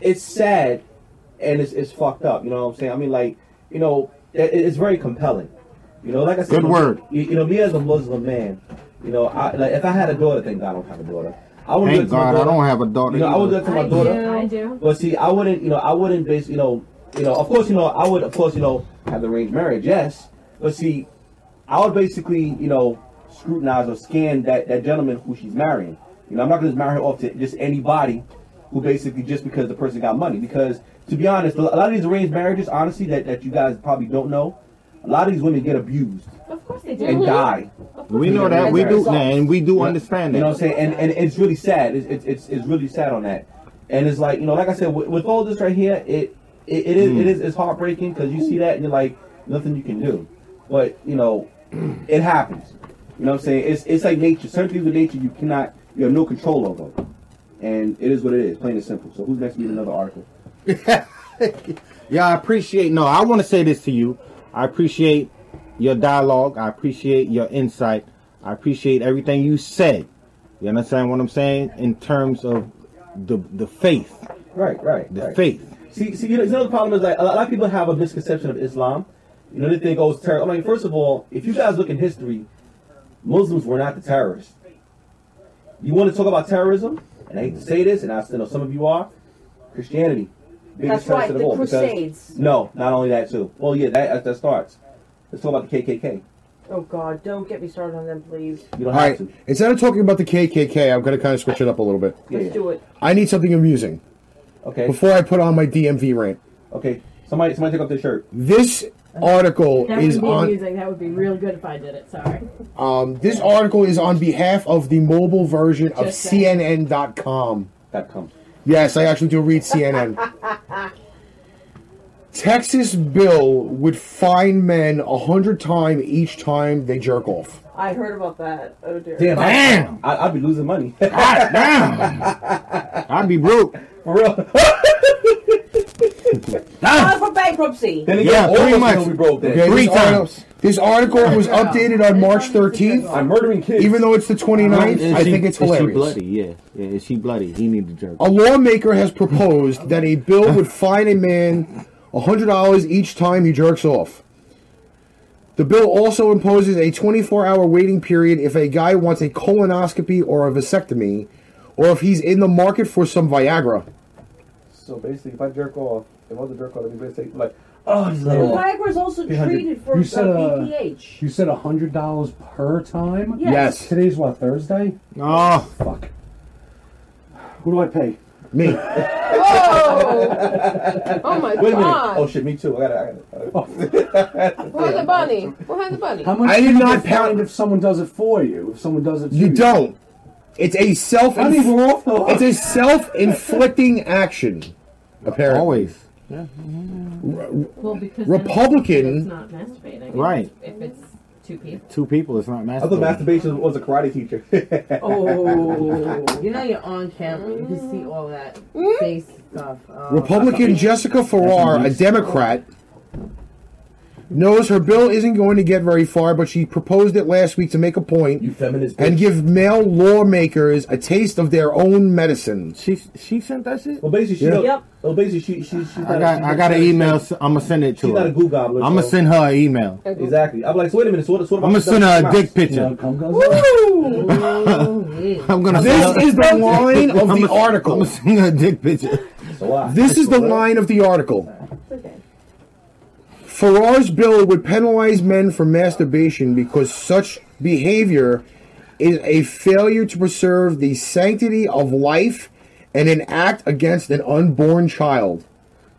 Speaker 9: it's sad and it's it's fucked up. You know what I'm saying? I mean, like you know, it, it's very compelling. You know, like I said,
Speaker 4: Good word.
Speaker 9: You, you know, me as a Muslim man, you know, I like if I had a daughter, thank God I don't have a daughter. I would do it
Speaker 4: Thank
Speaker 9: to my
Speaker 4: God I
Speaker 9: daughter.
Speaker 4: don't have a daughter.
Speaker 9: You know, I would do it to my daughter.
Speaker 8: I do.
Speaker 9: But see, I wouldn't, you know, I wouldn't base, you know, you know, of course, you know, I would, of course, you know, have the arranged marriage, yes. But see, I would basically, you know, scrutinize or scan that, that gentleman who she's marrying. You know, I'm not going to just marry her off to just anybody who basically just because the person got money. Because to be honest, a lot of these arranged marriages, honestly, that, that you guys probably don't know, a lot of these women get abused
Speaker 8: Of course they do.
Speaker 10: Mm-hmm.
Speaker 6: uh,
Speaker 9: and die.
Speaker 4: We know that. We do,
Speaker 8: *laughs*
Speaker 4: and we do understand that.
Speaker 9: You know what I'm saying? And, and it's really sad. It's, it's, it's, it's really sad on that. And it's like, you know, like I said, with, with all this right here, it it, it is
Speaker 4: Mm.
Speaker 9: it is it's heartbreaking because you see that and you're like, nothing you can do. But, you know, it happens. You know what I'm saying? It's it's like nature. Certain things with nature you cannot you have no control over. And it is what it is, plain and simple. So who's next to read another article?
Speaker 4: *laughs* Yeah, I appreciate. No, I want to say this to you. I appreciate your dialogue. I appreciate your insight. I appreciate everything you said. You understand what I'm saying in terms of the the faith.
Speaker 9: Right, right.
Speaker 4: The
Speaker 9: right.
Speaker 4: faith.
Speaker 9: See, see, you know, you know the problem is like a lot of people have a misconception of Islam. You know, they think, oh, it's terror. I mean, first of all, if you guys look in history, Muslims were not the terrorists. You want to talk about terrorism, and I hate to say this, and I still know some of you are, Christianity.
Speaker 5: That's right,
Speaker 9: terrorist of
Speaker 5: the
Speaker 9: all, because-
Speaker 5: Crusades.
Speaker 9: No, not only that too. Well, yeah, that that starts. Let's talk about the KKK.
Speaker 5: Oh God, don't get me started on them, please.
Speaker 9: You
Speaker 6: All right. Instead of talking about the KKK, I'm going to kind of switch it up a little bit.
Speaker 5: Let's do it.
Speaker 6: I need something amusing.
Speaker 9: Okay.
Speaker 6: Before I put on my DMV rant.
Speaker 9: Okay. Somebody, somebody take off their shirt.
Speaker 6: This article
Speaker 8: That
Speaker 6: is
Speaker 8: would be
Speaker 6: on.
Speaker 8: amusing. That would be real good if I did it. Sorry.
Speaker 6: Um, this article is on behalf of the mobile version of
Speaker 8: Just saying.
Speaker 6: CNN.com.
Speaker 9: .com.
Speaker 6: Yes, I actually do read CNN. Texas bill would fine men a hundred time each time they jerk off.
Speaker 5: I heard about that. Oh dear.
Speaker 9: Damn, I- I, I'd be losing money.
Speaker 4: I'd be broke.
Speaker 9: *laughs* For real.
Speaker 8: Oh,
Speaker 11: Ah!
Speaker 5: File for bankruptcy.
Speaker 9: Then again, all of us know we broke that.
Speaker 6: Okay,
Speaker 9: Three
Speaker 6: this article-
Speaker 9: times.
Speaker 6: this article was
Speaker 9: Yeah.
Speaker 6: updated on March 13th.
Speaker 9: I'm murdering kids.
Speaker 6: Even though it's the 29th, I think it's
Speaker 4: Is she
Speaker 6: hilarious.
Speaker 4: bloody? Yeah. yeah. Is she bloody? He needs to jerk.
Speaker 6: A lawmaker has proposed that a bill would fine a man $100 each time he jerks off. The bill also imposes a 24 hour waiting period if a guy wants a colonoscopy or a vasectomy, or if he's in the market for some Viagra.
Speaker 9: So basically, if I jerk off, if I was a jerk off, I'd be basically like, oh, this is like,
Speaker 5: Viagra's also
Speaker 11: 300.
Speaker 5: treated for
Speaker 11: you said,
Speaker 5: uh,
Speaker 11: uh,
Speaker 5: BPH.
Speaker 11: You said hundred dollars per time.
Speaker 5: Yes. Yes.
Speaker 11: Today's what Thursday.
Speaker 6: Oh
Speaker 11: fuck. Who do I pay? *laughs*
Speaker 6: Me.
Speaker 3: Oh, oh my
Speaker 9: Wait a minute.
Speaker 3: god.
Speaker 9: Oh shit, me too. I gotta. I gotta.
Speaker 4: Oh,
Speaker 3: Where's the bunny? Where's the bunny?
Speaker 11: How much do you get fined if someone does it for you? If someone does it, to
Speaker 6: You don't. It's a self.
Speaker 11: I mean, we're off the hook.
Speaker 6: It's a self-inflicting action. Apparently, always.
Speaker 8: Well, because
Speaker 6: Republican-
Speaker 8: It's not masturbating.
Speaker 4: Right.
Speaker 8: If it's two people.
Speaker 4: Two people. It's not
Speaker 9: I thought
Speaker 4: masturbating.
Speaker 9: masturbation was a karate teacher. *laughs*
Speaker 10: Oh.
Speaker 5: Oh, you know you're on camera. You can see all that
Speaker 8: Mm-hmm.
Speaker 5: face stuff. Oh.
Speaker 6: Republican Jessica Farrar, a Democrat, knows her bill isn't going to get very far, but she proposed it last week to make a point
Speaker 9: feminist
Speaker 6: and give male lawmakers a taste of their own medicine.
Speaker 4: She she sent that shit.
Speaker 9: Well, basically, she.
Speaker 6: Yeah.
Speaker 9: don't- Well, basically, she. she she's
Speaker 6: I
Speaker 9: not-
Speaker 6: got-
Speaker 9: she's
Speaker 4: I
Speaker 9: not
Speaker 4: got an
Speaker 9: feminist.
Speaker 4: email. So I'm gonna send it to
Speaker 9: She's
Speaker 4: her.
Speaker 9: not a goo gobbler,
Speaker 4: I'm gonna
Speaker 9: so-
Speaker 4: send her an email.
Speaker 9: Exactly. I'm like, so wait a minute. So what? So what
Speaker 4: I'm gonna send her a dick
Speaker 9: You
Speaker 4: picture.
Speaker 9: know, come goes
Speaker 4: I'm gonna.
Speaker 6: This is the line of the article.
Speaker 4: I'm gonna send her a dick picture.
Speaker 6: This is the line of the article. Farrar's bill would penalize men for masturbation because such behavior is a failure to preserve the sanctity of life and an act against an unborn child.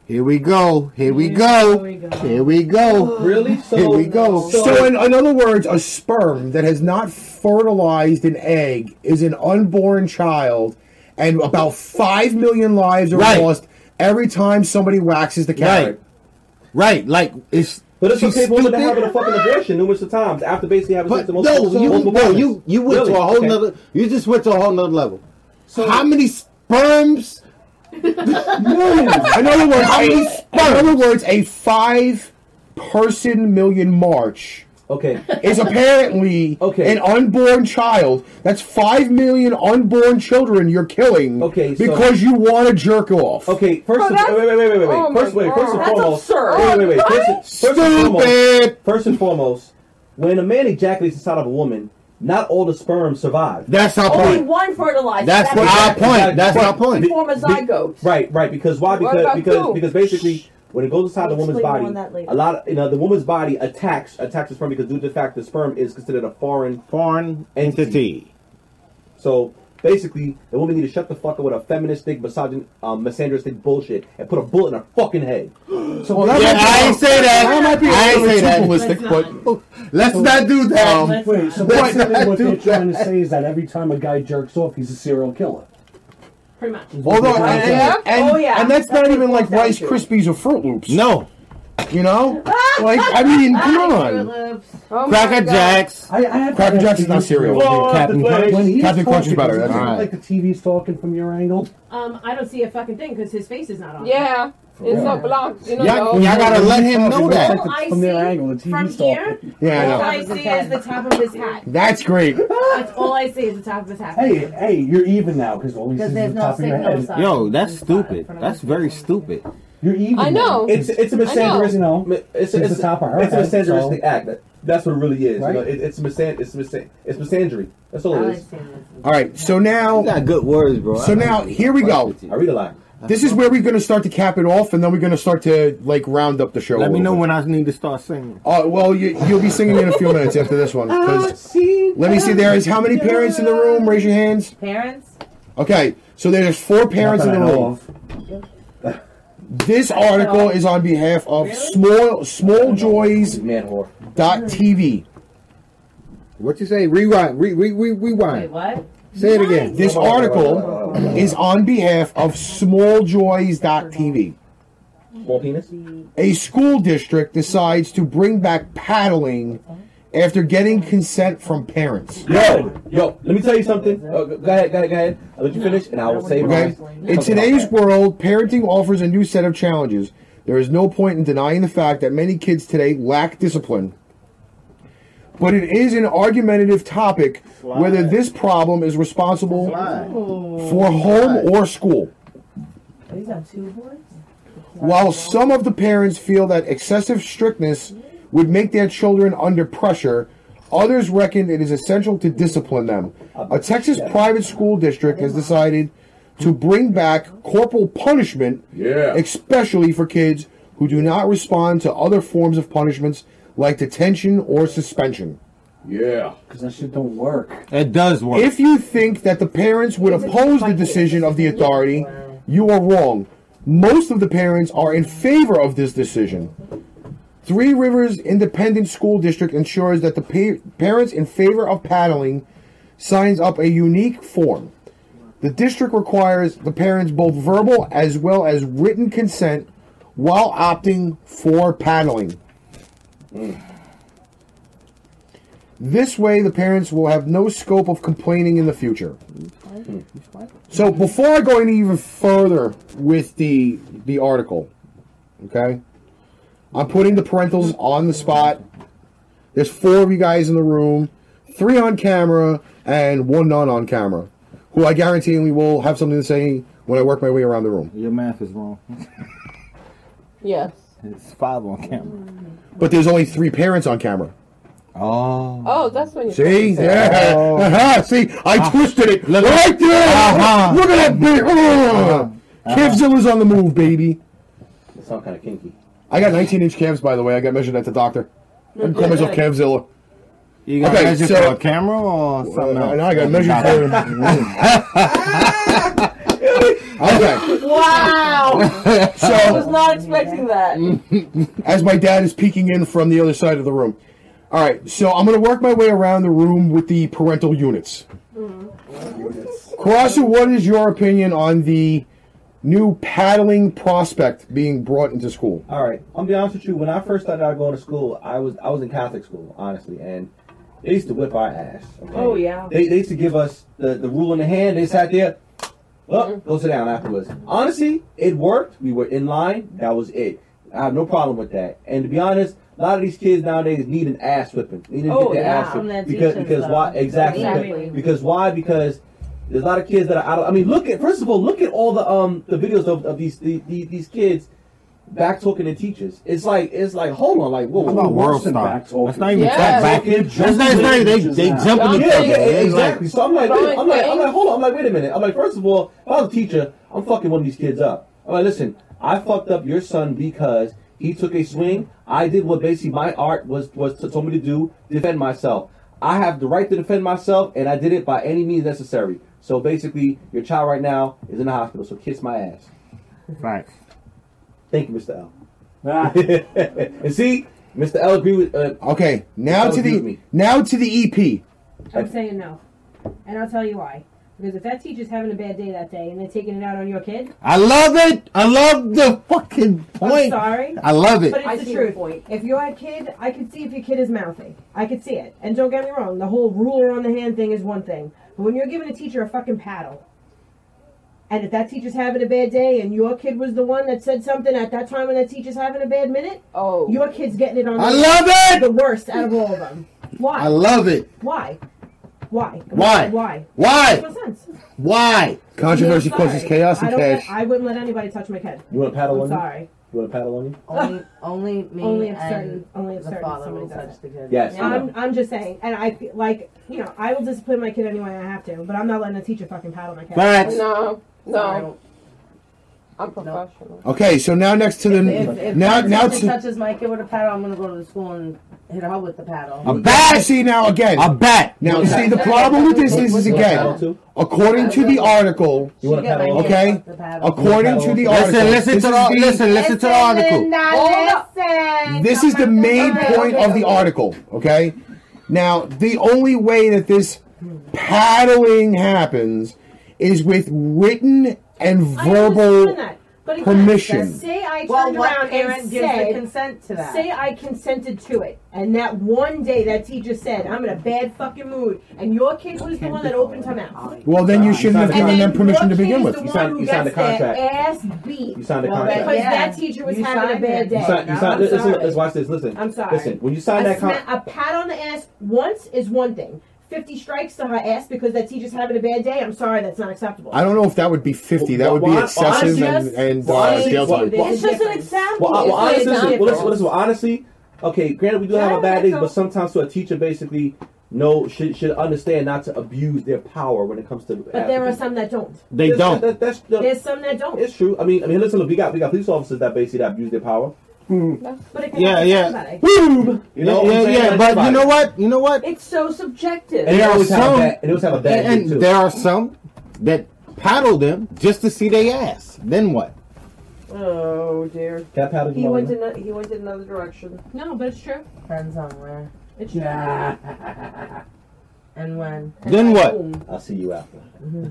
Speaker 4: Here we go. Here we go. Here we *gasps* go.
Speaker 9: Really? So,
Speaker 4: Here we go.
Speaker 6: So, in, in other words, a sperm that has not fertilized an egg is an unborn child, and about 5 million lives are
Speaker 4: Right.
Speaker 6: lost every time somebody waxes the carrot.
Speaker 4: right, right. Like it's.
Speaker 9: But it's
Speaker 4: she's
Speaker 9: okay for women to
Speaker 4: stupid.
Speaker 9: have a fucking abortion numerous of times after basically having sex
Speaker 4: But
Speaker 9: with
Speaker 4: no,
Speaker 9: multiple
Speaker 4: you
Speaker 9: multiple
Speaker 4: no,
Speaker 9: partners.
Speaker 4: you you went to
Speaker 9: Really?
Speaker 4: a whole
Speaker 9: Okay.
Speaker 4: nother. You just went to a whole nother level. So how many sperms?
Speaker 6: In other words,
Speaker 4: how *laughs*
Speaker 6: a,
Speaker 4: many
Speaker 6: in other words, a five person million march
Speaker 9: Okay.
Speaker 6: is apparently an unborn child. That's five million unborn children you're killing. Okay,
Speaker 9: so-
Speaker 6: because you want to jerk off.
Speaker 9: Okay,
Speaker 8: Oh,
Speaker 9: first of, wait, wait, wait, wait, wait, wait. first, wait, first and foremost, wait, wait, wait. First, first and foremost, first and foremost, when a man ejaculates inside of a woman, not all the sperm survive.
Speaker 4: That's our
Speaker 14: Oh,
Speaker 8: Only one fertilizer.
Speaker 9: Be-
Speaker 8: Form a
Speaker 9: be-
Speaker 8: zygote.
Speaker 9: Right, right. Because why?
Speaker 8: What
Speaker 9: Because
Speaker 8: about
Speaker 9: because
Speaker 8: poop?
Speaker 9: because basically, when it goes inside the
Speaker 8: We'll
Speaker 9: woman's
Speaker 8: explain more
Speaker 9: body,
Speaker 8: on that later.
Speaker 9: a lot of you know the woman's body attacks attacks the sperm because due to the fact the sperm is considered a foreign
Speaker 4: foreign entity.
Speaker 9: So basically, the woman need to shut the fuck up with her feministic, misogyn, um, misogynistic bullshit and put a bullet in her
Speaker 8: *gasps*
Speaker 9: fucking head. So
Speaker 6: Well, that might be- that might be a
Speaker 9: I
Speaker 6: little
Speaker 9: ain't say
Speaker 6: too
Speaker 9: that.
Speaker 6: ballistic, but let's
Speaker 11: So-
Speaker 6: not do that.
Speaker 9: Um,
Speaker 11: wait, so
Speaker 6: Let's
Speaker 11: basically
Speaker 6: not
Speaker 11: what
Speaker 6: do
Speaker 11: they're trying to
Speaker 6: that.
Speaker 11: say is that every time a guy jerks off, he's a serial killer.
Speaker 8: Pretty much.
Speaker 6: Although, and, and, and,
Speaker 8: oh yeah.
Speaker 6: and that's not even like Rice Krispies or Fruit Loops. No. You
Speaker 8: *laughs*
Speaker 6: know? like, I *laughs* mean, come on. Cracker Jacks.
Speaker 11: I, I have
Speaker 6: Cracker Jacks is not cereal.
Speaker 11: Oh,
Speaker 6: Captain
Speaker 11: the
Speaker 6: Crunch.
Speaker 11: when he's
Speaker 6: Captain Crunch is
Speaker 11: talking,
Speaker 6: better.
Speaker 11: does it
Speaker 6: That's
Speaker 11: look
Speaker 6: right.
Speaker 11: Like the TV's talking from your angle.
Speaker 8: Um, I don't see a fucking thing because his face is not on.
Speaker 3: Yeah, it's
Speaker 11: real.
Speaker 3: so blocked. You know,
Speaker 11: Y'all-
Speaker 3: though.
Speaker 11: y'all gotta let him know that.
Speaker 8: All I
Speaker 11: From their
Speaker 8: see
Speaker 11: angle, the
Speaker 8: from
Speaker 11: TV's
Speaker 8: here,
Speaker 11: talking.
Speaker 6: Yeah, I
Speaker 8: all
Speaker 6: know.
Speaker 8: I see is the top of his hat.
Speaker 6: That's great.
Speaker 8: That's all I see is the top of his hat.
Speaker 11: Hey, hey, you're even now because all he sees is the top of your head.
Speaker 10: Yo, that's stupid. That's very stupid.
Speaker 11: You're even.
Speaker 8: I know.
Speaker 9: It's it's a
Speaker 8: I know.
Speaker 9: misandristic.
Speaker 11: know.
Speaker 9: It's,
Speaker 11: She's
Speaker 9: it's,
Speaker 11: the top of her
Speaker 9: it's a
Speaker 11: head, so-
Speaker 9: misandristic act. That, that's what it really is.
Speaker 11: Right.
Speaker 9: You know, it, it's misan it's misan it's misandry. That's all it is.
Speaker 6: All right, so now. You got good words, bro. So now, here we go.
Speaker 9: I read a lot.
Speaker 6: This is where we're going to start to cap it off, and then we're going to start to, like, round up the show.
Speaker 10: Let me know
Speaker 6: when
Speaker 10: I need to start singing.
Speaker 6: Oh, well, you, you'll be singing in a few minutes after this one.
Speaker 8: Ah,
Speaker 6: 'cause- Let me see, there is how many parents in the room? Raise your hands.
Speaker 8: Parents?
Speaker 6: Okay, so there's four parents in
Speaker 11: that
Speaker 6: the
Speaker 11: I know
Speaker 6: room. This article is on behalf of small small joys dot TV.
Speaker 10: What you say? Rewind. Re, re, re, rewind.
Speaker 8: what?
Speaker 10: Say it again.
Speaker 6: This article is on behalf of smalljoys.tv.
Speaker 9: Small penis.
Speaker 6: A school district decides to bring back paddling after getting consent from parents.
Speaker 9: Yo, yo, let me tell you something. Uh, go ahead, go ahead, go ahead. I'll let you finish, and I will say
Speaker 6: Okay.
Speaker 9: mine.
Speaker 6: In today's world, parenting offers a new set of challenges. There is no point in denying the fact that many kids today lack discipline. But it is an argumentative topic whether this problem is responsible for home or school.
Speaker 5: These are two boys.
Speaker 6: While some of the parents feel that excessive strictness would make their children under pressure, others reckon it is essential to discipline them. A Texas private school district has decided to bring back corporal punishment,
Speaker 9: Yeah.
Speaker 6: especially for kids who do not respond to other forms of punishments like detention or suspension.
Speaker 9: Yeah.
Speaker 11: Because that shit don't work.
Speaker 10: It does work.
Speaker 6: If you think that the parents would oppose the decision of the authority, you are wrong. Most of the parents are in favor of this decision. Three Rivers Independent School District ensures that the pa- parents in favor of paddling signs up a unique form. The district requires the parents both verbal as well as written consent while opting for paddling. This way, the parents will have no scope of complaining in the future. So, before I go any even further with the the article, okay, I'm putting the parentals on the spot. There's four of you guys in the room, three on camera and one non on camera, who I guarantee we will have something to say when I work my way around the room.
Speaker 10: Your math is wrong. *laughs*
Speaker 3: Yes.
Speaker 10: It's five on camera.
Speaker 6: But there's only three parents on camera. Oh.
Speaker 3: Oh, that's when you
Speaker 6: See, *laughs* yeah,
Speaker 10: Oh.
Speaker 6: uh-huh. see, I twisted it
Speaker 10: Look-
Speaker 6: right there.
Speaker 10: Uh-huh.
Speaker 6: Look at that big.
Speaker 10: Uh-huh.
Speaker 6: Cavzilla's on the move, baby.
Speaker 9: It sounds kind of kinky.
Speaker 6: I got 19 inch calves, by the way. I got measured at the doctor. I can call myself Cavzilla.
Speaker 10: You got
Speaker 6: Okay,
Speaker 10: measured
Speaker 6: so-
Speaker 10: for a camera or something
Speaker 6: Uh,
Speaker 10: else?
Speaker 6: no, I got measured for. *laughs* okay,
Speaker 5: Wow!
Speaker 6: *laughs* So-
Speaker 5: I was not expecting that.
Speaker 6: as my dad is peeking in from the other side of the room. All right, so I'm gonna work my way around the room with the parental units.
Speaker 8: Mm-hmm.
Speaker 6: Carassa, what is your opinion on the new paddling prospect being brought into school?
Speaker 9: All right, I'm gonna be honest with you. When I first started out going to school, I was I was in Catholic school, honestly, and they used to whip our ass. okay?
Speaker 5: Oh, yeah.
Speaker 9: They, they used to give us the, the rule in the hand. They sat there, oh,
Speaker 5: Mm-hmm.
Speaker 9: go sit down afterwards. Honestly, it worked. We were in line. That was it. I have no problem with that. And to be honest, A lot of these kids nowadays need an ass whipping. They need to
Speaker 5: Oh,
Speaker 9: get their
Speaker 5: yeah,
Speaker 9: ass
Speaker 5: from that
Speaker 9: whipped because
Speaker 5: teacher's
Speaker 9: because why
Speaker 5: stuff.
Speaker 9: exactly
Speaker 5: Exactly.
Speaker 9: because why because there's a lot of kids that are out. Of, I mean, look at first of all, look at all the um the videos of, of these, these these kids back talking to teachers. It's like it's like hold on, like whoa,
Speaker 4: How about
Speaker 9: who wants
Speaker 4: World
Speaker 9: them
Speaker 4: Star?
Speaker 9: back talking?
Speaker 4: That's not even Yeah. track back.
Speaker 9: They're
Speaker 4: That's not- that's not- they- they
Speaker 9: now.
Speaker 4: jumping
Speaker 9: yeah,
Speaker 4: each other.
Speaker 9: yeah,
Speaker 4: They like-
Speaker 9: exactly. So I'm like,
Speaker 4: Throwing
Speaker 9: wait, I'm like, I'm like, hold on. I'm like, wait a minute. I'm like, first of all, if I was a teacher, I'm fucking one of these kids up. I'm like, listen, I fucked up your son because he took a swing. I did what basically my art was was to, told me to do, defend myself. I have the right to defend myself, and I did it by any means necessary. So basically, your child right now is in the hospital. So kiss my ass.
Speaker 4: Right.
Speaker 9: Thank you, Mr. L. *laughs* and see, Mr. L agree with. Uh,
Speaker 6: okay, now
Speaker 9: L
Speaker 6: to
Speaker 9: agree
Speaker 6: the
Speaker 9: with me.
Speaker 6: now to the E EP.
Speaker 8: I'm saying no. And I'll tell you why. Because if that teacher's having a bad day that day and they're taking it out on your kid,
Speaker 6: I love it. I love the fucking
Speaker 8: I'm
Speaker 6: point.
Speaker 8: sorry.
Speaker 6: I love it.
Speaker 8: But it's
Speaker 6: I
Speaker 8: the
Speaker 6: see
Speaker 8: truth. If you're a kid, I could see if your kid is mouthy. I could see it. And don't get me wrong, the whole ruler on the hand thing is one thing. But when you're giving a teacher a fucking paddle, and if that teacher's having a bad day and your kid was the one that said something at that time when that teacher's having a bad minute, oh, your kid's getting it on
Speaker 6: I
Speaker 8: the-
Speaker 6: love it!
Speaker 8: the worst out of all of them. Why?
Speaker 6: I love it.
Speaker 8: Why? Why?
Speaker 6: Why?
Speaker 8: Why?
Speaker 6: Why?
Speaker 8: Makes no sense.
Speaker 6: Why? Controversy
Speaker 8: I'm sorry.
Speaker 6: causes chaos
Speaker 8: I
Speaker 6: and
Speaker 8: don't
Speaker 6: cash.
Speaker 8: let- I wouldn't let anybody touch my kid.
Speaker 9: You want to paddle
Speaker 8: I'm
Speaker 9: on you?
Speaker 8: Sorry.
Speaker 9: You want to paddle on you?
Speaker 8: Oh,
Speaker 5: Only, only me
Speaker 8: Only if
Speaker 5: and
Speaker 8: certain, only if
Speaker 5: the
Speaker 8: certain
Speaker 5: father
Speaker 8: somebody
Speaker 5: will
Speaker 8: does
Speaker 5: touch
Speaker 8: it. Um,
Speaker 5: the kid.
Speaker 9: Yes, I
Speaker 8: I'm, I'm just saying, and I feel like you know I will discipline my kid any way I have to, but I'm not letting a teacher fucking paddle my kid.
Speaker 6: Facts.
Speaker 3: No,
Speaker 8: no.
Speaker 3: I'm professional.
Speaker 6: Okay, so now next to the
Speaker 5: If, if
Speaker 6: now
Speaker 5: my
Speaker 6: now
Speaker 5: sister
Speaker 6: to
Speaker 5: touches my kid with a paddle, I'm gonna go to the school and hit her with the paddle.
Speaker 6: a bat. See now again a bat. Now see the problem with this is, is
Speaker 5: You want a paddle
Speaker 6: again. According to the article,
Speaker 5: want a paddle too?
Speaker 6: okay.
Speaker 5: The paddle.
Speaker 6: According to the
Speaker 10: Listen,
Speaker 6: article,
Speaker 10: listen
Speaker 6: this
Speaker 10: to
Speaker 6: is
Speaker 10: the- listen, listen to the article.
Speaker 6: This is the main point of the article, okay? Now, the only way that this paddling happens is with written and verbal
Speaker 8: But again,
Speaker 6: permission.
Speaker 8: Say I turned
Speaker 5: Well, what
Speaker 8: around
Speaker 5: parent
Speaker 8: and
Speaker 5: gives the
Speaker 8: said,
Speaker 5: consent to that?
Speaker 8: Say I consented to it, and that one day that teacher said, "I'm in a bad fucking mood," and your kid was the one that opened her mouth.
Speaker 6: Well, then you shouldn't have
Speaker 8: And
Speaker 6: given
Speaker 8: then
Speaker 6: them permission to
Speaker 8: your
Speaker 6: begin
Speaker 8: kid
Speaker 6: with.
Speaker 8: is the one who gets their Ass beat.
Speaker 9: You signed a
Speaker 8: Well,
Speaker 9: contract.
Speaker 8: Because
Speaker 9: Yeah.
Speaker 8: that teacher was
Speaker 5: You
Speaker 8: having a
Speaker 5: signed
Speaker 8: bad
Speaker 5: it.
Speaker 8: day.
Speaker 9: You signed. You
Speaker 8: No,
Speaker 9: signed.
Speaker 8: I'm
Speaker 9: Listen,
Speaker 8: sorry.
Speaker 9: let's watch this. Listen.
Speaker 8: I'm sorry.
Speaker 9: Listen. When you sign
Speaker 8: a
Speaker 9: that contract.
Speaker 8: sma- a pat on the ass once is one thing. Fifty strikes to her ass because that teacher's having a bad day. I'm sorry, that's not acceptable.
Speaker 6: I don't know if that would be 50. That would be
Speaker 9: Well,
Speaker 6: excessive
Speaker 9: honestly,
Speaker 6: and,
Speaker 9: yes.
Speaker 6: and
Speaker 9: Well,
Speaker 6: uh,
Speaker 9: honestly,
Speaker 6: jail
Speaker 9: well,
Speaker 6: time.
Speaker 9: well,
Speaker 8: It's just an example.
Speaker 9: Well, I- well,
Speaker 8: It's
Speaker 9: honestly,
Speaker 8: not
Speaker 9: listen,
Speaker 8: different.
Speaker 9: well, listen, listen, well, honestly, okay, granted, we do have our bad days, but sometimes to a teacher, basically, no, should should understand not to abuse their power when it comes to.
Speaker 8: But there are some that don't.
Speaker 9: They That's- don't. that- that's the-
Speaker 8: There's some that don't.
Speaker 9: It's true. I mean, I mean, listen, look, we got we got police officers that basically that abuse their power.
Speaker 6: Hmm.
Speaker 8: But it can
Speaker 9: Yeah,
Speaker 8: happen to
Speaker 9: yeah.
Speaker 8: somebody.
Speaker 9: You know,
Speaker 6: Yeah,
Speaker 9: what I'm saying?
Speaker 6: yeah,
Speaker 9: Like,
Speaker 6: but you
Speaker 9: somebody-
Speaker 6: know what? You know what?
Speaker 8: It's so subjective.
Speaker 9: And they
Speaker 6: there are
Speaker 9: always have a
Speaker 6: some,
Speaker 9: bad- and they always have a bad
Speaker 6: and,
Speaker 9: dick, too.
Speaker 6: there are some that paddle them just to see their ass. Then what?
Speaker 5: Oh dear.
Speaker 9: Can I paddle
Speaker 5: He
Speaker 6: you
Speaker 5: went
Speaker 6: on
Speaker 5: in. A, he went in another direction.
Speaker 8: No, but it's true.
Speaker 5: Depends on where.
Speaker 8: It's
Speaker 5: true.
Speaker 8: Yeah.
Speaker 5: *laughs* and when.
Speaker 6: Then what?
Speaker 9: I'll see you *laughs* after.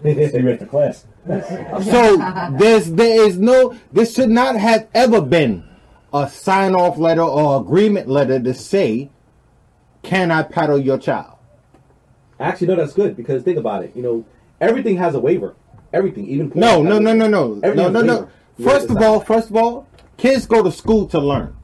Speaker 6: See
Speaker 9: you after *laughs* class.
Speaker 6: So there's there is no this should not have ever been a sign off letter or agreement letter to say, Can I paddle your child?
Speaker 9: Actually, no, that's good because think about it. You know, everything has a waiver. Everything, even porn
Speaker 6: No,
Speaker 9: has
Speaker 6: no, no,
Speaker 9: a
Speaker 6: no,
Speaker 9: waiver.
Speaker 6: no.
Speaker 9: Everything
Speaker 6: No,
Speaker 9: has a
Speaker 6: no, no.
Speaker 9: waiver. You
Speaker 6: First of
Speaker 9: understand?
Speaker 6: all, first of all, kids go to school to learn.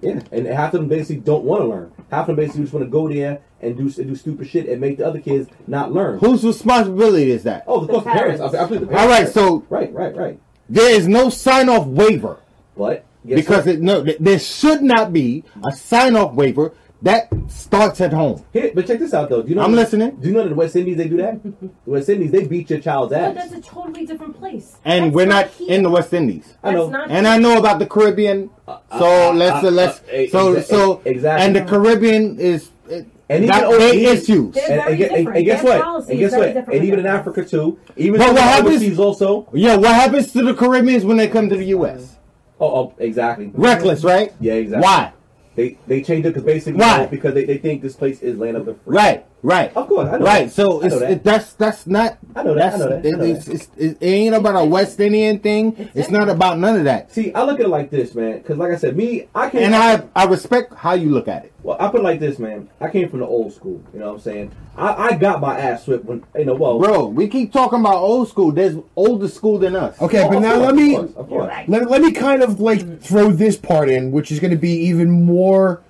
Speaker 9: Yeah, and half of them basically don't want to learn. Half of them basically just want to go there and do and do stupid shit and make the other kids not learn.
Speaker 6: Whose responsibility is that?
Speaker 9: Oh, of course, the parents. I- I believe the parents.
Speaker 6: All right, so
Speaker 9: right, right, right.
Speaker 6: There is no sign off waiver.
Speaker 9: But
Speaker 6: because it, no, th- there should not be a sign off waiver that starts at home.
Speaker 9: Here, but check this out though. Do you know
Speaker 6: I'm
Speaker 9: that-
Speaker 6: listening.
Speaker 9: Do you know that in West Indies they
Speaker 6: *laughs*
Speaker 9: do that? The West Indies they beat your child's
Speaker 8: But
Speaker 9: ass.
Speaker 8: that's a totally different place.
Speaker 6: And
Speaker 8: That's
Speaker 6: we're not
Speaker 8: here.
Speaker 6: in the West Indies.
Speaker 8: I know. That's not
Speaker 6: and I know about the Caribbean. So
Speaker 9: uh,
Speaker 6: let's
Speaker 9: uh,
Speaker 6: let's
Speaker 9: uh, exa-
Speaker 6: so so
Speaker 9: exactly.
Speaker 6: And the Caribbean is it,
Speaker 9: And
Speaker 6: got
Speaker 9: even
Speaker 6: their
Speaker 9: overseas-
Speaker 6: issues.
Speaker 9: And, and, and- and guess what? And guess what? And even in Africa too. Even
Speaker 6: but
Speaker 9: though
Speaker 6: what happens?
Speaker 9: overseas also.
Speaker 6: Yeah, what happens to the Caribbeans when they come to the U.S.?
Speaker 9: Oh, oh, exactly.
Speaker 6: Reckless, right?
Speaker 9: Yeah, exactly.
Speaker 6: Why?
Speaker 9: They they change it because basically
Speaker 6: Why?
Speaker 9: because they, they think this place is land of the free.
Speaker 6: Right.
Speaker 4: Right. Of course.
Speaker 9: I know
Speaker 4: right.
Speaker 9: that.
Speaker 4: So
Speaker 9: I
Speaker 4: it's,
Speaker 9: know that.
Speaker 4: it, that's that's not.
Speaker 9: I know that,
Speaker 4: That's,
Speaker 9: I know that, I know
Speaker 4: it, it's- it's- it- it ain't about a West Indian thing. It's not about none of that.
Speaker 9: See, I look at it like this, man. Because, like I said, me, I can't.
Speaker 4: And I I respect how you look at it.
Speaker 9: Well, I put it like this, man. I came from the old school. You know what I'm saying? I, I got my ass whipped when, you know, well.
Speaker 4: Bro, we keep talking about old school. There's older school than us.
Speaker 6: Okay, but now let me let, let me kind of like throw this part in, which is going to be even more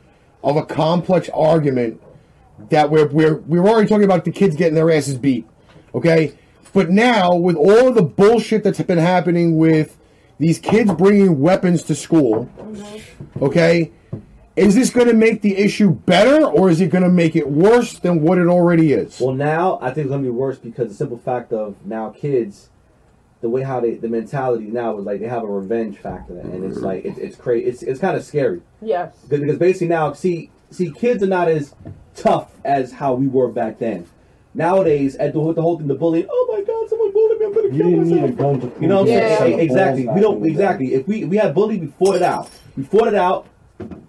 Speaker 6: of a complex argument that we're we're we were already talking about the kids getting their asses beat. Okay, but now with all the bullshit that's been happening with these kids bringing weapons to school, okay, is this going to make the issue better or is it going to make it worse than what it already is?
Speaker 9: Well, now I think it's gonna be worse because the simple fact of now kids, the way how they the mentality now is like they have a revenge factor, and it's like it, it's crazy. It's it's kind of scary
Speaker 25: Yes.
Speaker 9: because, because basically now see see kids are not as tough as how we were back then. Nowadays, at the, with the whole thing, the bullying. Oh my God, someone bullied me. I'm gonna kill myself. You know what I'm saying? Hey, exactly. We don't exactly. If we if we had bullied, we fought it out. We fought it out.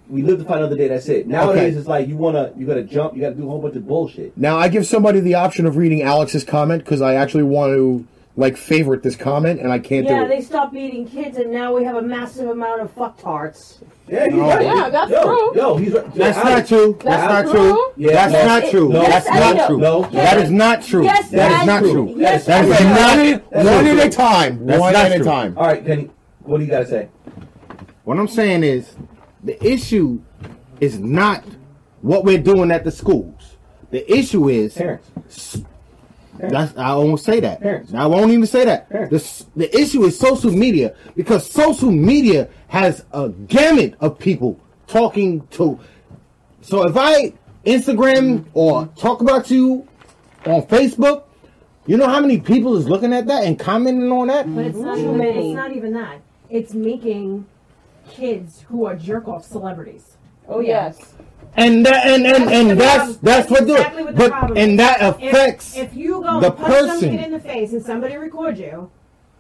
Speaker 9: We lived to fight another day. That's it. Nowadays, it's like you wanna you gotta jump. You gotta do a whole bunch of bullshit.
Speaker 6: Now I give somebody the option of reading Alex's comment because I actually want to like favorite this comment and I can't
Speaker 14: yeah,
Speaker 6: do it.
Speaker 14: they stopped eating kids, and now we have a massive amount of fucktards.
Speaker 9: Yeah,
Speaker 6: he's right. Yeah,
Speaker 14: that's
Speaker 6: Yo,
Speaker 14: true.
Speaker 9: Yo, he's right.
Speaker 6: That's not true. That's, not true. That's
Speaker 4: no.
Speaker 6: not true.
Speaker 4: No.
Speaker 6: That's
Speaker 4: Yes, I know.
Speaker 6: not true.
Speaker 4: No.
Speaker 6: That is not true.
Speaker 4: Yes,
Speaker 6: That
Speaker 4: I
Speaker 6: is not
Speaker 4: know.
Speaker 6: true.
Speaker 4: Yes,
Speaker 6: That is
Speaker 4: I know.
Speaker 6: not
Speaker 4: That's
Speaker 6: one
Speaker 4: not
Speaker 6: at a
Speaker 4: true.
Speaker 6: time.
Speaker 4: That's
Speaker 6: One
Speaker 4: not
Speaker 6: at a
Speaker 4: true.
Speaker 6: time.
Speaker 9: All right, Kenny. What do you gotta say?
Speaker 4: What I'm saying is, the issue is not what we're doing at the schools. The issue is
Speaker 9: parents.
Speaker 4: That's, I won't say that. I won't even say that. The, s- the issue is social media because social media has a gamut of people talking to. So if I Instagram or talk about you on Facebook, you know how many people is looking at that and commenting on that?
Speaker 8: But it's not even, it's not even that. It's making kids who are jerk off celebrities.
Speaker 25: Oh yes.
Speaker 4: And that and and, and that's that's what doing.
Speaker 8: Exactly what the
Speaker 4: But
Speaker 8: problem
Speaker 4: and
Speaker 8: is.
Speaker 4: that
Speaker 8: If-
Speaker 4: affects
Speaker 8: if, you go
Speaker 4: the
Speaker 8: and punch some
Speaker 4: person.
Speaker 8: kid in the face and somebody records you,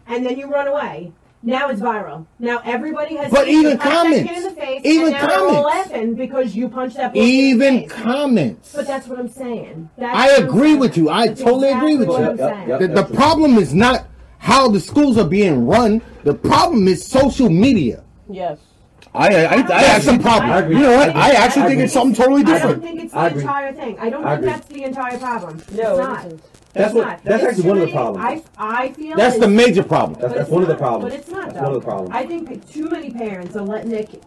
Speaker 8: and then you run away. Now it's viral. Now everybody has.
Speaker 4: But
Speaker 8: seen you
Speaker 4: even
Speaker 8: punch that kid
Speaker 4: comments.
Speaker 8: in the face, and
Speaker 4: Even
Speaker 8: now they're all
Speaker 4: comments.
Speaker 8: laughing because you punched that. person in the
Speaker 4: even
Speaker 8: face.
Speaker 4: comments.
Speaker 8: But that's what I'm saying. That's
Speaker 4: I
Speaker 8: what I'm
Speaker 4: agree
Speaker 8: saying.
Speaker 4: with you. I
Speaker 8: That's
Speaker 4: totally agree with
Speaker 8: exactly
Speaker 4: you.
Speaker 8: what I'm saying.
Speaker 4: The, the problem is not how the schools are being run. The problem is social media.
Speaker 25: Yes.
Speaker 6: I, I, I
Speaker 4: That's the problem.
Speaker 6: I agree. You know what? I actually think it's something totally
Speaker 8: I don't
Speaker 6: different.
Speaker 8: think it's
Speaker 6: I
Speaker 8: the
Speaker 6: agree.
Speaker 8: entire thing. I don't
Speaker 6: I
Speaker 8: think
Speaker 6: agree.
Speaker 8: that's the entire problem.
Speaker 25: No,
Speaker 8: it's
Speaker 25: it
Speaker 8: not.
Speaker 25: isn't.
Speaker 9: That's
Speaker 8: It's
Speaker 9: what-
Speaker 8: not.
Speaker 9: that's
Speaker 8: It's
Speaker 9: actually one of the
Speaker 8: too many-
Speaker 9: problems.
Speaker 8: I, I feel
Speaker 4: That's the
Speaker 8: it's-
Speaker 4: major problem.
Speaker 9: That's,
Speaker 8: but
Speaker 9: that's
Speaker 8: it's
Speaker 9: one of the
Speaker 8: not.
Speaker 9: problems.
Speaker 8: But it's not.
Speaker 9: That's
Speaker 8: though.
Speaker 9: one of the problems.
Speaker 8: I think that too many parents are letting their ki-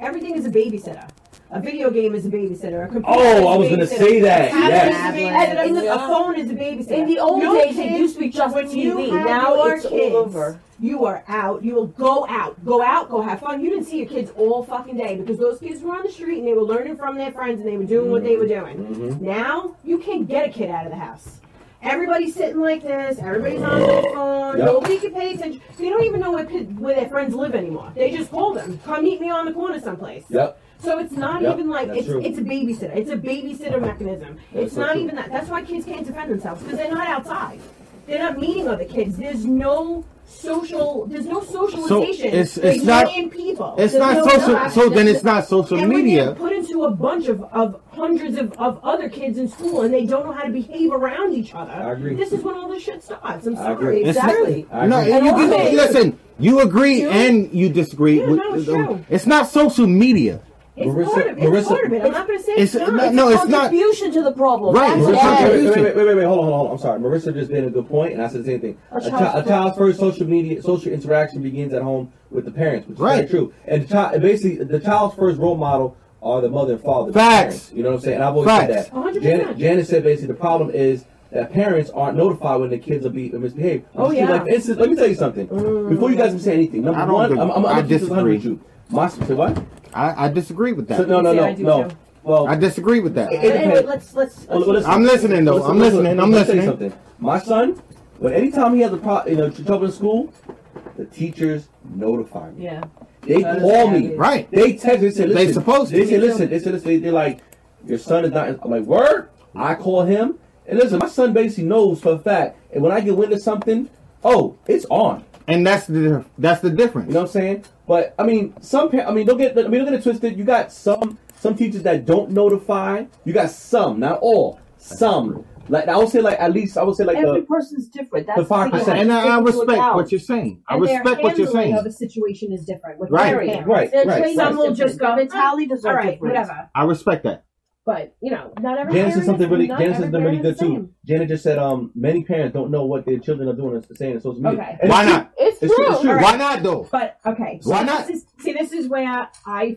Speaker 8: everything is a babysitter. A video game is a babysitter. A computer
Speaker 9: Oh,
Speaker 8: is a
Speaker 9: I was gonna
Speaker 8: babysitter,
Speaker 9: say that.
Speaker 8: a tablet
Speaker 9: Yes.
Speaker 8: is a babysitter,
Speaker 14: In the-
Speaker 8: A phone is a babysitter.
Speaker 14: in the old
Speaker 8: Your
Speaker 14: days, it
Speaker 8: kids,
Speaker 14: used to be just
Speaker 8: when you
Speaker 14: TV.
Speaker 8: have
Speaker 14: Now
Speaker 8: your
Speaker 14: it's all
Speaker 8: kids,
Speaker 14: over.
Speaker 8: You are out. You will go out. Go out. Go have fun. You didn't see your kids all fucking day because those kids were on the street and they were learning from their friends and they were doing what they were doing.
Speaker 9: Mhm.
Speaker 8: Now you can't get a kid out of the house. Everybody's sitting like this. Everybody's on their phone.
Speaker 9: Yeah.
Speaker 8: Nobody can pay attention. They don't even know where, kid, where their friends live anymore. They just call them. Come meet me on the corner someplace.
Speaker 9: Yep.
Speaker 8: So it's not
Speaker 9: Yep,
Speaker 8: even like
Speaker 9: that's
Speaker 8: it's,
Speaker 9: true.
Speaker 8: it's a babysitter. It's a babysitter mechanism.
Speaker 9: That's
Speaker 8: it's
Speaker 9: so
Speaker 8: not
Speaker 9: true.
Speaker 8: even that. That's why kids can't defend themselves because they're not outside. They're not meeting other kids. There's no social. There's no socialization.
Speaker 4: So, it's- it's
Speaker 8: There's
Speaker 4: not-
Speaker 8: in people.
Speaker 4: it's
Speaker 8: There's
Speaker 4: not
Speaker 8: no
Speaker 4: social-
Speaker 8: interaction.
Speaker 4: so then it's not social
Speaker 8: and when
Speaker 4: media.
Speaker 8: they're put into a bunch of, of hundreds of, of other kids in school and they don't know how to behave around each other. I
Speaker 4: agree.
Speaker 8: This is when all this shit starts. I'm
Speaker 4: I
Speaker 8: sorry.
Speaker 4: agree. It's not-
Speaker 8: Exactly.
Speaker 4: No,
Speaker 8: And
Speaker 4: you
Speaker 8: also-
Speaker 4: can- listen. You agree and you disagree. with,
Speaker 8: no, it's true.
Speaker 4: it's not social media.
Speaker 8: It's part of it. It's part of it. I'm not going to say it's,
Speaker 4: It's-
Speaker 8: not.
Speaker 4: no,
Speaker 8: a
Speaker 4: it's not-
Speaker 14: Contribution to the problem.
Speaker 4: Right.
Speaker 14: That's
Speaker 4: It's not-
Speaker 14: it.
Speaker 9: Wait, wait, wait, wait, wait, wait, hold on, hold on. I'm sorry. Marissa just made a good point, and I said the same thing.
Speaker 14: A
Speaker 9: A, chi-
Speaker 14: child's
Speaker 9: a child's first social media, social interaction begins at home with the parents, which is very
Speaker 4: Right.
Speaker 9: true. And the child, basically, the child's first role model are the mother and father. the
Speaker 4: Facts.
Speaker 9: parents. you know what I'm saying? And I've always
Speaker 4: Facts.
Speaker 9: said that. Janet, Janet said basically the problem is that parents aren't notified when the kids are being misbehaved.
Speaker 8: Oh, yeah.
Speaker 9: Like, for instance, let me tell you something.
Speaker 14: Mm.
Speaker 9: Before you guys can say anything, number
Speaker 4: I don't
Speaker 9: one,
Speaker 4: agree.
Speaker 9: I'm, I'm,
Speaker 4: I
Speaker 9: I'm gonna keep this 100
Speaker 4: disagree.
Speaker 9: with you. My, say what?
Speaker 4: I, I disagree with that.
Speaker 9: So- no, no, no, no. Well,
Speaker 4: I disagree with that.
Speaker 9: It- it depends.
Speaker 14: let's let's.
Speaker 9: Well, listen.
Speaker 4: I'm listening though.
Speaker 9: Listen,
Speaker 4: I'm
Speaker 9: listen,
Speaker 4: listening.
Speaker 9: listen, let
Speaker 4: I'm
Speaker 9: me
Speaker 4: listening.
Speaker 9: tell you something. My son, when anytime he has a pro, you know, trouble in school, the teachers notify me.
Speaker 5: Yeah.
Speaker 9: They
Speaker 5: That is
Speaker 9: call
Speaker 5: what
Speaker 9: me.
Speaker 5: happens.
Speaker 4: Right.
Speaker 9: They text. They say,
Speaker 4: They
Speaker 9: listen.
Speaker 4: supposed to.
Speaker 9: They say, listen. They say, listen. They're like, your son is not. I'm like, word. I call him, and listen. My son basically knows for a fact, and when I get wind of something, oh, it's on.
Speaker 4: And that's the that's the difference.
Speaker 9: You know what I'm saying? But I mean, some parents. I mean, don't get. I mean, don't get it twisted. You got some some teachers that don't notify. You got some, not all. Some. Like I would say, like at least I would say, like
Speaker 8: Every
Speaker 9: the
Speaker 8: person's different. That's
Speaker 9: the five percent.
Speaker 4: And I, I respect what you're saying. I
Speaker 8: And their
Speaker 4: respect what you're
Speaker 8: handling
Speaker 4: saying.
Speaker 8: Of the situation is different. With
Speaker 4: Right,
Speaker 8: their parents.
Speaker 4: right,
Speaker 8: Their
Speaker 4: right,
Speaker 8: training
Speaker 4: right.
Speaker 8: will just go. Mentalities all are right, different. whatever.
Speaker 4: I respect that.
Speaker 8: But you know, not every.
Speaker 9: Janet said
Speaker 8: parent
Speaker 9: something
Speaker 8: is-
Speaker 9: really.
Speaker 8: not
Speaker 9: Janet
Speaker 8: every
Speaker 9: said something really
Speaker 8: parent is
Speaker 9: good
Speaker 8: the same.
Speaker 9: too. Janet just said, um, many parents don't know what their children are doing and saying in social media.
Speaker 8: Okay.
Speaker 9: And
Speaker 8: Why
Speaker 9: true.
Speaker 8: not? It's true.
Speaker 9: It's true.
Speaker 8: All right.
Speaker 4: though?
Speaker 8: But okay,
Speaker 9: Why
Speaker 8: this
Speaker 4: not?
Speaker 8: is- see, this is where I,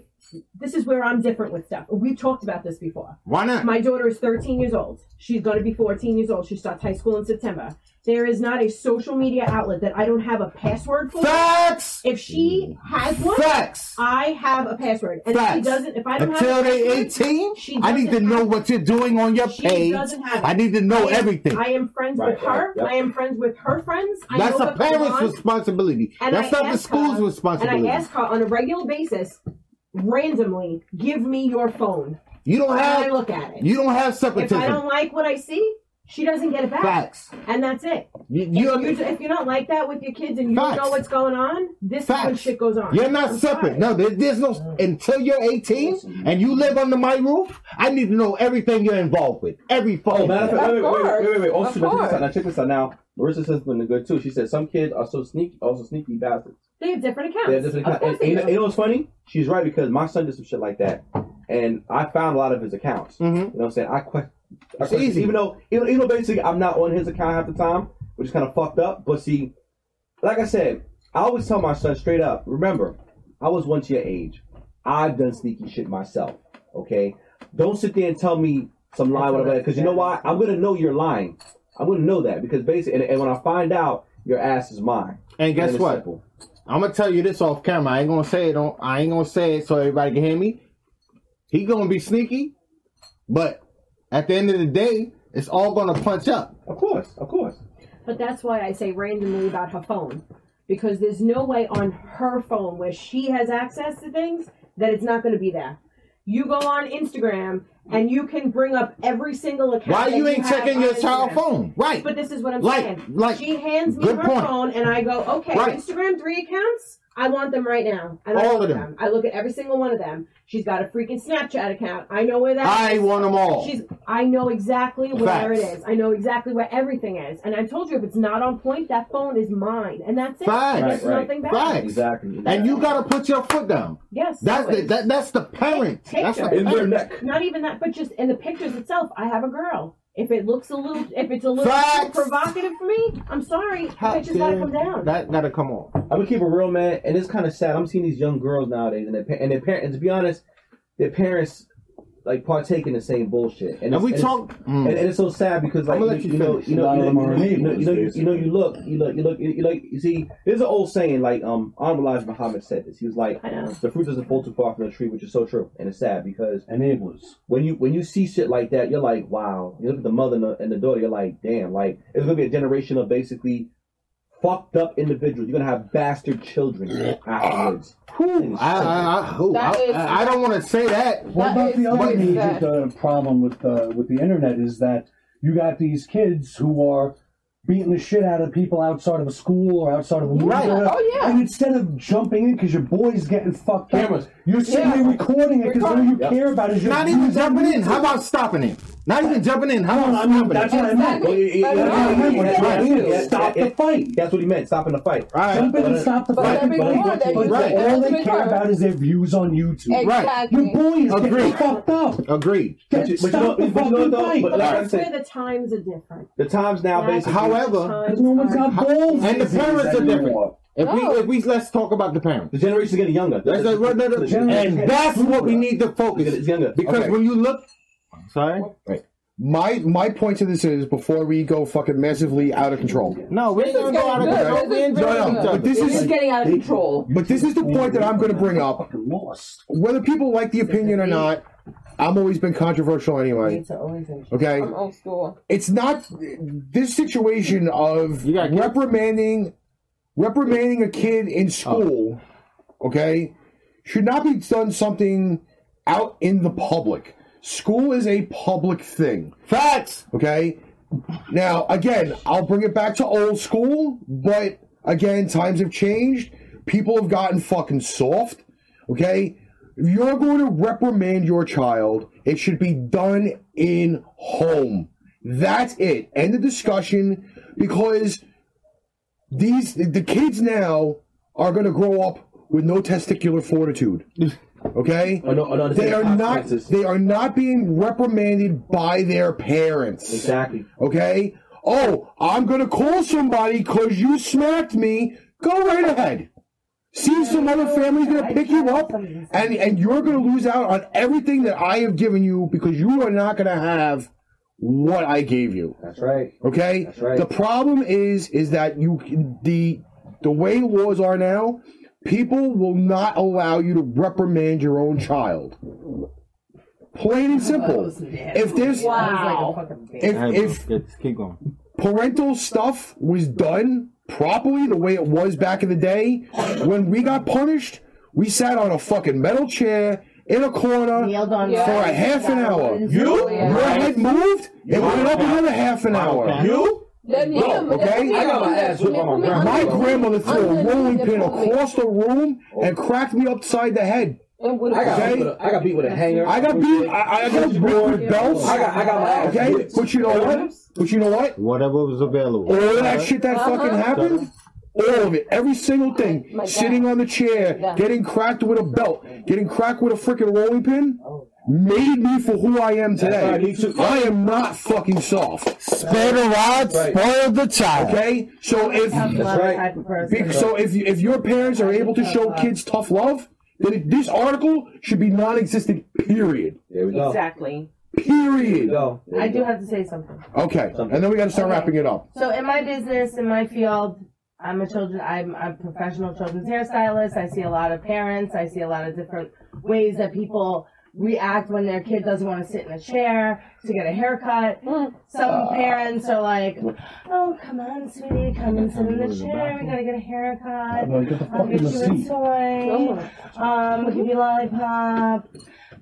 Speaker 8: this is where I'm different with stuff. We've talked about this before.
Speaker 4: Why not?
Speaker 8: My daughter is 13 years old. She's going to be 14 years old. She starts high school in September. There is not a social media outlet that I don't have a password for.
Speaker 4: Facts.
Speaker 8: If she has one,
Speaker 4: Facts.
Speaker 8: I have a password, and if she
Speaker 4: Facts.
Speaker 8: doesn't. If I don't
Speaker 4: Until
Speaker 8: have a
Speaker 4: they're
Speaker 8: password,
Speaker 4: 18,
Speaker 8: she
Speaker 4: I need to
Speaker 8: doesn't
Speaker 4: know what you're doing on your
Speaker 8: she
Speaker 4: page.
Speaker 8: doesn't have it.
Speaker 4: I need to know
Speaker 8: I am-
Speaker 4: everything.
Speaker 8: I am friends
Speaker 4: Right,
Speaker 8: with her.
Speaker 4: right, yep.
Speaker 8: I am friends with her friends. I
Speaker 4: That's
Speaker 8: know
Speaker 4: a
Speaker 8: what's going
Speaker 4: parent's
Speaker 8: on.
Speaker 4: responsibility.
Speaker 8: And
Speaker 4: That's
Speaker 8: I
Speaker 4: not the
Speaker 8: ask
Speaker 4: school's
Speaker 8: her-
Speaker 4: responsibility.
Speaker 8: And I ask her on a regular basis, randomly, give me your phone.
Speaker 4: You don't
Speaker 8: And
Speaker 4: have-
Speaker 8: I look at it.
Speaker 4: you don't have
Speaker 8: If I
Speaker 4: separatism.
Speaker 8: don't like what I see, she doesn't get it back.
Speaker 4: Facts.
Speaker 8: And that's it.
Speaker 4: You- you-
Speaker 8: if, you if you don't like that with your kids and you don't know
Speaker 4: Facts.
Speaker 8: what's going on, this is when shit goes on.
Speaker 4: You're not
Speaker 8: I'm
Speaker 4: separate. No, there, there's no until you're 18 and you live under my roof. I need to know everything you're involved with. Every phone.
Speaker 9: Oh, matter of fact, wait, wait, wait, wait, wait, wait, wait.
Speaker 4: Of
Speaker 9: Also, now check this
Speaker 4: course.
Speaker 9: out. Now check this out. Now, Marissa says something good too. She said some kids are so sneaky, also sneaky bastards.
Speaker 8: They have different accounts.
Speaker 9: They have different
Speaker 8: Of
Speaker 9: accounts.
Speaker 8: course
Speaker 9: And,
Speaker 8: they
Speaker 9: and you know-
Speaker 8: do.
Speaker 9: you know what's funny? She's right because my son did some shit like that, and I found a lot of his accounts. You know what I'm saying? I question.
Speaker 4: Mm-hmm. It's easy.
Speaker 9: Even though, even, even though basically I'm not on his account half the time, which is kind of fucked up. But see, like I said, I always tell my son straight up. Remember, I was once your age. I've done sneaky shit myself. Okay, don't sit there and tell me some lie whatever. Because you know why? I'm gonna know you're lying. I'm gonna know that because basically, and, and when I find out, your ass is mine.
Speaker 4: And guess
Speaker 9: it's
Speaker 4: what?
Speaker 9: simple.
Speaker 4: I'm gonna tell you this off camera. I ain't gonna say it on. I ain't gonna say it so everybody can hear me. He gonna be sneaky, but at the end of the day, it's all gonna punch up.
Speaker 9: Of course, of course.
Speaker 8: But that's why I say randomly about her phone. Because there's no way on her phone where she has access to things that it's not going to be there. You go on Instagram and you can bring up every single account.
Speaker 4: Why
Speaker 8: that
Speaker 4: you ain't
Speaker 8: have
Speaker 4: checking
Speaker 8: on
Speaker 4: your child
Speaker 8: Instagram.
Speaker 4: phone? Right.
Speaker 8: But this is what I'm
Speaker 4: Like-
Speaker 8: saying.
Speaker 4: like-
Speaker 8: she hands me
Speaker 4: good
Speaker 8: her
Speaker 4: point.
Speaker 8: phone and I go, okay,
Speaker 4: Right.
Speaker 8: Instagram three accounts. I want them right now. And I
Speaker 4: All
Speaker 8: look at
Speaker 4: of them.
Speaker 8: I look at every single one of them. She's got a freaking Snapchat account. I know where that
Speaker 4: I
Speaker 8: is.
Speaker 4: want 'em all.
Speaker 8: She's I know exactly where
Speaker 4: Facts.
Speaker 8: it is. I know exactly where everything is. And I told you, if it's not on point, that phone is mine, and that's it.
Speaker 4: Facts.
Speaker 8: There's nothing back.
Speaker 4: Facts. And you gotta put your foot down.
Speaker 8: Yes,
Speaker 4: That's the,
Speaker 8: always.
Speaker 4: that, that's the parent. That's the
Speaker 8: Picture.
Speaker 4: parent.
Speaker 8: Not even that, but just in the pictures itself, I have a girl. If it looks a little, if it's a little too
Speaker 4: Facts.
Speaker 8: provocative for me, I'm sorry. The pictures gotta come down.
Speaker 4: That gotta come on.
Speaker 9: I'm gonna keep it real, man. And it's kind of sad. I'm seeing these young girls nowadays, and their pa- and their parents. And to be honest, their parents like partake in the same bullshit. And,
Speaker 4: And
Speaker 9: it's-
Speaker 4: we
Speaker 9: it's-
Speaker 4: talk- mm.
Speaker 9: and, and it's so sad because like
Speaker 4: I'ma
Speaker 9: you,
Speaker 4: let you
Speaker 9: you know,
Speaker 4: finish.
Speaker 9: you know,
Speaker 4: A lot
Speaker 9: you
Speaker 4: of
Speaker 9: know,
Speaker 4: them are
Speaker 9: you know,
Speaker 4: enablers,
Speaker 9: you know, you know, you look, you look, you look, you like. You see, there's an old saying like um, Honorable Elijah Muhammad said this. He was like,
Speaker 8: I know.
Speaker 9: "The fruit doesn't fall too far from the tree," which is so true, and it's sad because enablers. When you when you see shit like that, you're like, wow. You look at the mother and the, and the daughter, you're like, damn. Like it's gonna be a generation of basically fucked up individuals. You're gonna have bastard children afterwards.
Speaker 4: Whew, I, I, I, whew, I,
Speaker 9: That is-
Speaker 4: I don't want to say that.
Speaker 11: What about the other major the problem with the with the internet is that you got these kids who are beating the shit out of people outside of a school or outside of a movie.
Speaker 4: Right.
Speaker 11: theater,
Speaker 4: Oh, yeah.
Speaker 11: And instead of jumping in because your boy's getting fucked
Speaker 4: Cameras.
Speaker 11: up, you're sitting
Speaker 4: Yeah.
Speaker 11: there recording it because all you
Speaker 4: Yeah.
Speaker 11: care about is your
Speaker 4: Not even jumping in.
Speaker 6: *coughs*
Speaker 4: How about stopping it? Not even jumping in. How about
Speaker 11: I mean,
Speaker 4: stopping
Speaker 11: that's
Speaker 4: it?
Speaker 11: what I meant. Exactly.
Speaker 9: Well, yeah, yeah,
Speaker 11: That's
Speaker 9: yeah,
Speaker 11: what I
Speaker 9: yeah,
Speaker 11: meant.
Speaker 9: yeah,
Speaker 11: That's what I
Speaker 9: yeah,
Speaker 11: meant.
Speaker 9: yeah,
Speaker 11: Stop
Speaker 9: yeah,
Speaker 11: the fight.
Speaker 9: That's what he meant. Stopping the fight.
Speaker 11: Jump in and stop the
Speaker 9: But
Speaker 11: fight.
Speaker 9: every war that you-
Speaker 11: but
Speaker 9: Right.
Speaker 11: all they
Speaker 9: every
Speaker 11: care
Speaker 9: war.
Speaker 11: about is their views on YouTube.
Speaker 8: Exactly.
Speaker 11: Your boy is getting
Speaker 4: Agreed.
Speaker 11: fucked up.
Speaker 4: Agreed.
Speaker 11: Get- stop the fucking fight.
Speaker 8: But that's where the times are different.
Speaker 9: The times now,
Speaker 8: That's
Speaker 9: basically.
Speaker 4: However,
Speaker 8: Because no one's got
Speaker 11: balls
Speaker 4: and the
Speaker 11: these days
Speaker 4: parents are different.
Speaker 11: anymore.
Speaker 4: If
Speaker 8: No.
Speaker 4: we if we let's talk about the parents.
Speaker 9: The generation's getting younger.
Speaker 4: That's like, right, that- and that's what we need to focus.
Speaker 9: It's younger
Speaker 4: Because
Speaker 9: Okay.
Speaker 4: when you look, sorry,
Speaker 6: Right. My my point to this is before we go fucking massively out of control.
Speaker 4: no, we're gonna go out of control. We enjoy each other.
Speaker 6: But this is
Speaker 8: getting out of control.
Speaker 6: But this is the point that I'm going to bring up. Whether people like the opinion or not, I've always been controversial anyway.
Speaker 26: It's always an issue.
Speaker 6: Okay,
Speaker 10: I'm old school.
Speaker 6: it's not this situation of reprimanding reprimanding a kid in school okay should not be done something out in the public school is a public thing
Speaker 4: facts
Speaker 6: okay now again i'll bring it back to old school but again times have changed people have gotten fucking soft okay if you're going to reprimand your child it should be done in home That's it. End of discussion. Because these the kids now are going to grow up with no testicular fortitude. Okay,
Speaker 9: Or no- or no,
Speaker 6: they are not.
Speaker 9: consequences.
Speaker 6: They are not being reprimanded by their parents.
Speaker 9: Exactly.
Speaker 6: Okay. Oh, I'm going to call somebody because you smacked me. Go right ahead. See if some other family's going to pick you up, and and you're going to lose out on everything that I have given you because you are not going to have what I gave you.
Speaker 9: That's right.
Speaker 6: Okay.
Speaker 9: That's right.
Speaker 6: The problem is is that you the the way laws are now, people will not allow you to reprimand your own child. Plain and simple. If there's
Speaker 10: Alright, bro,
Speaker 6: if if
Speaker 10: let's keep going.
Speaker 6: parental stuff was done properly the way it was back in the day, when we got punished, we sat on a fucking metal chair. In a corner
Speaker 7: on
Speaker 6: for a
Speaker 7: rocks,
Speaker 6: half an
Speaker 7: sat
Speaker 6: hour.
Speaker 7: on You?
Speaker 6: your head moved. It went up another half an hour.
Speaker 9: You?
Speaker 25: Let me-
Speaker 6: No,
Speaker 25: let
Speaker 6: okay?
Speaker 25: me-
Speaker 6: I got my
Speaker 9: ass whipped by my grandma.
Speaker 6: My grandmother
Speaker 25: I'm
Speaker 6: threw a
Speaker 25: gonna
Speaker 6: rolling
Speaker 25: need
Speaker 6: pin
Speaker 25: to pull
Speaker 6: across the room and cracked me upside the head.
Speaker 25: And
Speaker 9: I got beat with a- I got beat with a hanger.
Speaker 6: I got beat. I, I got beat with belts.
Speaker 9: I got- I got my ass
Speaker 6: Okay,
Speaker 9: whipped.
Speaker 6: but you know what? But you know what?
Speaker 10: Whatever was available.
Speaker 6: All of that shit that fucking
Speaker 7: Uh-huh.
Speaker 6: happened, all of it, every single
Speaker 7: Oh
Speaker 6: thing, sitting on the chair,
Speaker 10: Yeah.
Speaker 6: getting cracked with a belt, getting cracked with a freaking rolling pin, made me for who I am today.
Speaker 10: right, me too.
Speaker 6: I am not fucking soft.
Speaker 10: Spare the rod, spoil the child.
Speaker 6: Okay, so if
Speaker 7: That's right.
Speaker 6: Big- so if you, if your parents are able to show kids tough love, then it- this article should be non-existent. Period.
Speaker 9: There we
Speaker 7: Exactly.
Speaker 6: Period.
Speaker 7: I do have to say something.
Speaker 6: Okay, and then we got to start wrapping it up.
Speaker 7: So in my business, in my field, I'm a children. I'm a professional children's hairstylist. I see a lot of parents. I see a lot of different ways that people react when their kid doesn't want to sit in a chair to get a haircut. Some
Speaker 8: Mm.
Speaker 7: parents are like, "Oh, come on, sweetie, come and sit in the chair. We gotta get a haircut.
Speaker 8: I'm like, get the fuck
Speaker 7: I'll
Speaker 8: in
Speaker 7: get
Speaker 8: the
Speaker 7: you a
Speaker 8: seat."
Speaker 7: toy. Um, we'll give you a lollipop."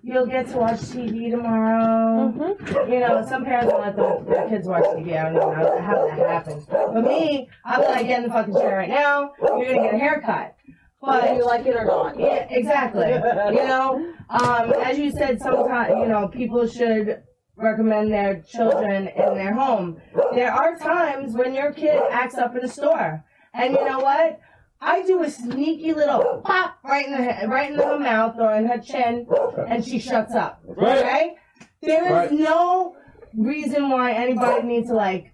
Speaker 7: You'll get to watch TV tomorrow.
Speaker 25: Mm-hmm.
Speaker 7: You know, some parents don't let their, their kids watch TV. I don't even know how that happens. But me, I'm like, get in the fucking chair right now. You're gonna get a haircut. But
Speaker 25: Whether you like it or not.
Speaker 7: Yeah, exactly. you know, um, as you said, sometimes you know people should recommend their children in their home. There are times when your kid acts up in a store, and you know what? I do a sneaky little pop right in the he- right in her mouth or in her chin, and she shuts up.
Speaker 8: Right.
Speaker 7: Okay? There is
Speaker 8: Right.
Speaker 7: no reason why anybody needs to like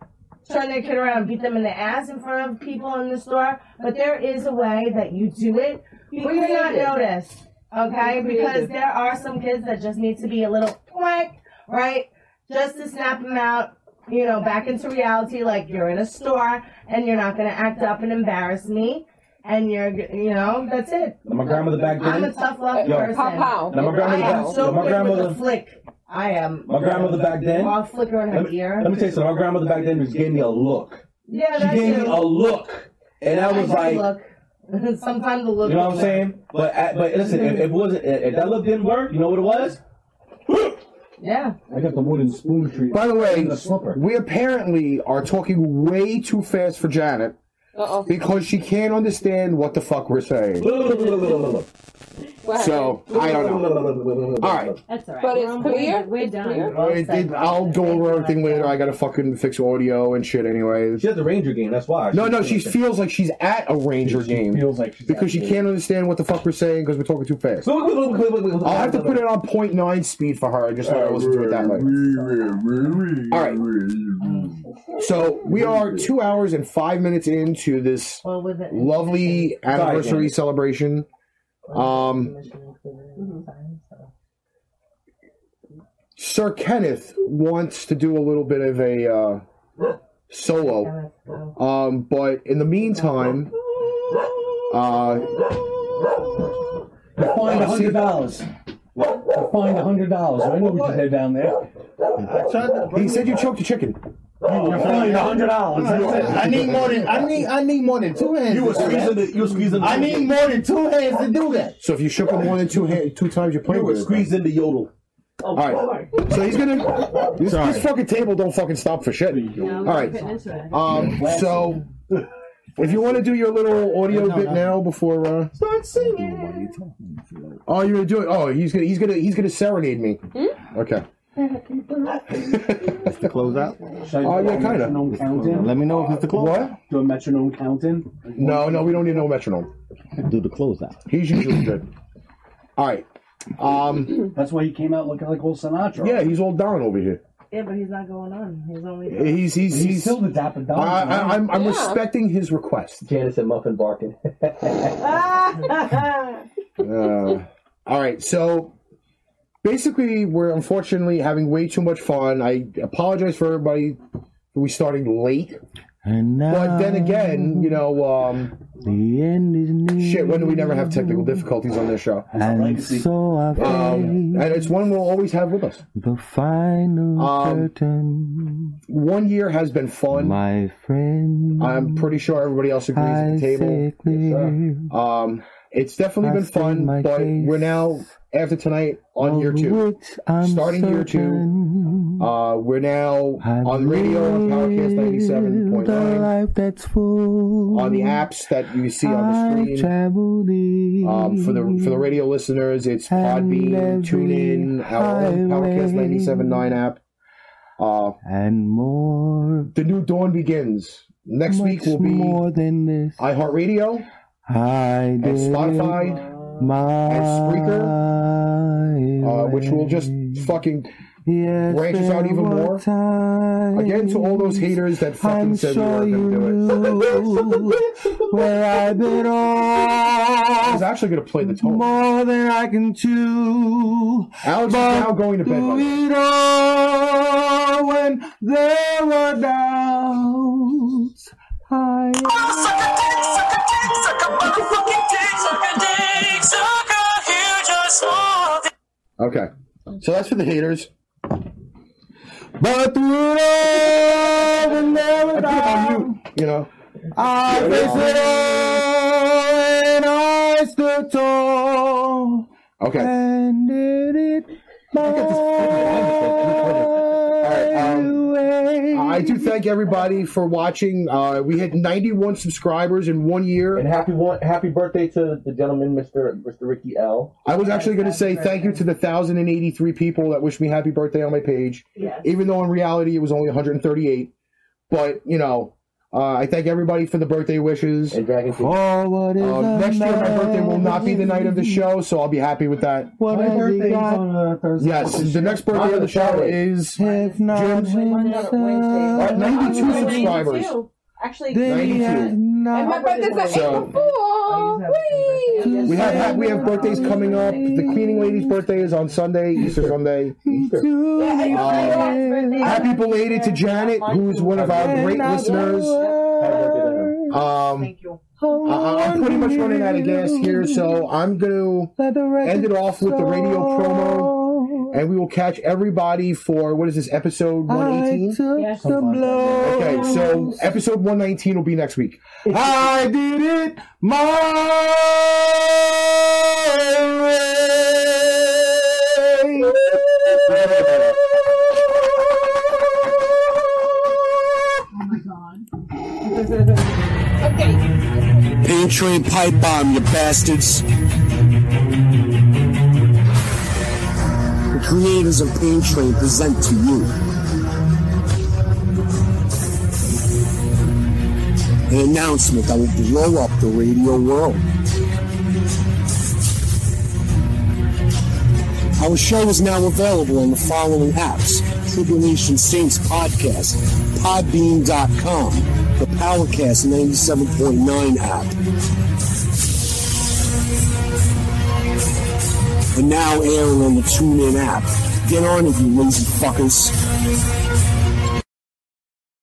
Speaker 7: turn their kid around and beat them in the ass in front of people in the store, but there is a way that you do it where you're not
Speaker 8: creative.
Speaker 7: noticed. Okay?
Speaker 8: Be
Speaker 7: Because
Speaker 8: creative.
Speaker 7: there are some kids that just need to be a little quack, right? Just to snap them out, you know, back into reality. Like you're in a store and you're not going to act up and embarrass me. And you're, g- you know, that's it.
Speaker 9: My grandmother back then.
Speaker 7: I'm a tough love
Speaker 9: Yo.
Speaker 7: person.
Speaker 9: Pow, pow. Now, my grandmother
Speaker 7: I am
Speaker 9: back-
Speaker 7: so
Speaker 9: now, my
Speaker 7: quick
Speaker 9: grandmother-
Speaker 7: with the flick. I am.
Speaker 9: My grandmother back then-
Speaker 7: I'll flicker in her
Speaker 9: Let me,
Speaker 7: ear.
Speaker 9: let me tell you something. My grandmother back then just gave me a look.
Speaker 7: Yeah,
Speaker 9: She
Speaker 7: that's
Speaker 9: gave me
Speaker 7: it.
Speaker 9: a look, and I was
Speaker 7: do
Speaker 9: like,
Speaker 7: look. *laughs* sometimes the look.
Speaker 9: you know what I'm saying? But I, but listen, if, if it wasn't if if that look didn't work, you know what it was?
Speaker 7: Yeah.
Speaker 4: I got the wooden spoon treat.
Speaker 6: By the way,
Speaker 4: the slipper.
Speaker 6: we apparently are talking way too fast for Janet
Speaker 25: Uh-oh.
Speaker 6: because she can't understand what the fuck we're saying. So I don't *laughs* know. All right.
Speaker 7: That's all right.
Speaker 25: But it's
Speaker 7: We're on-
Speaker 25: clear?
Speaker 7: We're
Speaker 25: It's
Speaker 7: done.
Speaker 25: clear?
Speaker 7: We're
Speaker 6: Well,
Speaker 7: all
Speaker 6: it
Speaker 7: set.
Speaker 6: did- I'll go over everything later. I gotta fucking fix audio and shit anyway. She
Speaker 9: has the Ranger game, that's why.
Speaker 6: No, no, she feels like she's at a Ranger game.
Speaker 9: feels like she's
Speaker 6: because
Speaker 9: at
Speaker 6: she
Speaker 9: a-
Speaker 6: can't understand what the fuck we're saying because we're talking too fast. I'll have to put it on 0.9 speed for her. I just let her listen to it that way. All right. So we are two hours and five minutes into this lovely anniversary celebration. Um, Sir Kenneth wants to do a little bit of a uh, solo, um, but in the meantime, uh,
Speaker 4: Find a hundred dollars. Find a hundred dollars. I know what you did down there.
Speaker 6: he said you choked a chicken.
Speaker 4: You're fined a hundred dollars.
Speaker 10: I need more than I need. I need more than two hands.
Speaker 6: You was
Speaker 10: to do that.
Speaker 6: squeezing the- you was squeezing the-
Speaker 10: I need more than two hands to do that.
Speaker 6: So if you shook him more than two hand, two times, you're playing. You were squeezed
Speaker 9: into yodel.
Speaker 6: All right. So he's gonna. This,
Speaker 10: Oh, Sorry.
Speaker 6: this fucking table don't fucking stop for shit. All right. Um. So if you want to do your little audio bit now before. Uh,
Speaker 7: Start singing.
Speaker 10: Hmm?
Speaker 6: oh, you're gonna do it. Oh, he's gonna he's gonna he's gonna serenade me. Okay.
Speaker 10: That's the closeout.
Speaker 11: Should I
Speaker 6: Oh,
Speaker 11: do a metronome count-in?
Speaker 10: Let me know if it's the close.
Speaker 11: What? Do a metronome count in?
Speaker 6: No, no, we don't need no metronome.
Speaker 27: Do the closeout.
Speaker 6: He's usually good. All right. Um,
Speaker 11: That's why he came out looking like old Sinatra.
Speaker 6: yeah, he's all down over here.
Speaker 28: Yeah, but he's not going on. He's only.
Speaker 6: He's he's he's,
Speaker 11: still the dapper dog.
Speaker 6: I, I, I'm I'm
Speaker 28: Yeah.
Speaker 6: respecting his request.
Speaker 27: Janice and Muffin barking. *laughs*
Speaker 8: Ah. *laughs*
Speaker 6: Uh, all right, so basically, we're unfortunately having way too much fun. I apologize for everybody. for We starting late,
Speaker 10: And now
Speaker 6: but then again, you know, um,
Speaker 10: the end is near.
Speaker 6: shit. When do we never have technical difficulties on this show?
Speaker 10: And so I
Speaker 6: Um, and it's one we'll always have with us.
Speaker 10: the final
Speaker 6: Um,
Speaker 10: curtain.
Speaker 6: One year has been fun.
Speaker 10: My friend,
Speaker 6: I'm pretty sure everybody else agrees at the
Speaker 10: I
Speaker 6: table.
Speaker 10: say clear.
Speaker 6: Um, it's definitely
Speaker 10: Mm-hmm. I
Speaker 6: been
Speaker 10: state
Speaker 6: fun,
Speaker 10: my
Speaker 6: but
Speaker 10: case.
Speaker 6: we're now after tonight on year two,
Speaker 10: I'm
Speaker 6: starting year two. Uh, we're now on radio on Powercast ninety-seven point
Speaker 10: The
Speaker 6: nine,
Speaker 10: life that's full.
Speaker 6: on the apps that you see on the
Speaker 10: I've
Speaker 6: screen.
Speaker 10: traveled east.
Speaker 6: Um, for the for the radio listeners, it's Podbean, TuneIn, our own Powercast ninety-seven nine app. Uh,
Speaker 10: and more.
Speaker 6: The new dawn begins. Next week will be
Speaker 10: more than this.
Speaker 6: iHeartRadio
Speaker 10: I
Speaker 6: and
Speaker 10: did
Speaker 6: Spotify.
Speaker 10: my
Speaker 6: and Spreaker, uh, which will just fucking branch us out even more. Again, to all those haters that fucking
Speaker 10: I'm
Speaker 6: said
Speaker 10: sure
Speaker 6: we weren't going to do it. *laughs*
Speaker 10: where I belong.
Speaker 6: I was actually going to play the tone.
Speaker 10: More than I can chew.
Speaker 6: Alex is
Speaker 10: But
Speaker 6: now going to bed. by
Speaker 10: through
Speaker 6: the way.
Speaker 10: it all, when there were doubts, I
Speaker 6: Okay. So that's for the haters.
Speaker 10: But through it all, when there were doubts,
Speaker 6: You know?
Speaker 10: I faced it all, and I stood tall.
Speaker 6: Okay.
Speaker 10: And did it
Speaker 6: um, I do thank everybody for watching. Uh, we hit 91 subscribers in one year.
Speaker 9: And happy one, happy birthday to the gentleman, Mr. Mr. Ricky L.
Speaker 6: I was actually going to say thank you to the 1,083 people that wished me happy birthday on my page,
Speaker 9: Yes.
Speaker 6: even though in reality it was only 138. But, you know, uh, I thank everybody for the birthday wishes.
Speaker 9: And Dragon King.
Speaker 10: Forward Oh, is
Speaker 6: Uh,
Speaker 10: a
Speaker 6: next year, my birthday will not be the night of the show, so I'll be happy with that.
Speaker 10: What
Speaker 11: My
Speaker 10: has he
Speaker 11: birthday's
Speaker 10: got?
Speaker 11: on uh, Thursday.
Speaker 6: Yes, the next birthday of the show is
Speaker 10: If not himself,
Speaker 6: at 92 subscribers.
Speaker 5: Actually,
Speaker 10: then he
Speaker 6: 92.
Speaker 10: has
Speaker 5: And my
Speaker 10: not.
Speaker 5: birthday's the
Speaker 6: So-
Speaker 5: April
Speaker 28: Oh,
Speaker 5: Fool. Whee!
Speaker 6: We have, we have birthdays coming up. The cleaning lady's birthday is on Sunday, Easter Sunday. Happy belated to Janet, who is one of our great listeners. Um, I- I'm pretty much running out of gas here, so I'm gonna end it off with the radio promo, and we will catch everybody for what is this episode 118?
Speaker 10: the
Speaker 6: *laughs*
Speaker 10: blow.
Speaker 6: Okay, so episode 119 will be next week.
Speaker 10: I did it my way.
Speaker 18: Pain train pipe bomb, you bastards. The creators of Pain Train present to you an announcement that will blow up the radio world. Our show is now available on the following apps Tribulation Saints Podcast, Podbean.com, the Powercast 97.9 app. And now airing on the TuneIn app. Get on it, you lazy fuckers.